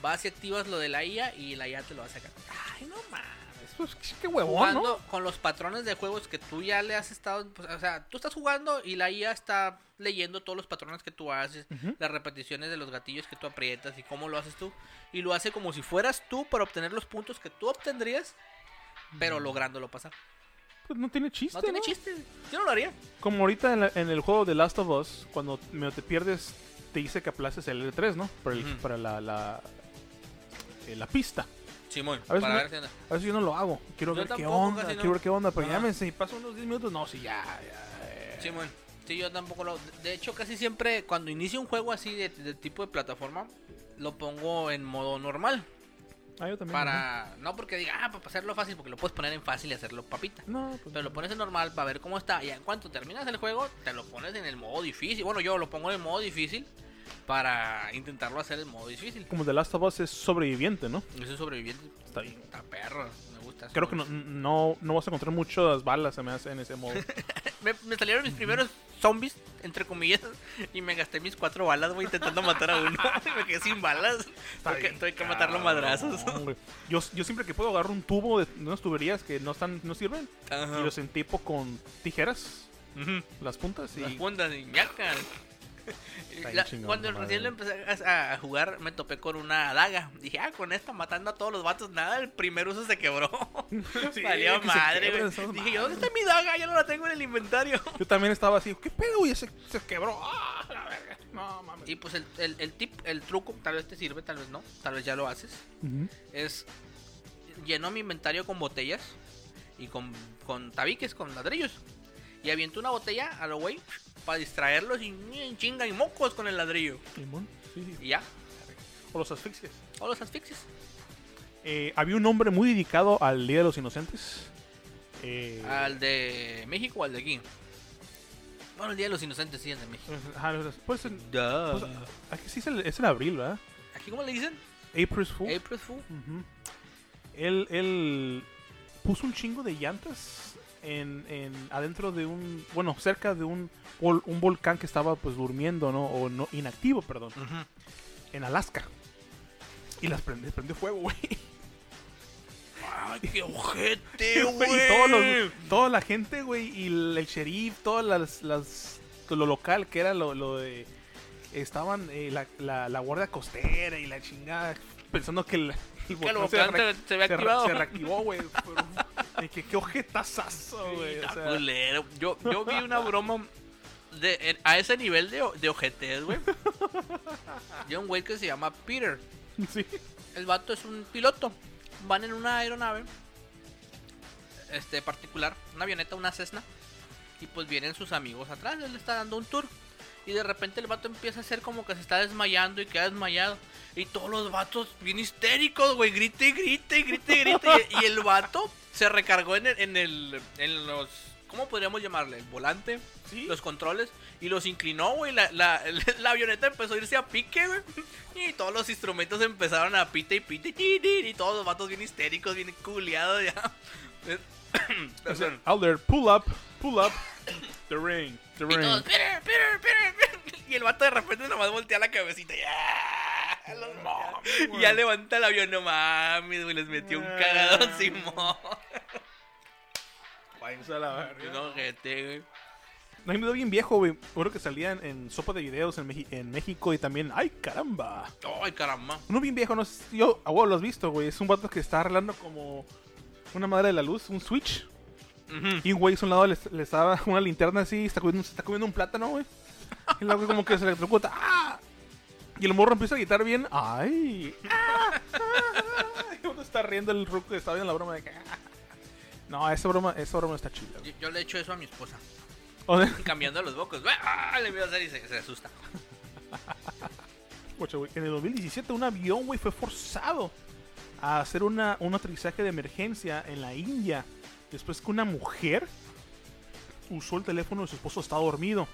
Speaker 1: vas y activas lo de la IA y la IA te lo va a sacar. Ay, no mames.
Speaker 2: Pues, qué- qué huevón, ¿no?
Speaker 1: Jugando con los patrones de juegos que tú ya le has estado. pues, o sea, tú estás jugando y la IA está leyendo todos los patrones que tú haces,
Speaker 2: Ujú.
Speaker 1: las repeticiones de los gatillos que tú aprietas y cómo lo haces tú. Y lo hace como si fueras tú para obtener los puntos que tú obtendrías, pero lográndolo pasar.
Speaker 2: Pues Mm. no tiene chiste.
Speaker 1: No tiene chiste. Yo no lo haría.
Speaker 2: Como ahorita en, la- en el juego de Last of Us, cuando medio te pierdes, te dice que aplaces el L3, ¿no? Para, el-
Speaker 1: Ujú.
Speaker 2: para la, la, eh, la pista.
Speaker 1: Simón,
Speaker 2: A veces
Speaker 1: para
Speaker 2: me-
Speaker 1: ver si anda.
Speaker 2: A veces yo no lo hago. Quiero
Speaker 1: Yo
Speaker 2: ver qué
Speaker 1: tampoco,
Speaker 2: onda,
Speaker 1: casi no.
Speaker 2: quiero ver qué onda. Pero ya
Speaker 1: Ajá.
Speaker 2: me si pasan unos 10 minutos. No, sí, ya, ya. eh.
Speaker 1: Simón. Sí, yo tampoco lo. De hecho, casi siempre cuando inicio un juego así de, de tipo de plataforma, lo pongo en modo normal.
Speaker 2: Ah, yo también. ajá.
Speaker 1: Para. No porque diga, ah, para hacerlo fácil, porque lo puedes poner en fácil y hacerlo papita.
Speaker 2: No, pues,
Speaker 1: Pero lo pones en normal para ver cómo está. Y en cuanto terminas el juego, te lo pones en el modo difícil. Bueno, yo lo pongo en el modo difícil para intentarlo hacer en modo difícil.
Speaker 2: Como The Last of Us es sobreviviente, ¿no?
Speaker 1: Yo soy sobreviviente.
Speaker 2: Está bien.
Speaker 1: Está perro. Me gusta. eso.
Speaker 2: Creo que no, no, no vas a encontrar muchas balas, se me hace, en ese
Speaker 1: <laughs>
Speaker 2: modo.
Speaker 1: Me, me salieron mis primeros zombies, entre comillas, y me gasté mis cuatro balas, güey, intentando matar a uno. <laughs> Y me quedé sin balas. Porque
Speaker 2: bien,
Speaker 1: tuve que matarlo a madrazos.
Speaker 2: No, hombre. yo, yo siempre que puedo agarro un tubo de unas tuberías que no están no sirven
Speaker 1: Ajá.
Speaker 2: y los entipo con tijeras,
Speaker 1: Ujú.
Speaker 2: las puntas y <laughs>
Speaker 1: Las fundas de ñaca.
Speaker 2: bien
Speaker 1: La-
Speaker 2: chingón, eh.
Speaker 1: cuando
Speaker 2: la
Speaker 1: recién lo
Speaker 2: madre.
Speaker 1: empecé a, a jugar, me topé con una daga. Dije, ah, con esta matando a todos los vatos. Nada, el primer uso se
Speaker 2: <laughs>
Speaker 1: quebró.
Speaker 2: Sí,
Speaker 1: Valió
Speaker 2: que se
Speaker 1: madre,
Speaker 2: quebran
Speaker 1: güey.
Speaker 2: esas
Speaker 1: Dije, yo, ¿dónde
Speaker 2: madres.
Speaker 1: está mi daga? Ya no la tengo en el inventario. <laughs>
Speaker 2: Yo también estaba así, ¿qué pedo, güey? Se, se quebró. <laughs> ¡Ah, la verga! No, mames.
Speaker 1: Y pues el, el- el tip, el truco, tal vez te sirve, tal vez no. Tal vez ya lo haces.
Speaker 2: Ujú.
Speaker 1: Es lleno mi inventario con botellas y con, con tabiques, con ladrillos. Y aviento una botella a lo güey para distraerlos y y chinga y mocos con el ladrillo.
Speaker 2: Simón, sí, sí.
Speaker 1: Y ya,
Speaker 2: O los asfixias.
Speaker 1: o los asfixias.
Speaker 2: Eh, había un hombre muy dedicado al Día de los Inocentes. Eh,
Speaker 1: ¿Al de México o al de aquí? Bueno, el Día de los Inocentes sí es de México.
Speaker 2: ajá, pues, en- pues, aquí sí es el, es el abril, ¿verdad?
Speaker 1: ¿Aquí cómo le dicen?
Speaker 2: April's Fool.
Speaker 1: April Fool.
Speaker 2: Ujú. él, él puso un chingo de llantas en, en- adentro de un, bueno, cerca de un, vol- un volcán que estaba pues durmiendo, ¿no? O no, inactivo, perdón, en Alaska. Y las prende- prendió fuego, güey.
Speaker 1: <laughs> ¡Ay, qué ojete,
Speaker 2: <laughs> Y todos los- toda la gente, güey, y el, el sheriff, todas las, las- lo local que era lo, lo de... Estaban eh, la, la, la guardia costera y la chingada pensando que el, el
Speaker 1: Que el
Speaker 2: volcán se
Speaker 1: volcán
Speaker 2: re-
Speaker 1: se, se ve
Speaker 2: se, re-
Speaker 1: activado.
Speaker 2: se reactivó, güey. pero- de que qué ojetazazo, güey.
Speaker 1: <laughs>
Speaker 2: o
Speaker 1: Está
Speaker 2: sea,
Speaker 1: culero. yo, yo vi una broma de, en- a ese nivel de, de ojetez,
Speaker 2: <laughs>
Speaker 1: güey. De un güey que se llama Peter.
Speaker 2: sí.
Speaker 1: El vato es un piloto. Van en una aeronave este particular, una avioneta, una Cessna. Y pues vienen sus amigos atrás, él le está dando un tour. Y de repente el vato empieza a hacer como que se está desmayando y queda desmayado. Y todos los vatos bien histéricos, güey, grite, grite, grite,
Speaker 2: <laughs>
Speaker 1: grite. Y, y el vato se recargó en el, en el- en los, ¿cómo podríamos llamarle? El volante,
Speaker 2: Sí.
Speaker 1: los controles. Y los inclinó, güey, la, la, <laughs> la avioneta empezó a irse a pique, güey. Y todos los instrumentos empezaron a pite y pite. ti, ti, Y todos los vatos bien histéricos, bien culiados ya.
Speaker 2: O sea,
Speaker 1: Perdón.
Speaker 2: out there, pull up, pull up. The ring, the
Speaker 1: Y todos,
Speaker 2: ring.
Speaker 1: "Peter, Peter, Peter, Peter". <laughs> Y el vato de repente nomás voltea la cabecita. y ¡ah! Los-
Speaker 2: mames,
Speaker 1: ya
Speaker 2: güey.
Speaker 1: levanta el avión, no mames, güey. Les metió un cagadón, Simón.
Speaker 2: Váyanse a la verga.
Speaker 1: No, gente, güey.
Speaker 2: No hay un video bien viejo, güey. Uno que salía en, en sopa de videos en, Meji- en México y también. ¡Ay, caramba!
Speaker 1: Ay, caramba.
Speaker 2: Uno bien viejo, no sé si yo. A huevo lo has visto, güey. Es un vato que está arreglando como una madre de la luz, un switch.
Speaker 1: Ujú.
Speaker 2: Y un güey a un lado le, le estaba <laughs> una linterna así y está comiendo, se está comiendo un plátano, güey. Y luego como que se electrocuta. ¡Ah! Y el morro empieza a gritar bien. ¡Ay! <laughs> ¡Ah! ¡Ah! Y uno está riendo el ruco que está viendo la broma de que. "Ah". No, esa broma, esa broma está chida, güey.
Speaker 1: Yo, yo le echo eso a mi esposa. <laughs>
Speaker 2: O sea,
Speaker 1: Cambiando los bocos. ¡Ah! Le miro a hacer y se, se asusta.
Speaker 2: Escucha, güey, En el 2017 un avión, güey, fue forzado a hacer una, un aterrizaje de emergencia en la India. Después que una mujer usó el teléfono de su esposo, estaba dormido.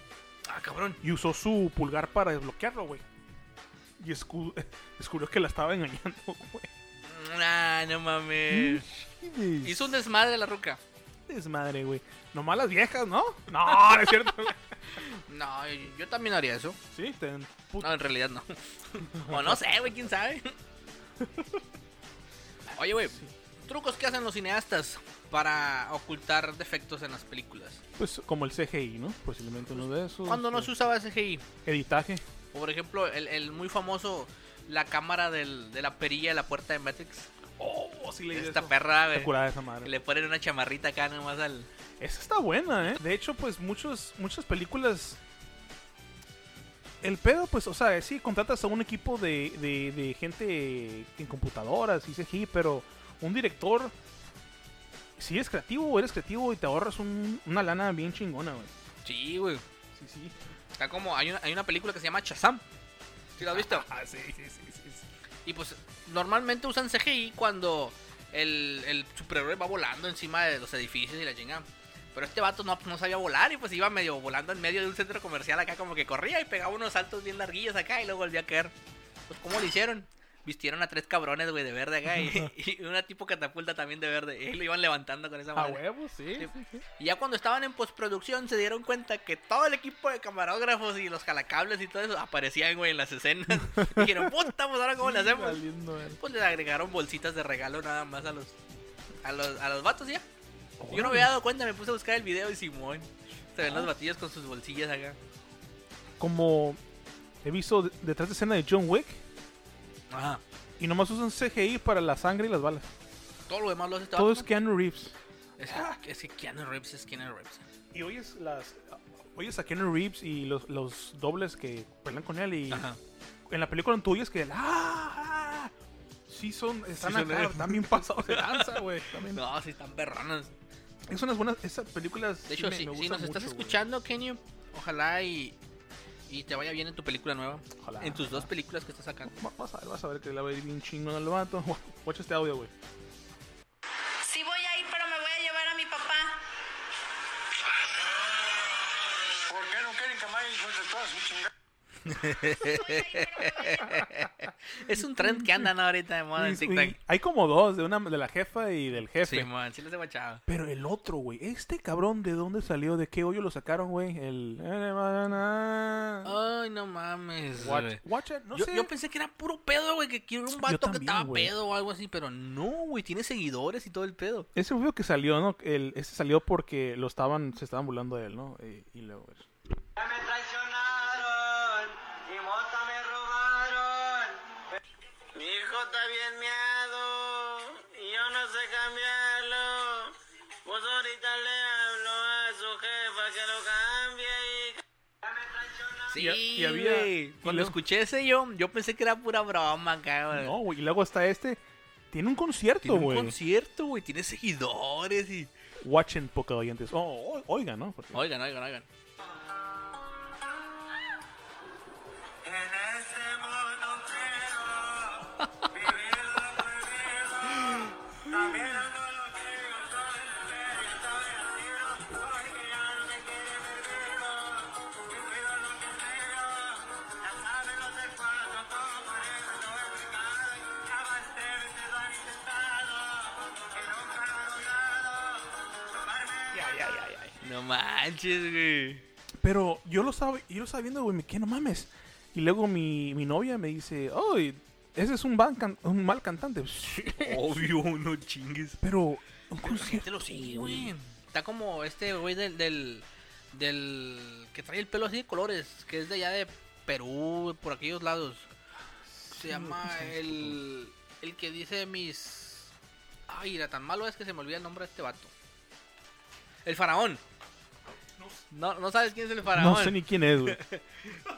Speaker 1: Ah, cabrón.
Speaker 2: Y usó su pulgar para desbloquearlo, güey. Y escu- <laughs> descubrió que la estaba <laughs> engañando,
Speaker 1: Ah, no
Speaker 2: Eh,
Speaker 1: mames.
Speaker 2: güey.
Speaker 1: Hizo un desmadre la ruca.
Speaker 2: desmadre, güey. Nomás las viejas, <laughs> ¿no? No, no es cierto. güey.
Speaker 1: No, yo, yo también haría eso.
Speaker 2: sí, te put-
Speaker 1: No, en realidad no. <laughs> o no sé, güey, quién
Speaker 2: <laughs>
Speaker 1: sabe. Oye, güey, trucos que hacen los cineastas para ocultar defectos en las películas.
Speaker 2: Pues como el CGI, ¿no? Posiblemente uno de esos.
Speaker 1: Cuando no se
Speaker 2: su
Speaker 1: usaba CGI,
Speaker 2: Editaje.
Speaker 1: por ejemplo, el, el muy famoso, la cámara del- de la perilla de la puerta de Matrix.
Speaker 2: Oh, sí leí
Speaker 1: Esta
Speaker 2: eso.
Speaker 1: perra,
Speaker 2: Está
Speaker 1: güey.
Speaker 2: curada esa
Speaker 1: que
Speaker 2: madre.
Speaker 1: Le ponen una chamarrita acá nomás al.
Speaker 2: Esa está buena, ¿eh? De hecho, pues muchos, muchas películas... El pedo, pues, o sea, sí, contratas a un equipo de, de, de gente en computadoras y CGI, pero un director, si eres creativo, eres creativo y te ahorras un- una lana bien chingona, güey.
Speaker 1: Sí, güey.
Speaker 2: Sí, sí.
Speaker 1: Está como. Hay una, hay una película que se llama Shazam. ¿Sí la has visto?
Speaker 2: Ah, sí, sí, sí, sí, sí.
Speaker 1: Y pues normalmente usan CGI cuando el, el superhéroe va volando encima de los edificios y la chingada. Pero este vato no, no sabía volar y pues iba medio volando en medio de un centro comercial acá como que corría y pegaba unos saltos bien larguillos acá y luego volvía a caer. Pues ¿cómo lo hicieron? Vistieron a tres cabrones, güey, de verde acá y, <laughs> y una tipo catapulta también de verde. Y lo iban levantando con esa
Speaker 2: A
Speaker 1: madre.
Speaker 2: huevo, sí.
Speaker 1: Sí.
Speaker 2: sí, sí.
Speaker 1: Y ya cuando estaban en postproducción se dieron cuenta que todo el equipo de camarógrafos y los jalacables y todo eso aparecían, güey, en las escenas. <laughs> Y dijeron, puta, pues ahora cómo le hacemos.
Speaker 2: Valiendo, güey.
Speaker 1: Pues les agregaron bolsitas de regalo nada más a los a los, a los vatos ya. Yo no me había dado cuenta, me puse a buscar el video y Simón. Se
Speaker 2: Ah.
Speaker 1: ven los batillos con sus bolsillas acá.
Speaker 2: Como he visto de- detrás de escena de John Wick
Speaker 1: Ajá.
Speaker 2: y nomás usan CGI para la sangre y las balas.
Speaker 1: Todo lo demás lo hace este
Speaker 2: Todo
Speaker 1: vato,
Speaker 2: es Keanu Reeves.
Speaker 1: ¿no? es,
Speaker 2: Ah.
Speaker 1: que, es que Keanu Reeves es Keanu Reeves.
Speaker 2: Y oyes las. Oyes a Keanu Reeves y los, los dobles que pelean con él. Y
Speaker 1: Ajá.
Speaker 2: en la película tú oyes que. el, ¡Ah! ah", Sí, son. Están
Speaker 1: son
Speaker 2: acá,
Speaker 1: ellos.
Speaker 2: están bien pasados de danza, güey. también.
Speaker 1: No, sí están perronas.
Speaker 2: Es unas buenas. Esas películas.
Speaker 1: De hecho,
Speaker 2: sí me-
Speaker 1: si,
Speaker 2: me
Speaker 1: si
Speaker 2: gustan
Speaker 1: nos estás
Speaker 2: mucho, güey.
Speaker 1: escuchando, Kenny, ojalá y, y te vaya bien en tu película nueva.
Speaker 2: Ojalá,
Speaker 1: en tus dos
Speaker 2: ojalá.
Speaker 1: películas que estás sacando.
Speaker 2: Va- Vas a ver, vas a ver que le va a ir bien chingón al vato. <laughs> Watch este audio, güey.
Speaker 6: Sí voy a ir, pero me voy a llevar a mi papá.
Speaker 3: ¿Por qué no quieren que Mike suelte toda su chingada?
Speaker 1: Es un trend
Speaker 2: <laughs>
Speaker 1: que andan ahorita de moda en
Speaker 2: Y- y
Speaker 1: TikTok.
Speaker 2: hay como dos, de, una, de la jefa y del jefe.
Speaker 1: Sí, man, sí les he guachado.
Speaker 2: Pero el otro, güey. Este cabrón, ¿de dónde salió? ¿De qué hoyo lo sacaron, güey? El.
Speaker 1: Ay, no mames.
Speaker 2: Watch,
Speaker 1: Ah, güey.
Speaker 2: watch it. No
Speaker 1: yo,
Speaker 2: sé.
Speaker 1: yo pensé que era puro pedo, güey, que quiero un vato
Speaker 2: también,
Speaker 1: que estaba
Speaker 2: güey.
Speaker 1: pedo o algo así, pero no, güey, tiene seguidores y todo el pedo.
Speaker 2: Ese video que salió, ¿no? El, ese salió porque lo estaban, se estaban burlando de él, ¿no? Y, y luego...
Speaker 7: Ya me traicionaron y mota me robaron. Mi hijo está bien miado y yo no sé cambiarlo. Pues ahorita le hablo a su jefa que lo cambie y... Ya me traicionaron.
Speaker 1: Sí,
Speaker 2: Y a- y había-
Speaker 1: güey.
Speaker 2: y
Speaker 1: Cuando
Speaker 2: luego-
Speaker 1: escuché ese yo, yo pensé que era pura broma, cabrón.
Speaker 2: No, güey. Y luego está este. Tiene un concierto,
Speaker 1: tiene un
Speaker 2: güey.
Speaker 1: concierto, güey, tiene seguidores y...
Speaker 2: Watching poca oyentes. Oh, o- oigan, ¿no? Porque-
Speaker 1: Oigan, oigan, oigan.
Speaker 7: En este mundo quiero vivir lo prohibido. También ando lo que yo estoy entero, estoy al tiro, porque ya no se quiere perdido. Yo pido lo que tengo, ya saben los del cuarto, todo por eso no he pecado. Ya más de veces lo han intentado, y nunca lo han logrado. Tomarme
Speaker 1: No manches,
Speaker 2: <laughs>
Speaker 1: güey.
Speaker 2: Pero yo lo estaba, yo lo estaba viendo, güey. me quedé, no mames? Y luego mi, mi novia me dice, ¡Ay! Ese es un, ban- can- un mal cantante. Sí,
Speaker 1: Obvio, no chingues.
Speaker 2: Pero un
Speaker 1: La gente
Speaker 2: concierto.
Speaker 1: lo sigue, güey. Está como este güey del, del, Del que trae el pelo así de colores, que es de allá de Perú, por aquellos lados. Se llama
Speaker 2: pues,
Speaker 1: el. El que dice mis. Ay, era tan malo es que se me olvida el nombre de este vato. El faraón. No, no sabes quién es el faraón.
Speaker 2: No sé ni quién es, güey.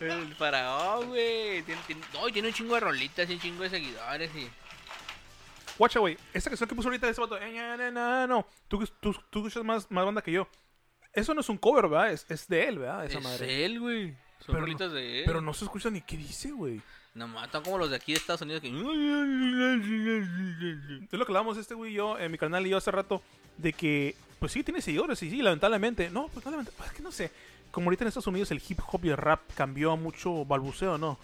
Speaker 1: El faraón, güey. Tiene, tiene- no, y tiene un chingo de rolitas y un chingo de seguidores. Y...
Speaker 2: Guacha, güey. Esta canción que puso ahorita de ese vato. eh, na, na, na, no. Tú, tú, tú escuchas más, más banda que yo. Eso no es un cover, ¿verdad? Es, es de él, ¿verdad? Esa
Speaker 1: es
Speaker 2: madre.
Speaker 1: él, güey. Son
Speaker 2: Pero no-
Speaker 1: rolitas de él.
Speaker 2: Pero no se escucha ni qué dice, güey.
Speaker 1: Nomás, están como los de aquí de Estados Unidos que.
Speaker 2: Es lo que hablábamos este güey y yo en mi canal y yo hace rato de que, pues sí, tiene seguidores y sí, lamentablemente. No, pues no, lamentablemente. Es que no sé. Como ahorita en Estados Unidos el hip hop y el rap cambió a mucho balbuceo, ¿no?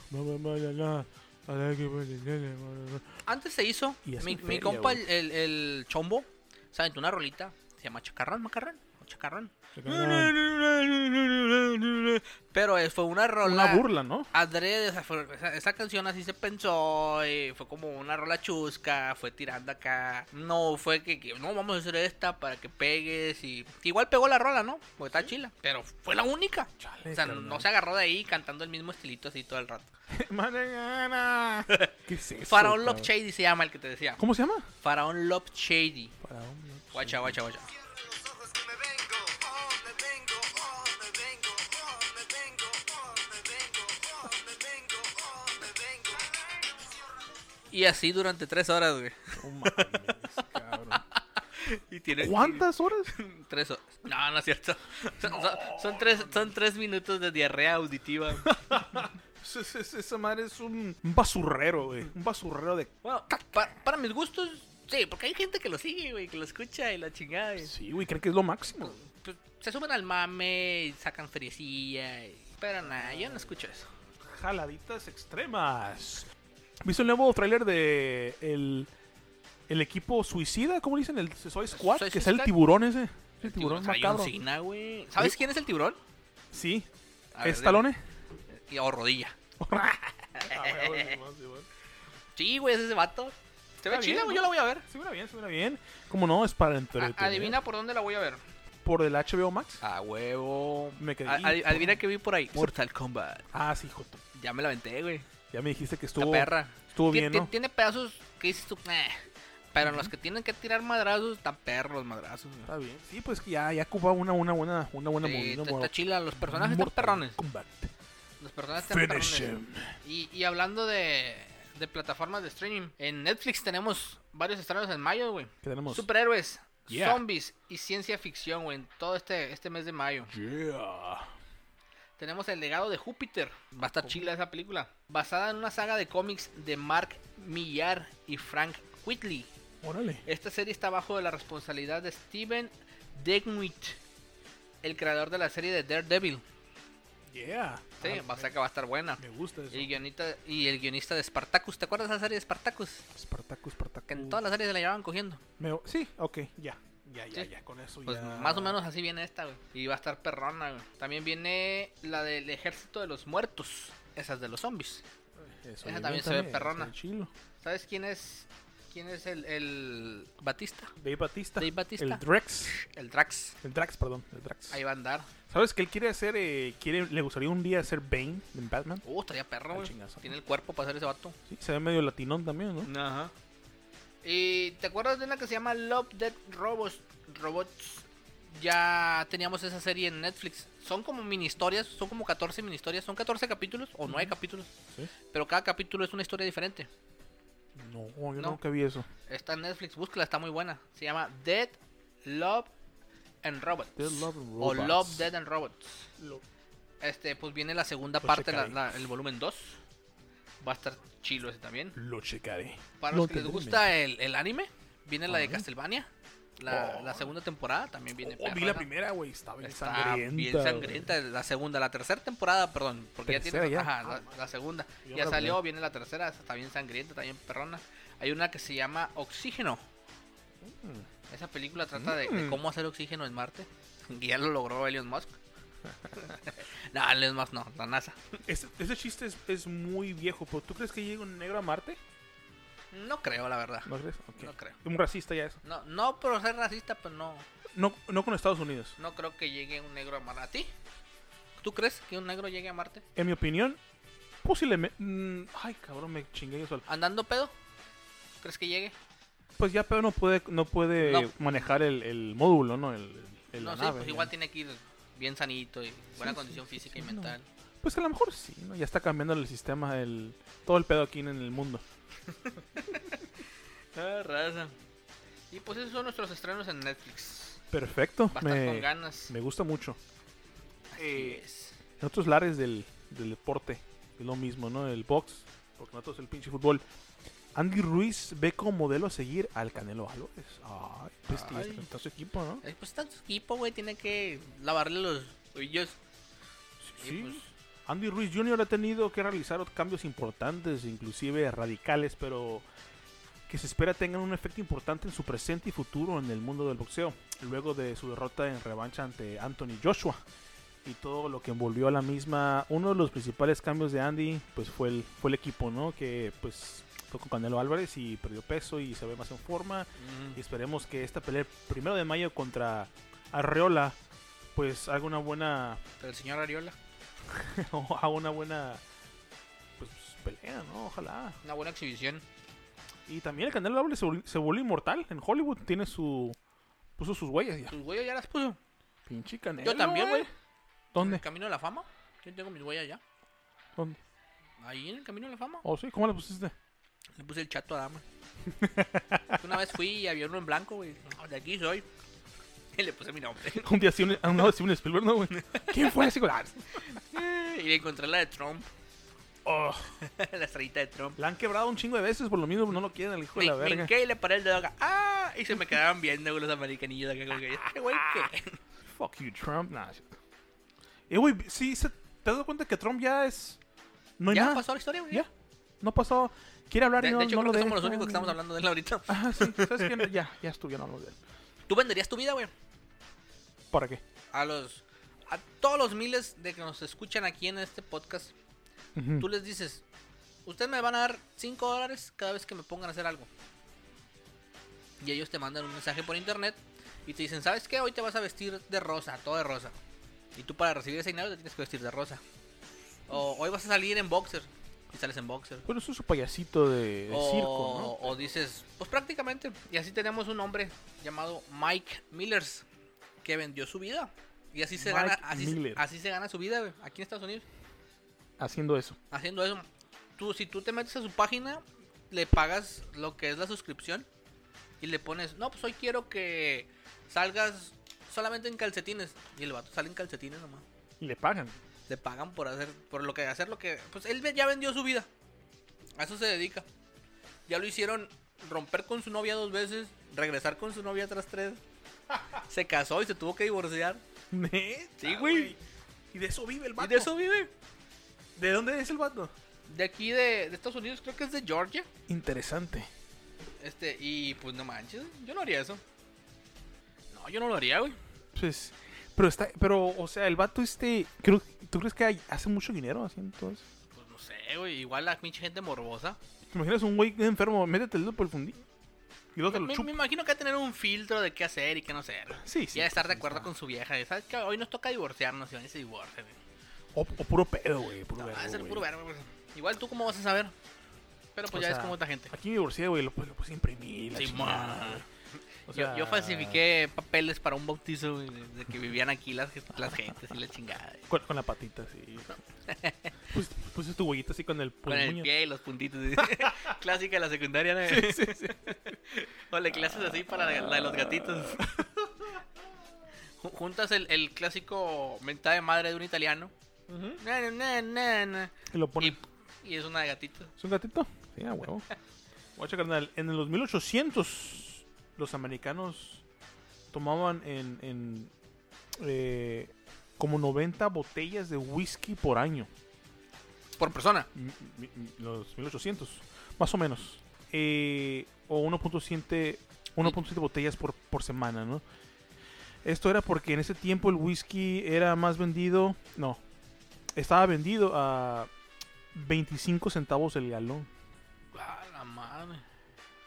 Speaker 2: pues,
Speaker 1: Antes se hizo.
Speaker 2: Y es
Speaker 1: Mi,
Speaker 2: un
Speaker 1: mi
Speaker 2: feria,
Speaker 1: compa,
Speaker 2: güey.
Speaker 1: el, el, el chombo, se aventó una rolita. Se llama Chacarrón, Macarrón. O Chacarrón. Pero eh, fue una rola.
Speaker 2: Una
Speaker 1: <laughs>
Speaker 2: burla, ¿no?
Speaker 1: Adrede, o sea, fue- esa, esa canción así se pensó, y fue como una rola chusca, fue tirando acá. No, fue que, que, no, vamos a hacer esta para que pegues y... Igual pegó la rola, ¿no? Porque está chila, pero fue la única.
Speaker 2: Chale,
Speaker 1: o sea,
Speaker 2: carnal.
Speaker 1: no se agarró de ahí cantando el mismo estilito así todo el rato.
Speaker 2: Mañana. ¿Qué es eso?
Speaker 1: Faraón
Speaker 2: cabrón?
Speaker 1: Love Shady se llama el que te decía.
Speaker 2: ¿Cómo se llama?
Speaker 1: Faraón Love Shady.
Speaker 2: Faraón Love
Speaker 1: Guacha, guacha, guacha. Y así durante tres horas, güey.
Speaker 2: No mames, cabrón.
Speaker 1: Y tiene
Speaker 2: ¿Cuántas horas?
Speaker 1: Tres horas. No, no es cierto. Son, son- son tres, son tres minutos de diarrea auditiva.
Speaker 2: Es- es- es- Esa madre es un un basurrero, güey. Un basurrero de.
Speaker 1: Bueno, pa- para mis gustos, sí, porque hay gente que lo sigue, güey, que lo escucha y la chingada. y-
Speaker 2: Sí, güey, creen que es lo máximo. güey.
Speaker 1: pues, se suben al mame y sacan feriecilla. y- Pero nada, yo no escucho eso.
Speaker 2: Jaladitas extremas. ¿Viste el nuevo tráiler de el, el equipo suicida? ¿Cómo le dicen? El Soy Squad,
Speaker 1: Suicide
Speaker 2: que es el
Speaker 1: Squad.
Speaker 2: tiburón ese.
Speaker 1: Tiburón
Speaker 2: El, tiburón,
Speaker 1: trae un
Speaker 2: macabro.
Speaker 1: Cena, güey. ¿Sabes quién es el tiburón?
Speaker 2: Sí.
Speaker 1: A ver,
Speaker 2: ¿Es Talone?
Speaker 1: dime. Y- O rodilla.
Speaker 2: Ah,
Speaker 1: Sí, güey, es ese vato. Se ve
Speaker 2: Está
Speaker 1: chila,
Speaker 2: bien,
Speaker 1: güey, yo
Speaker 2: ¿no?
Speaker 1: la voy a ver.
Speaker 2: Segura bien, segura bien. ¿Cómo no? Es para entretener.
Speaker 1: A- adivina por dónde la voy a ver.
Speaker 2: Por el HBO Max.
Speaker 1: A huevo.
Speaker 2: Me quedé-
Speaker 1: A- adi- adivina que vi por ahí. Mortal Kombat.
Speaker 2: Ah, sí, Joto.
Speaker 1: Ya me la aventé, güey.
Speaker 2: Ya me dijiste que
Speaker 1: Esta
Speaker 2: estuvo.
Speaker 1: perra.
Speaker 2: Estuvo
Speaker 1: Tien-
Speaker 2: bien,
Speaker 1: tien-
Speaker 2: ¿no?
Speaker 1: Tiene pedazos que dices tú, "Meh", pero en los que tienen que tirar madrazos, están perros madrazos. güey.
Speaker 2: Está bien. Sí, pues que ya, ya ocupaba una, una buena, una buena
Speaker 1: Sí,
Speaker 2: movida.
Speaker 1: está-
Speaker 2: mor-
Speaker 1: está chila, los personajes están
Speaker 2: Mortal
Speaker 1: perrones.
Speaker 2: Kombat.
Speaker 1: Los personajes están
Speaker 2: Finish
Speaker 1: perrones.
Speaker 2: him.
Speaker 1: Y, y hablando de, de plataformas de streaming, en Netflix tenemos varios estrenos en mayo, güey.
Speaker 2: ¿Qué tenemos?
Speaker 1: Superhéroes,
Speaker 2: Yeah.
Speaker 1: zombies y ciencia ficción, güey, en todo este, este mes de mayo.
Speaker 2: Yeah.
Speaker 1: Tenemos El legado de Júpiter. Va a estar chila esa película. Basada en una saga de cómics de Mark Millar y Frank Whitley.
Speaker 2: Órale.
Speaker 1: Esta serie está bajo de la responsabilidad de Steven Degwit, el creador de la serie de Daredevil.
Speaker 2: Yeah.
Speaker 1: Sí,
Speaker 2: Ah,
Speaker 1: va a ser que va a estar buena.
Speaker 2: Me gusta eso.
Speaker 1: El guionista, y el guionista de Spartacus, ¿te acuerdas de esa serie de Spartacus?
Speaker 2: Spartacus,
Speaker 1: Que en
Speaker 2: Spartacus.
Speaker 1: todas las series se la llevaban cogiendo.
Speaker 2: Me- Sí, ok, ya. Ya, ya,
Speaker 1: Sí.
Speaker 2: ya. Con eso
Speaker 1: Pues
Speaker 2: ya.
Speaker 1: más o menos así viene esta, güey. Y va a estar perrona, güey. También viene la del Ejército de los Muertos. Esas de los zombies.
Speaker 2: Eso,
Speaker 1: esa
Speaker 2: bien,
Speaker 1: también se ve perrona.
Speaker 2: está Chilo.
Speaker 1: ¿Sabes quién es? ¿Quién es el, el Batista?
Speaker 2: Dave Batista.
Speaker 1: Dave Batista.
Speaker 2: El Drex.
Speaker 1: El Drax.
Speaker 2: El Drax, perdón. El Drax.
Speaker 1: Ahí va a andar.
Speaker 2: ¿Sabes que él quiere hacer? eh, quiere, le gustaría un día hacer Bane en Batman.
Speaker 1: Uh, estaría perro,
Speaker 2: Al
Speaker 1: güey.
Speaker 2: Ah, chingazo.
Speaker 1: Tiene el cuerpo para hacer ese vato.
Speaker 2: Sí, se ve medio latinón también, ¿no?
Speaker 1: Ajá. ¿Y te acuerdas de una que se llama Love Dead Robots? Robots. Ya teníamos esa serie en Netflix. Son como mini historias, son como 14 mini historias, son 14 capítulos o 9 capítulos,
Speaker 2: Sí.
Speaker 1: pero cada capítulo es una historia diferente.
Speaker 2: No, yo
Speaker 1: Mm. No.
Speaker 2: nunca vi eso.
Speaker 1: Está en Netflix, búscala, está muy buena. Se llama Dead, Love and Robots.
Speaker 2: Dead, Love, and
Speaker 1: O
Speaker 2: Robots.
Speaker 1: Love, Dead and Robots.
Speaker 2: Lo-
Speaker 1: Este, pues viene la segunda
Speaker 2: Lo
Speaker 1: parte, la-
Speaker 2: checaré.
Speaker 1: la- el volumen 2. Va a estar chilo ese también.
Speaker 2: Lo checaré.
Speaker 1: Para
Speaker 2: Lo
Speaker 1: los que les
Speaker 2: tendré en
Speaker 1: gusta el, el anime, viene la de
Speaker 2: Ajá.
Speaker 1: Castlevania. La,
Speaker 2: Oh.
Speaker 1: la segunda temporada también viene.
Speaker 2: Oh, vi
Speaker 1: perrona.
Speaker 2: la primera, güey. Está bien
Speaker 1: Está
Speaker 2: sangrienta.
Speaker 1: bien
Speaker 2: güey.
Speaker 1: sangrienta. La segunda, la tercera temporada, perdón. Porque ya
Speaker 2: Tercera
Speaker 1: tiene.
Speaker 2: ya.
Speaker 1: Ajá,
Speaker 2: Ah,
Speaker 1: la, la segunda.
Speaker 2: Yo
Speaker 1: ya
Speaker 2: la
Speaker 1: salió,
Speaker 2: veo.
Speaker 1: viene la tercera. Está bien sangrienta, está bien perrona. Hay una que se llama Oxígeno. Esa película trata de, de
Speaker 2: Mm.
Speaker 1: cómo hacer oxígeno en Marte. <laughs> Y ya lo logró Elon
Speaker 2: <laughs>
Speaker 1: Musk. <laughs> no, Elon Musk no, la NASA.
Speaker 2: Ese, ese chiste es, es muy viejo, pero ¿tú crees que llega un negro a Marte?
Speaker 1: No creo, la verdad.
Speaker 2: ¿No crees? Ok.
Speaker 1: No creo.
Speaker 2: Un racista ya eso.
Speaker 1: No, no por ser racista, pues no.
Speaker 2: No, no con Estados Unidos.
Speaker 1: No creo que llegue un negro a Marte. ¿A ti? ¿Tú crees que un negro llegue a Marte?
Speaker 2: En mi opinión, posiblemente. mm, ay, cabrón, me chingué yo solo.
Speaker 1: ¿Andando pedo? ¿Crees que llegue?
Speaker 2: Pues ya, pero no puede, no puede
Speaker 1: No.
Speaker 2: manejar el, el módulo, ¿no? El, el- la
Speaker 1: no, sí,
Speaker 2: nave,
Speaker 1: pues
Speaker 2: ya.
Speaker 1: igual tiene que ir bien sanito y buena
Speaker 2: Sí,
Speaker 1: condición
Speaker 2: sí, sí,
Speaker 1: física
Speaker 2: sí,
Speaker 1: y
Speaker 2: no.
Speaker 1: mental.
Speaker 2: Pues que a lo mejor sí, ¿no? Ya está cambiando el sistema, el, todo el pedo aquí en el mundo.
Speaker 1: Ah, raza. Y pues esos son nuestros estrenos en Netflix.
Speaker 2: Perfecto,
Speaker 1: Va a estar con
Speaker 2: me,
Speaker 1: ganas.
Speaker 2: me Eh, gusta mucho.
Speaker 1: Así es.
Speaker 2: En otros lares del, del deporte, es lo mismo, ¿no? El box, porque nosotros el pinche fútbol. Andy Ruiz ve como modelo a seguir al Canelo Álvarez. Ay, pues que ya
Speaker 1: Ay.
Speaker 2: está su equipo, ¿no?
Speaker 1: Eh, pues está su equipo, güey. Tiene que lavarle los tobillos. Y
Speaker 2: Sí.
Speaker 1: pues,
Speaker 2: Andy Ruiz Jr. ha tenido que realizar ot- cambios importantes, inclusive radicales, pero que se espera tengan un efecto importante en su presente y futuro en el mundo del boxeo, luego de su derrota en revancha ante Anthony Joshua y todo lo que envolvió a la misma. Uno de los principales cambios de Andy pues fue el, fue el equipo, ¿no? Que pues fue con Canelo Álvarez y perdió peso y se ve más en forma. Y esperemos que esta pelea el primero de mayo contra Arreola pues haga una buena
Speaker 1: el señor Ariola.
Speaker 2: o <laughs> a una buena pues, pelea, ¿no? Ojalá.
Speaker 1: Una buena exhibición.
Speaker 2: Y también el Canelo Álvarez se volvió, se volvió inmortal en Hollywood. Tiene su... Puso sus huellas ya.
Speaker 1: Tus güeyes ya las puso.
Speaker 2: Pinche Canelo.
Speaker 1: Yo también,
Speaker 2: eh.
Speaker 1: güey. En
Speaker 2: ¿Dónde?
Speaker 1: el camino de la fama. Yo tengo mis huellas ya.
Speaker 2: ¿Dónde?
Speaker 1: Ahí en el camino de la fama.
Speaker 2: Oh, sí. ¿Cómo la pusiste? <laughs>
Speaker 1: Le puse el chato a dama. Una vez fui y había uno en blanco, güey. No, de aquí soy. Y le puse mi nombre. <laughs>
Speaker 2: Un día sí, un, a un lado sí un Spielberg, ¿no, güey? ¿Quién fue ese, güey? Ah, <laughs>
Speaker 1: y le encontré la de Trump.
Speaker 2: Oh,
Speaker 1: <laughs> la estrellita de Trump.
Speaker 2: la han quebrado un chingo de veces, por lo mismo no lo quieren el hijo de
Speaker 1: Me
Speaker 2: la verga.
Speaker 1: hinqué y le paré el dedo acá. ¡Ah! Y se me quedaban viendo güey, los americanillos de acá. Como que, "Ay, güey,
Speaker 2: <laughs>
Speaker 1: ¿qué?".
Speaker 2: Fuck you, Trump. Nah, sí. Eh, güey, sí, se- ¿te has dado cuenta que Trump ya es... No hay
Speaker 1: Ya
Speaker 2: nada.
Speaker 1: pasó la historia, güey.
Speaker 2: Ya. No pasó. Quiere hablar
Speaker 1: De,
Speaker 2: y no,
Speaker 1: de hecho,
Speaker 2: no
Speaker 1: creo
Speaker 2: lo
Speaker 1: que
Speaker 2: dejan.
Speaker 1: somos los únicos que estamos hablando de él ahorita.
Speaker 2: Ajá, sí. ¿Sabes qué? Ya, ya estuvo, ya no hablamos de él.
Speaker 1: ¿Tú venderías tu vida, güey?
Speaker 2: ¿Para qué?
Speaker 1: A los. A todos los miles de que nos escuchan aquí en este podcast.
Speaker 2: Mm.
Speaker 1: Tú les dices. Ustedes me van a dar 5 dólares cada vez que me pongan a hacer algo. Y ellos te mandan un mensaje por internet. Y te dicen, ¿sabes qué? Hoy te vas a vestir de rosa, todo de rosa. Y tú para recibir ese dinero te tienes que vestir de rosa. O hoy vas a salir en boxer. Y sales en boxer.
Speaker 2: Bueno, eso es su payasito de, de
Speaker 1: o,
Speaker 2: circo,
Speaker 1: o dices, pues prácticamente. Y así tenemos un hombre llamado Mike Millers que vendió su vida. Y así se
Speaker 2: Mike
Speaker 1: gana, así, se-
Speaker 2: Miller.
Speaker 1: así se gana su vida güey, aquí en Estados Unidos.
Speaker 2: ¿no? Haciendo eso.
Speaker 1: Haciendo eso. Tú, si tú te metes a su página, le pagas lo que es la suscripción. Y le pones, no, pues hoy quiero que salgas solamente en calcetines. Y el vato sale en calcetines nomás.
Speaker 2: Y le pagan.
Speaker 1: Le pagan por hacer, por lo que hacer lo que. Pues él ve- ya vendió su vida. A eso se dedica. Ya lo hicieron romper con su novia dos veces, regresar con su novia tras tres. Se casó y se tuvo que divorciar. <laughs> Sí, güey.
Speaker 2: Ah, Y de eso vive el
Speaker 1: Y de eso vive.
Speaker 2: ¿De dónde es el vato?
Speaker 1: De aquí de, de Estados Unidos, creo que es de Georgia.
Speaker 2: Interesante.
Speaker 1: Este, y pues no manches, yo no haría eso. No, yo no lo haría, güey.
Speaker 2: Pues, pero está, pero, o sea, el vato este, creo, ¿tú crees que hay- hace mucho dinero haciendo todo eso?
Speaker 1: Pues no sé, güey. Igual la pinche gente morbosa.
Speaker 2: ¿Te imaginas un güey enfermo, métete el dedo por el fundillo? Y luego te lo
Speaker 1: Me, me
Speaker 2: chupa.
Speaker 1: imagino que va a tener un filtro de qué hacer y qué no hacer.
Speaker 2: Sí, sí.
Speaker 1: y ha de estar de
Speaker 2: pues,
Speaker 1: acuerdo
Speaker 2: está.
Speaker 1: con su vieja. de, ¿Sabes qué? Hoy nos toca divorciarnos y van y se divorcian. güey.
Speaker 2: O, o puro pedo, güey. Puro
Speaker 1: No,
Speaker 2: verbo,
Speaker 1: va a ser
Speaker 2: güey.
Speaker 1: puro verbo, güey. Igual tú cómo vas a saber. Pero pues
Speaker 2: O
Speaker 1: ya es
Speaker 2: sea,
Speaker 1: como otra gente.
Speaker 2: Aquí me divorcié, güey, lo, pues, lo puse a imprimir. la
Speaker 1: Sí,
Speaker 2: chingada,
Speaker 1: ma.
Speaker 2: güey. O
Speaker 1: Yo,
Speaker 2: sea,
Speaker 1: yo falsifiqué papeles para un bautizo güey, de de que vivían aquí las, las gentes y la chingada. güey.
Speaker 2: Con, con la patita, sí.
Speaker 1: <laughs>
Speaker 2: Pus- Puse tu huellita así con el
Speaker 1: Con el
Speaker 2: puño.
Speaker 1: pie y los puntitos. <laughs> sí. Clásica de la secundaria, ¿no? O le clases así para la, la de los gatitos. Ju- Juntas el, el clásico mentada de madre de un italiano. Na, na, na, na, na.
Speaker 2: Y lo pone.
Speaker 1: Y, y es una de gatitos.
Speaker 2: ¿Es un gatito? Sí, a huevo. Guacha, carnal. En los 1800, los americanos tomaban en. en, eh, como 90 botellas de whisky por año.
Speaker 1: Por persona.
Speaker 2: M- m- m- Los 1800, más o menos. Eh, o 1.7 1.7 botellas por, por semana, ¿no? Esto era porque en ese tiempo el whisky era más vendido. No, estaba vendido a 25 centavos el galón.
Speaker 1: Ah, la madre.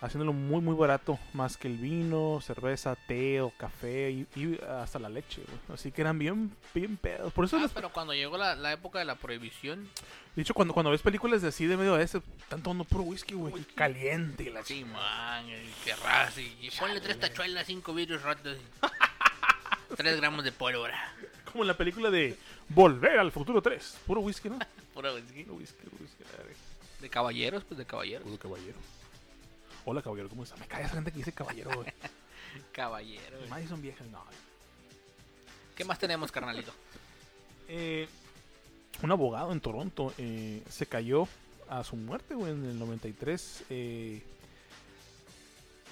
Speaker 2: haciéndolo muy, muy barato. Más que el vino, cerveza, té o café y, y hasta la leche, güey. Así que eran bien, bien pedos. Por eso,
Speaker 1: Ah,
Speaker 2: las-
Speaker 1: pero cuando llegó la, la época de la prohibición,
Speaker 2: de hecho, cuando, cuando ves películas de así de medio oeste, están tomando puro whisky, güey. y Caliente y la
Speaker 1: sí,
Speaker 2: chingada.
Speaker 1: man, el que ras, y- y ponle tres tachuelas, cinco virus rotos, <laughs> y- tres gramos de pólvora.
Speaker 2: Como en la película de Volver al Futuro 3. Puro whisky, ¿no?
Speaker 1: Puro whisky.
Speaker 2: Puro whisky, puro whisky. a ver,
Speaker 1: De caballeros, pues de caballeros.
Speaker 2: Puro caballero. Hola, caballero, ¿cómo está? Me cae esa gente que dice caballero, güey.
Speaker 1: Caballero. güey.
Speaker 2: Madison viejas, no.
Speaker 1: ¿Qué más tenemos, carnalito?
Speaker 2: Eh, un abogado en Toronto eh, se cayó a su muerte, güey, en el 93. eh,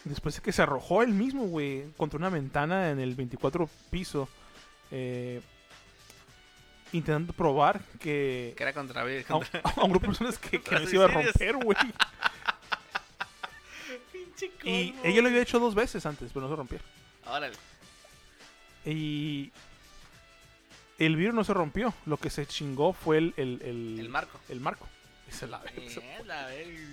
Speaker 2: después de que se arrojó él mismo, güey, contra una ventana en el 24 piso. eh, intentando probar que
Speaker 1: Que era contra
Speaker 2: a un, a un grupo de personas que, que no se iba a romper, güey. Y ella lo había hecho dos veces antes, pero no se rompió.
Speaker 1: Órale.
Speaker 2: Y el vidrio no se rompió. Lo que se chingó fue el, el, el,
Speaker 1: El marco.
Speaker 2: el marco. Y se <laughs> la pues,
Speaker 1: Mierda, güey.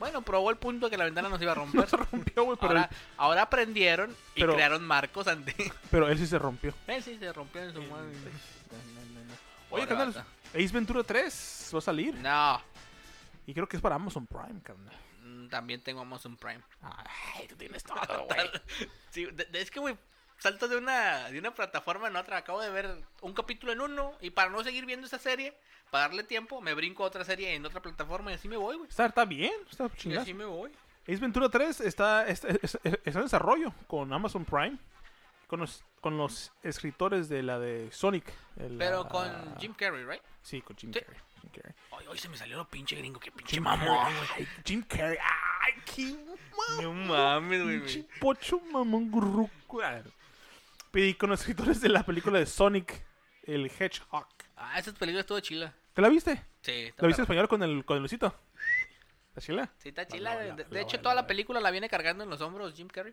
Speaker 1: Bueno, probó el punto de que la ventana no se iba a
Speaker 2: <laughs>
Speaker 1: romper.
Speaker 2: rompió, güey, pero,
Speaker 1: ahora,
Speaker 2: él-
Speaker 1: ahora aprendieron y
Speaker 2: pero-
Speaker 1: crearon marcos
Speaker 2: <laughs>
Speaker 1: ante. <laughs>
Speaker 2: pero él sí se rompió.
Speaker 1: Él sí se rompió en su madre.
Speaker 2: Oye,
Speaker 1: Pobre
Speaker 2: carnal,
Speaker 1: vato.
Speaker 2: Ace Ventura 3 va a salir.
Speaker 1: No.
Speaker 2: Y creo que es para Amazon Prime, carnal.
Speaker 1: Mm, También tengo Amazon Prime.
Speaker 2: Ay, tú tienes todo, güey.
Speaker 1: <laughs> Sí, de- de- es que, güey, salto de una, de una plataforma en otra. Acabo de ver un capítulo en uno y para no seguir viendo esa serie, para darle tiempo, me brinco a otra serie en otra plataforma y así me voy, güey.
Speaker 2: Está, está bien, está
Speaker 1: Y
Speaker 2: chingada.
Speaker 1: así me voy.
Speaker 2: Ace Ventura 3 está, está, está- está en desarrollo con Amazon Prime. Con los, con los escritores de la de Sonic. el,
Speaker 1: Pero
Speaker 2: ah,
Speaker 1: con Jim Carrey, ¿right?
Speaker 2: Sí, con Jim
Speaker 1: Sí.
Speaker 2: Carrey. Jim Carrey.
Speaker 1: Ay, hoy se me salió lo pinche gringo, que pinche mamón, Ah, güey.
Speaker 2: Ay, Jim Carrey. Ay, qué mamón.
Speaker 1: No mames, güey.
Speaker 2: Pinche pocho mamón gurruco. A ver. Y con los escritores de la película de Sonic, el Hedgehog.
Speaker 1: Ah, esas películas estuvo chila.
Speaker 2: ¿Te la viste?
Speaker 1: Sí, está
Speaker 2: ¿La viste en
Speaker 1: perra.
Speaker 2: español con el, con el Luisito? ¿La chila?
Speaker 1: Sí, está chila.
Speaker 2: la-
Speaker 1: De,
Speaker 2: la-
Speaker 1: de
Speaker 2: la
Speaker 1: hecho,
Speaker 2: voy-
Speaker 1: toda
Speaker 2: la
Speaker 1: la
Speaker 2: voy.
Speaker 1: película la viene cargando en los hombros Jim Carrey.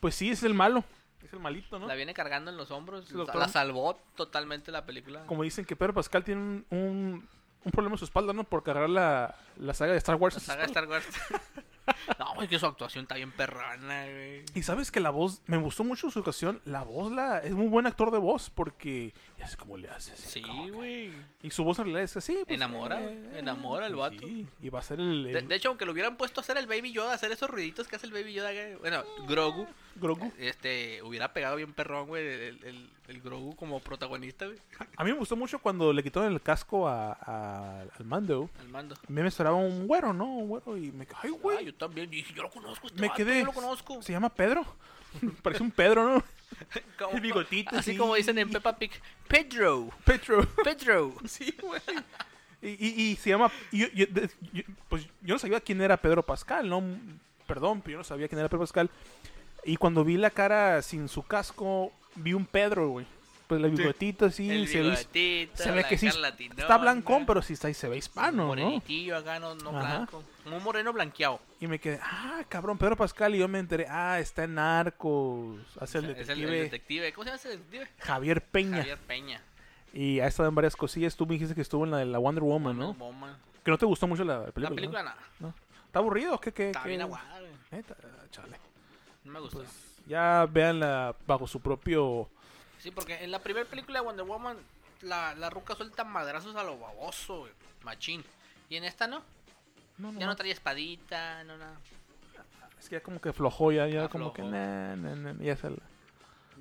Speaker 2: Pues sí, es el malo. Es el malito, ¿no?
Speaker 1: La viene cargando en los hombros.
Speaker 2: Sí, doctor.
Speaker 1: La salvó totalmente la película.
Speaker 2: Como dicen que Pedro Pascal tiene un, un, un problema en su espalda, ¿no? Por cargar la, la saga de Star Wars.
Speaker 1: La
Speaker 2: en su
Speaker 1: saga de
Speaker 2: espalda.
Speaker 1: Star
Speaker 2: <laughs>
Speaker 1: Wars. no, güey, que su actuación está bien perrana, güey.
Speaker 2: Y sabes que la voz, me gustó mucho su ocasión, la voz la es muy buen actor de voz porque ya sé cómo le haces.
Speaker 1: Sí,
Speaker 2: como que-
Speaker 1: güey.
Speaker 2: Y su voz en realidad es así.
Speaker 1: Enamora, enamora al vato.
Speaker 2: sí, y va a ser el, el
Speaker 1: De, de hecho, aunque lo hubieran puesto a hacer el Baby Yoda, hacer esos ruiditos que hace el Baby Yoda, güey, bueno, Grogu,
Speaker 2: Grogu.
Speaker 1: este, hubiera pegado bien perrón, güey, el, el- el Grogu como protagonista, güey,
Speaker 2: A mí me gustó mucho cuando le quitaron el casco a, a- al mando.
Speaker 1: al mando.
Speaker 2: A mí me esperaba un güero, ¿no? Un güero y me ay,
Speaker 1: Ah,
Speaker 2: güey.
Speaker 1: yo también, dije, yo lo conozco, este
Speaker 2: me
Speaker 1: vato,
Speaker 2: quedé.
Speaker 1: Yo lo conozco.
Speaker 2: Se llama Pedro. <laughs> Parece un Pedro, ¿no?
Speaker 1: Como-
Speaker 2: el bigotito,
Speaker 1: Así
Speaker 2: sí.
Speaker 1: como dicen en Peppa Pig, Pedro,
Speaker 2: Pedro.
Speaker 1: <laughs> Pedro.
Speaker 2: Sí, güey. Y, y- y se llama. y yo- yo- de- yo- pues yo no sabía quién era Pedro Pascal, ¿no? Perdón, pero yo no sabía quién era Pedro Pascal. Y cuando vi la cara sin su casco, vi un Pedro, güey. Pues el bigotito así,
Speaker 1: El
Speaker 2: se, ve,
Speaker 1: bigotito,
Speaker 2: se ve
Speaker 1: la
Speaker 2: que sí.
Speaker 1: cara latinona.
Speaker 2: Está blancón, pero sí está, se ve hispano, ¿no?
Speaker 1: Morenitillo acá, no, no
Speaker 2: Ajá.
Speaker 1: blanco. Un moreno blanqueado.
Speaker 2: Y me quedé, ah, cabrón, Pedro Pascal. Y yo me enteré, ah, está en Narcos. Hace el
Speaker 1: Es el,
Speaker 2: detective
Speaker 1: el detective. ¿Cómo se llama ese detective?
Speaker 2: Javier Peña.
Speaker 1: Javier Peña.
Speaker 2: Y ha estado en varias cosillas. Tú me dijiste que estuvo en la de la Wonder Woman, ¿no?
Speaker 1: Bomba.
Speaker 2: Que no te gustó mucho la película.
Speaker 1: La
Speaker 2: ¿no?
Speaker 1: película nada.
Speaker 2: ¿No? ¿Está aburrido? ¿Qué, qué,
Speaker 1: Está
Speaker 2: qué? Pues,
Speaker 1: bien aguada, güey.
Speaker 2: Neta, chale.
Speaker 1: No me gustó.
Speaker 2: Ya veanla bajo su propio.
Speaker 1: Sí, porque en la primera película de Wonder Woman, la, la ruca suelta madrazos a lo baboso, güey, machín. Y en esta no. Ya no
Speaker 2: más.
Speaker 1: trae espadita, no nada.
Speaker 2: Es que ya como que flojó, ya, ya
Speaker 1: Aflojó.
Speaker 2: como que. na, na, na, ya se la-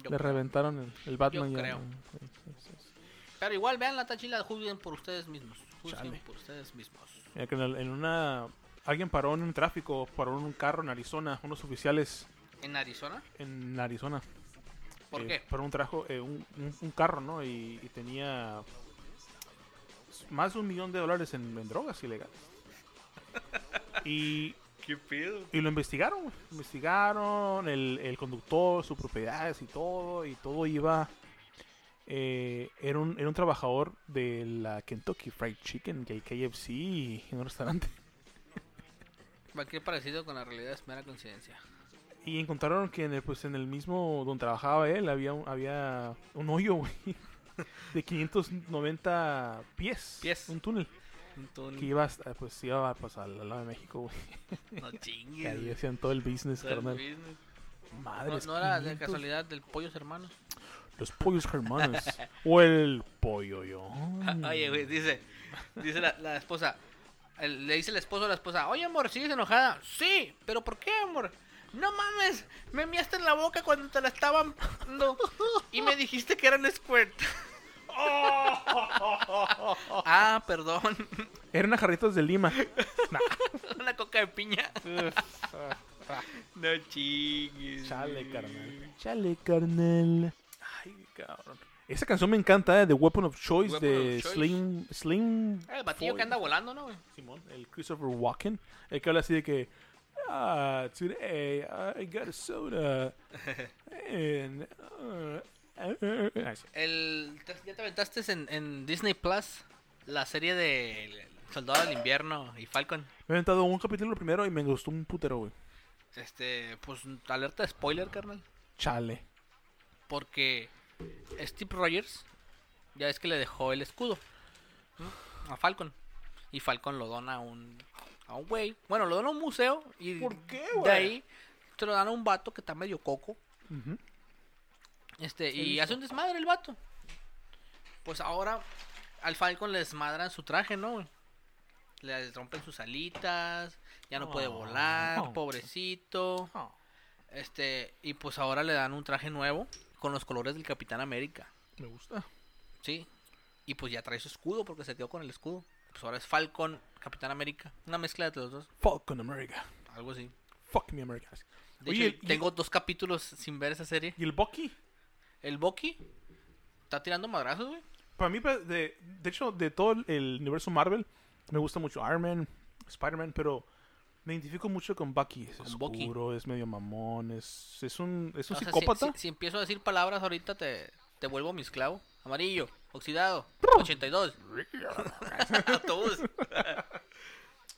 Speaker 1: Yo-
Speaker 2: le reventaron el, el Batman.
Speaker 1: Yo
Speaker 2: ya,
Speaker 1: creo.
Speaker 2: sí, sí, sí, sí.
Speaker 1: Pero igual, vean la tachila, juzguen por ustedes mismos. Juzguen
Speaker 2: Chale.
Speaker 1: por ustedes mismos.
Speaker 2: Mira que en, el- en una. Alguien paró en un tráfico, paró en un carro en Arizona, unos oficiales
Speaker 1: ¿En Arizona?
Speaker 2: en Arizona.
Speaker 1: ¿Por
Speaker 2: eh,
Speaker 1: qué?
Speaker 2: Paró un, trajo, eh, un, un- un carro, ¿no? Y, y tenía más de un millón de dólares en, en drogas ilegales. Y
Speaker 1: <laughs> ¿Qué pedo?
Speaker 2: Y lo investigaron, güey. Investigaron el, el conductor, sus propiedades y todo. Y todo iba. eh, era, un, era un trabajador de la Kentucky Fried Chicken, que el KFC, en un restaurante.
Speaker 1: Cualquier parecido con la realidad es mera coincidencia.
Speaker 2: Y encontraron que en el, pues, en el mismo donde trabajaba él había un, había <laughs> un hoyo, güey. De 590 pies.
Speaker 1: Pies.
Speaker 2: Un túnel.
Speaker 1: Un Tony.
Speaker 2: Que ibas, eh, pues iba a pasar al lado de México, güey.
Speaker 1: No
Speaker 2: Que ahí
Speaker 1: chingues.
Speaker 2: hacían todo el business,
Speaker 1: Todo el
Speaker 2: carnal.
Speaker 1: business.
Speaker 2: Madre
Speaker 1: No, no era de casualidad del Pollos Hermanos.
Speaker 2: Los pollos
Speaker 1: <laughs>
Speaker 2: hermanos. o el pollo yo.
Speaker 1: Oye, güey, dice, dice la, la esposa. el- le dice el esposo a la esposa, oye amor, ¿sigues enojada? Sí, pero ¿por qué amor? No mames, me miaste en la boca cuando te la estaban dando y me dijiste que eran squirt.
Speaker 2: <laughs>
Speaker 1: ah, perdón, <laughs>
Speaker 2: Era una jarrita de Lima.
Speaker 1: una coca de
Speaker 2: <laughs>
Speaker 1: piña. No chingues.
Speaker 2: Chale,
Speaker 1: güey.
Speaker 2: carnal. Chale, carnal. Ay, cabrón. Esa canción me encanta, eh, The Weapon of Choice
Speaker 1: Weapon
Speaker 2: de
Speaker 1: of Choice.
Speaker 2: Slim. Slim.
Speaker 1: Ah, El batillo
Speaker 2: Floyd.
Speaker 1: que anda volando, ¿no, güey?
Speaker 2: Simón, el Christopher Walken. El que habla así de que. Ah, today I got
Speaker 1: <laughs>
Speaker 2: a soda. And. uh, uh, uh". Ah, sí.
Speaker 1: El, te- ya te aventaste en, en Disney Plus la serie de El Soldado del Invierno y Falcon.
Speaker 2: Me he aventado un capítulo primero y me gustó un putero, güey.
Speaker 1: Este, pues alerta de spoiler, carnal.
Speaker 2: Chale.
Speaker 1: Porque Steve Rogers ya es que le dejó el escudo ¿no? a Falcon. Y Falcon lo dona a un a un güey. Bueno, lo dona a un museo y
Speaker 2: ¿Por qué,
Speaker 1: de
Speaker 2: güey?
Speaker 1: ahí te lo dan a un vato que está medio coco.
Speaker 2: Ujú.
Speaker 1: Este, y hace un desmadre el vato. Pues ahora al Falcon le desmadran su traje, ¿no? güey? Le rompen sus alitas, ya no puede
Speaker 2: Oh.
Speaker 1: volar, pobrecito.
Speaker 2: Ah.
Speaker 1: Este, y pues ahora le dan un traje nuevo con los colores del Capitán América,
Speaker 2: Me gusta.
Speaker 1: ¿sí? Y pues ya trae su escudo porque se quedó con el escudo. Pues ahora es Falcon, Capitán América, una mezcla de los dos,
Speaker 2: Falcon America.
Speaker 1: algo así.
Speaker 2: Fuck me America.
Speaker 1: De
Speaker 2: Oye,
Speaker 1: hecho,
Speaker 2: y-
Speaker 1: tengo dos capítulos sin ver esa serie.
Speaker 2: ¿Y el Bucky?
Speaker 1: El Bucky está tirando madrazos, güey.
Speaker 2: Para mí, pa- de, de hecho, de todo el- el universo Marvel, me gusta mucho Iron Man, Spider-Man, pero me identifico mucho con Bucky. Es
Speaker 1: Con Bucky.
Speaker 2: oscuro, es medio mamón, es, es un, es un
Speaker 1: O sea, si-
Speaker 2: psicópata.
Speaker 1: si, si empiezo a decir palabras ahorita te, te vuelvo mi esclavo. Amarillo, oxidado, <laughs> 82. Autobús.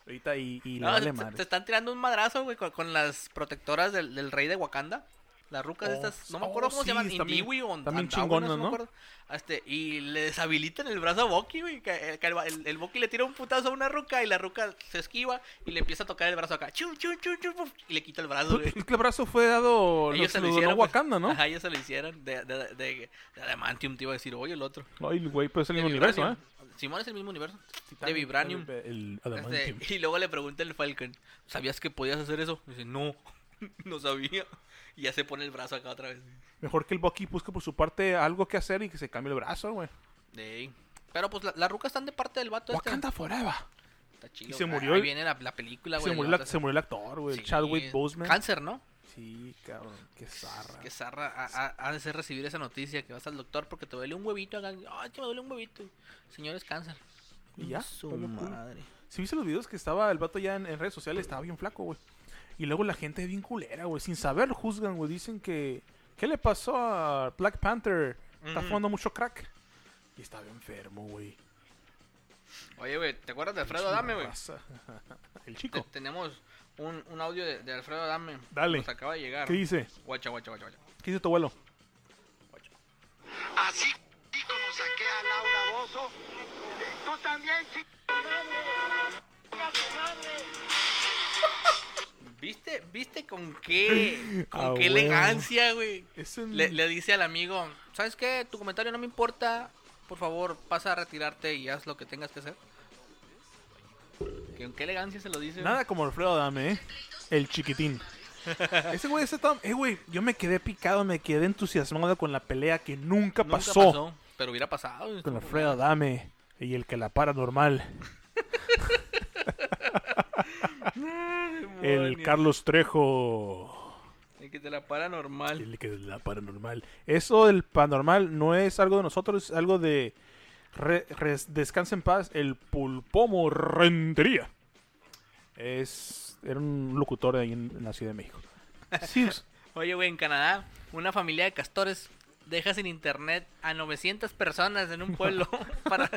Speaker 2: Ahorita y, y le
Speaker 1: No,
Speaker 2: vale
Speaker 1: te,
Speaker 2: madre.
Speaker 1: te están tirando un madrazo, güey, con, con las protectoras del, del rey de Wakanda. Las rucas
Speaker 2: Oh,
Speaker 1: estas, no me
Speaker 2: oh,
Speaker 1: acuerdo cómo
Speaker 2: sí,
Speaker 1: se llaman,
Speaker 2: también-
Speaker 1: Indiwi o
Speaker 2: también
Speaker 1: Andawa,
Speaker 2: chingonas,
Speaker 1: me
Speaker 2: ¿no?
Speaker 1: acuerdo. Este, y le deshabilitan el brazo a Bucky, güey. que- que el, el- el Bucky le tira un putazo a una ruca y la ruca se esquiva y le empieza a tocar el brazo acá. Chum, chum, chum, chum, puf, y le quita el brazo, güey.
Speaker 2: el brazo fue dado
Speaker 1: Ellos se
Speaker 2: se
Speaker 1: lo
Speaker 2: <laughs> lo
Speaker 1: hicieron.
Speaker 2: donó
Speaker 1: pues.
Speaker 2: Wakanda, ¿no?
Speaker 1: Ajá, ellos se lo hicieron. De, de, de, de, de Adamantium te iba a decir, oye, el otro.
Speaker 2: Ay, el güey, pues es el mismo
Speaker 1: De
Speaker 2: universo, ¿eh?
Speaker 1: Vibranium. Simón es el mismo universo. de Vibranium.
Speaker 2: El, el
Speaker 1: Este,
Speaker 2: adamantium.
Speaker 1: <laughs> y luego le pregunta el Falcon, ¿sabías que podías hacer eso? Y dice, no, <laughs> no sabía. Y ya se pone el brazo acá otra vez.
Speaker 2: Mejor que el Bucky busque por su parte algo que hacer y que se cambie el brazo, güey.
Speaker 1: Ey. Pero pues la- las rucas están de parte del vato este.
Speaker 2: Wakanda forever.
Speaker 1: Está chido.
Speaker 2: Y se
Speaker 1: Ah,
Speaker 2: murió
Speaker 1: Ahí
Speaker 2: el-
Speaker 1: viene la, la película, güey.
Speaker 2: Se
Speaker 1: el
Speaker 2: murió, la-
Speaker 1: vato
Speaker 2: se murió el actor, güey.
Speaker 1: ese.
Speaker 2: el
Speaker 1: Sí,
Speaker 2: Chadwick Boseman. Ah.
Speaker 1: Cáncer, ¿no?
Speaker 2: Sí, cabrón. Qué zarra.
Speaker 1: Que zarra ha, ha- ha de ser recibir esa noticia que vas al doctor porque te duele un huevito. acá. Ay, que me duele un huevito. Señor, es cáncer.
Speaker 2: Y ya.
Speaker 1: Su
Speaker 2: fue lo cool.
Speaker 1: madre.
Speaker 2: Si viste los videos que estaba el vato ya en, en redes sociales, estaba bien flaco, güey. Y luego la gente bien culera, güey. Sin saber juzgan, güey. Dicen que. ¿Qué le pasó a Black Panther? Está fumando mucho crack. Y estaba enfermo, güey.
Speaker 1: Oye, güey, ¿te acuerdas de Alfredo Adame, güey?
Speaker 2: Raza. <laughs> El
Speaker 1: Te-
Speaker 2: chico.
Speaker 1: tenemos un, un audio de, de Alfredo Adame.
Speaker 2: Dale.
Speaker 1: Nos acaba de llegar.
Speaker 2: ¿Qué dice?
Speaker 1: Guacha, guacha, guacha, guacha.
Speaker 2: ¿Qué dice tu abuelo?
Speaker 7: Así y como saqué a Laura Bozo, tú también, chico.
Speaker 1: ¿Viste, viste con
Speaker 2: <laughs>
Speaker 1: qué, con
Speaker 2: Ah,
Speaker 1: qué
Speaker 2: huevo.
Speaker 1: elegancia, güey?
Speaker 2: Es un-
Speaker 1: Le, le dice al amigo, ¿sabes qué? Tu comentario no me importa. Por favor, pasa a retirarte y haz lo que tengas que hacer. Que con qué elegancia se lo dice. güey.
Speaker 2: Nada como Alfredo Adame, ¿eh? El
Speaker 1: <laughs>
Speaker 2: chiquitín. Ese güey, ese Tom. Eh, güey, yo me quedé picado, me quedé entusiasmado con la pelea que
Speaker 1: Nunca
Speaker 2: nunca, pasó,
Speaker 1: Pero hubiera pasado. güey. <laughs>
Speaker 2: con Alfredo Adame y el que la para normal. el
Speaker 1: Demonios.
Speaker 2: Carlos Trejo.
Speaker 1: El que te la para normal.
Speaker 2: El que la paranormal. Eso del paranormal no es algo de nosotros, es algo de. re- res- descansa en paz, el Pulpomo Rentería. Es, era un locutor ahí en, en la Ciudad de México. Sí,
Speaker 1: <laughs>
Speaker 2: es-
Speaker 1: Oye, güey, en Canadá, una familia de castores deja sin internet a 900 personas en un pueblo
Speaker 2: <laughs>
Speaker 1: <laughs> para...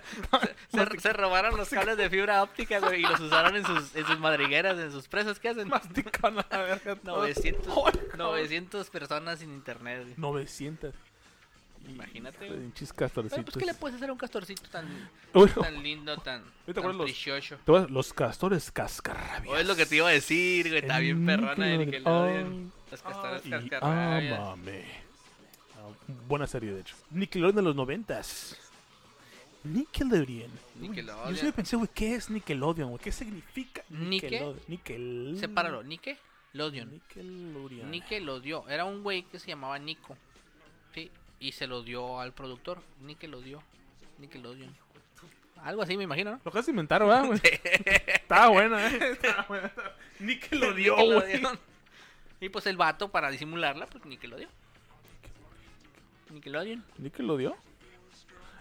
Speaker 1: se, se- se robaron los cables de fibra óptica, güey, y los usaron en sus, en sus madrigueras, en sus presas. ¿Qué hacen?
Speaker 2: mastican a la verga todo.
Speaker 1: 900,
Speaker 2: Ay, cabrón.
Speaker 1: 900 personas sin internet, güey.
Speaker 2: 900.
Speaker 1: Imagínate. güey.
Speaker 2: Pinches
Speaker 1: Pero,
Speaker 2: castorcitos.
Speaker 1: pues, ¿qué le puedes hacer a un castorcito tan,
Speaker 2: Bueno.
Speaker 1: tan lindo, tan,
Speaker 2: te
Speaker 1: tan
Speaker 2: acuerdas los-
Speaker 1: precioso?
Speaker 2: Te vas- Los castores cascarrabias.
Speaker 1: O es lo que te iba a decir, güey. Está
Speaker 2: El
Speaker 1: bien perrona de
Speaker 2: núcleo
Speaker 1: que
Speaker 2: del-
Speaker 1: le odien las castañas
Speaker 2: Y
Speaker 1: cascarrabias.
Speaker 2: ámame. Ah, Buena serie, de hecho. Nickelodeon de los noventas. Nickelodeon. Uy,
Speaker 1: Nickelodeon.
Speaker 2: Yo siempre pensé, güey, ¿qué es Nickelodeon? güey? ¿Qué significa
Speaker 1: ¿Nique?
Speaker 2: Nickelodeon? Nickel...
Speaker 1: Sepáralo, Nike, Lodion.
Speaker 2: Nickelodeon.
Speaker 1: Nike lo dio. Era un güey que se llamaba Nico. Sí. Y se lo dio al productor. Nike lo dio. Nike lo dio. Algo así me imagino, ¿no?
Speaker 2: Lo acabas de inventar,
Speaker 1: <laughs>
Speaker 2: ¿verdad, güey? Estaba buena, ¿eh? Estaba buena. Nickelodeon, güey.
Speaker 1: Nickelodeon. <laughs> Y pues el vato, para disimularla, pues Nike lo dio. Nickelodeon.
Speaker 2: Nickelodeon.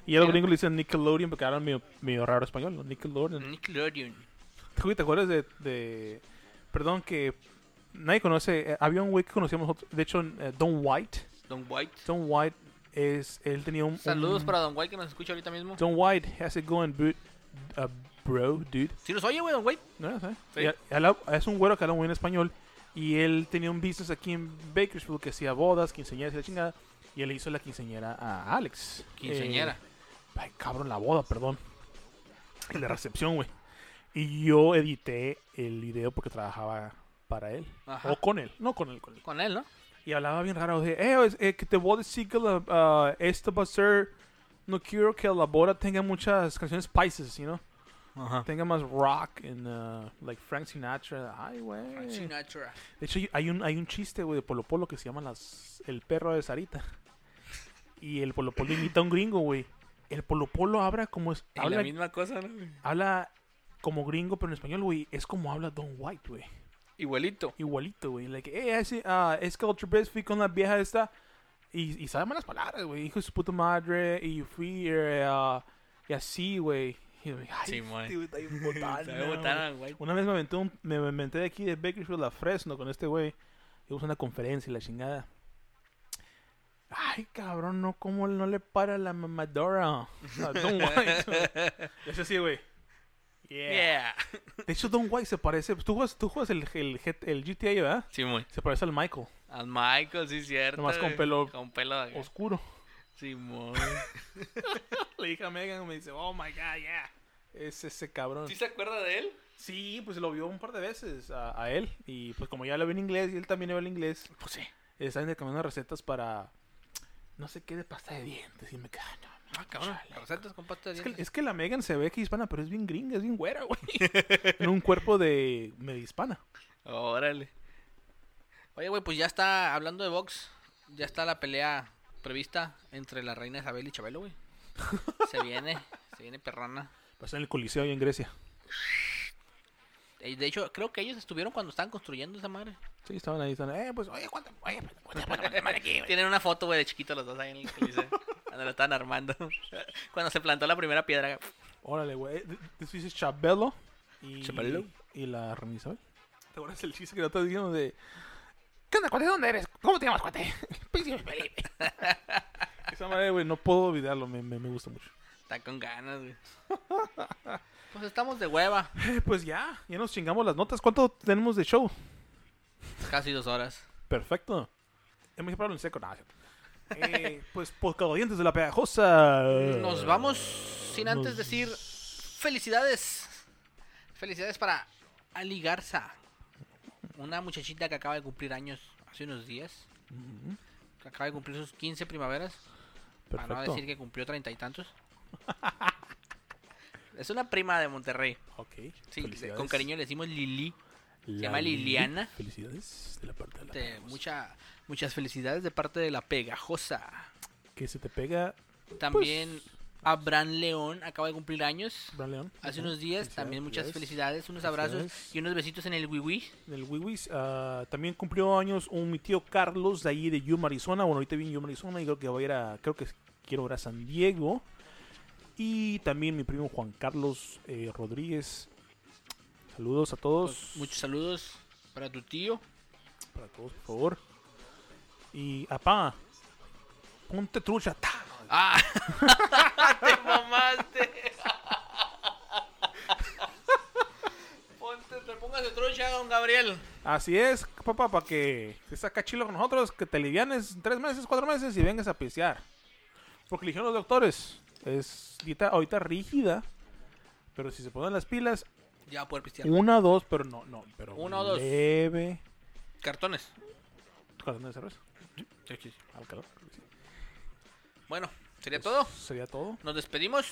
Speaker 2: Y a los
Speaker 1: Mira.
Speaker 2: gringos le dicen Nickelodeon porque hablan medio, medio raro español. ¿no? Nickelodeon.
Speaker 1: Nickelodeon.
Speaker 2: Güey, ¿te acuerdas de, de- Perdón, que nadie conoce. eh, había un güey que conocíamos nosotros. De hecho, eh, Don White.
Speaker 1: Don White.
Speaker 2: Don White es. Él tenía un.
Speaker 1: Saludos
Speaker 2: un-
Speaker 1: para Don White que nos escucha ahorita mismo.
Speaker 2: Don White, how's it going, bu- uh, bro, dude?
Speaker 1: Si nos oye, güey, Don White.
Speaker 2: No, no sé.
Speaker 1: Sí.
Speaker 2: Y a- habla- es un güero que habla muy bien español. Y él tenía un business aquí en Bakersfield que hacía bodas, quinceañeras y la chingada. Y él le hizo la quinceañera a Alex.
Speaker 1: Quinceañera.
Speaker 2: Eh, ay, cabrón, la boda, perdón. La recepción, güey. Y yo edité el video porque trabajaba para él.
Speaker 1: Ajá.
Speaker 2: O con él. No con él, con él.
Speaker 1: Con él, ¿no?
Speaker 2: Y hablaba bien raro. De, eh, es- eh, que te voy a decir que la, ah, esta va a ser... No quiero que la boda tenga muchas canciones spices, you know?
Speaker 1: Ajá.
Speaker 2: Tenga más rock en ah, like Frank Sinatra. Ay, güey.
Speaker 1: Sinatra.
Speaker 2: De hecho, hay un, hay un chiste, güey, de Polo Polo que se llama las, El perro de Sarita. Y el Polo Polo imita a un gringo, güey. El Polo Polo habla como es.
Speaker 1: Y la
Speaker 2: Habla,
Speaker 1: misma cosa, ¿no?
Speaker 2: habla como gringo, pero en español, güey. Es como habla Don White, güey.
Speaker 1: Igualito.
Speaker 2: Igualito, güey. Like, hey, ese, ah, es que otra vez fui con la vieja esta. Y, y sabe malas palabras, güey. Hijo de su puta madre. Y fui, eh, ah, y así, güey. Y yo, ay,
Speaker 1: Sí, güey.
Speaker 2: este güey está bien botana,
Speaker 1: Sabe
Speaker 2: güey.
Speaker 1: botar a White.
Speaker 2: Una vez me aventé, un- me aventé de aquí de Bakersfield a Fresno con este güey. Íbamos a una conferencia y la chingada. Ay, cabrón, no, cómo no le para la mamadora. <laughs> A Don White. es así, güey. Yeah.
Speaker 1: Yeah.
Speaker 2: De hecho, Don White se parece. Tú juegas, tú juegas el, el, G- el GTA, ¿verdad?
Speaker 1: Sí, muy.
Speaker 2: Se parece al Michael.
Speaker 1: Al Michael, sí, cierto.
Speaker 2: Nomás con
Speaker 1: güey.
Speaker 2: pelo
Speaker 1: Con pelo acá.
Speaker 2: Oscuro.
Speaker 1: Simón.
Speaker 2: <laughs> Le dije a Megan, me dice, oh my god, yeah. Es ese cabrón.
Speaker 1: ¿Sí se acuerda de él?
Speaker 2: Sí, pues lo vio un par de veces a, a él. Y pues como ya lo ve en inglés y él también lo ve en inglés.
Speaker 1: Pues sí.
Speaker 2: Están intercambiando recetas para no sé qué de pasta de dientes. Y me queda, no, no,
Speaker 1: Ah, cabrón.
Speaker 2: chale.
Speaker 1: Las recetas con pasta de
Speaker 2: Es que,
Speaker 1: dientes.
Speaker 2: es que la Megan se ve que hispana, pero es bien gringa, es bien güera, <laughs> güey. en un cuerpo de medio hispana.
Speaker 1: Órale. Oye, güey, pues ya está, hablando de box, ya está la pelea prevista entre la reina Isabel y Chabelo, güey. Se viene, <laughs> se viene perrana.
Speaker 2: Va a ser en el Coliseo y en Grecia.
Speaker 1: Eh, De hecho, creo que ellos estuvieron cuando estaban construyendo esa <laughs> madre.
Speaker 2: Sí, estaban ahí, estaban, eh, pues, oye, ¿cuánto? Oye, ¿cuánto? cuánto- madre aquí, güey?"
Speaker 1: Tienen una foto, güey, de chiquitos los dos ahí en el <laughs> coliseo. cuando lo estaban armando. cuando se plantó la primera piedra.
Speaker 2: Órale, güey. Eh, This is Chabelo. Y,
Speaker 1: Chabelo.
Speaker 2: Y la Reina Isabel. ¿Te acuerdas el chiste que nosotros dijimos de... ¿Qué onda, cuate? ¿Dónde eres? ¿Cómo te llamas, cuate? <laughs> Príncipe Felipe. Esa madre, güey, no puedo olvidarlo. Me, me, me gusta mucho.
Speaker 1: Está con ganas, <laughs> güey. Pues estamos de hueva.
Speaker 2: Eh, Pues ya, ya nos chingamos las notas. ¿Cuánto tenemos de show?
Speaker 1: Casi dos horas.
Speaker 2: Perfecto. Hemos preparado un seco, nada. es cierto. Eh, <laughs> pues dientes de la pegajosa.
Speaker 1: Nos vamos sin antes
Speaker 2: Eh, nos-
Speaker 1: decir felicidades. Felicidades para Ali Garza. Una muchachita que acaba de cumplir años hace unos días. Que acaba de cumplir sus 15 primaveras. Para no
Speaker 2: Perfecto.
Speaker 1: decir que cumplió treinta y tantos. <laughs> es una prima de Monterrey.
Speaker 2: Ok.
Speaker 1: Sí,
Speaker 2: felicidades.
Speaker 1: con cariño le decimos Lili.
Speaker 2: La
Speaker 1: llama
Speaker 2: Lili.
Speaker 1: Liliana.
Speaker 2: Felicidades de la parte de la
Speaker 1: Te-
Speaker 2: pegajosa.
Speaker 1: mucha, muchas felicidades de parte de la pegajosa.
Speaker 2: Que se te pega,
Speaker 1: También
Speaker 2: Pues
Speaker 1: Abraham León acaba de cumplir años.
Speaker 2: Bran León.
Speaker 1: Hace unos días,
Speaker 2: Felicidades,
Speaker 1: también muchas felicidades, unos abrazos
Speaker 2: Felicidades.
Speaker 1: y unos besitos en el wiwi.
Speaker 2: Del Wiwis. ah, también cumplió años un mi tío Carlos de ahí de Yuma, Arizona. Bueno, ahorita vive en Yuma, Arizona y creo que va a ir a. Creo que quiero ir a San Diego. Y también mi primo Juan Carlos eh, Rodríguez. Saludos a todos.
Speaker 1: Muchos saludos para tu tío.
Speaker 2: Para todos, por favor. Y apá. Ponte trucha. ta.
Speaker 1: ¡Ah!
Speaker 2: <laughs>
Speaker 1: ¡Te mamaste! Ponte, póngase trucha, don Gabriel.
Speaker 2: Así es, papá, para que te saca chilo con nosotros, que te livianes tres meses, cuatro meses y vengas a pisear. Porque le dijeron los doctores, es dieta ahorita rígida, pero si se ponen las pilas,
Speaker 1: Ya va a poder pistear.
Speaker 2: una o dos, pero no, no, pero
Speaker 1: Una o dos.
Speaker 2: leve.
Speaker 1: Cartones.
Speaker 2: ¿Cartón de cerveza? Al calor.
Speaker 1: Bueno, sería
Speaker 2: Pues.
Speaker 1: todo.
Speaker 2: Sería todo.
Speaker 1: Nos despedimos.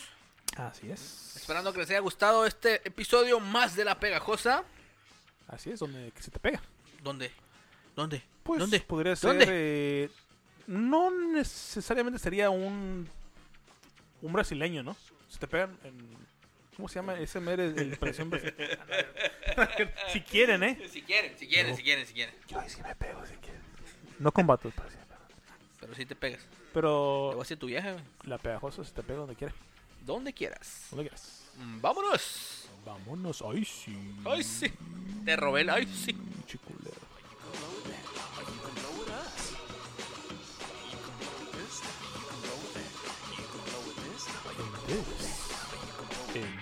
Speaker 2: Así es.
Speaker 1: Esperando que les haya gustado este episodio más de la pegajosa.
Speaker 2: Así es, donde que se te pega.
Speaker 1: ¿Dónde? ¿Dónde?
Speaker 2: Pues
Speaker 1: ¿Dónde?
Speaker 2: podría ser.
Speaker 1: ¿Dónde?
Speaker 2: eh, no necesariamente sería un. Un brasileño, ¿no? Se te pegan en. ¿Cómo se llama? Ese mere el <laughs> presión brasileña. si quieren, ¿eh?
Speaker 1: Si quieren, si quieren, si quieren, si quieren.
Speaker 2: Yo sí me pego si quieren. No combato, pero sí me pego.
Speaker 1: Pero si te pegas. Te
Speaker 2: Pero
Speaker 1: voy a hacer tu viaje, güey.
Speaker 2: la pegajosa se te pega donde quieras.
Speaker 1: Donde quieras.
Speaker 2: Donde quieras.
Speaker 1: Mm, Vámonos.
Speaker 2: Vámonos. Ay, sí.
Speaker 1: Ay, sí. Te robé el. Ay, sí.
Speaker 2: chiculero. En this, en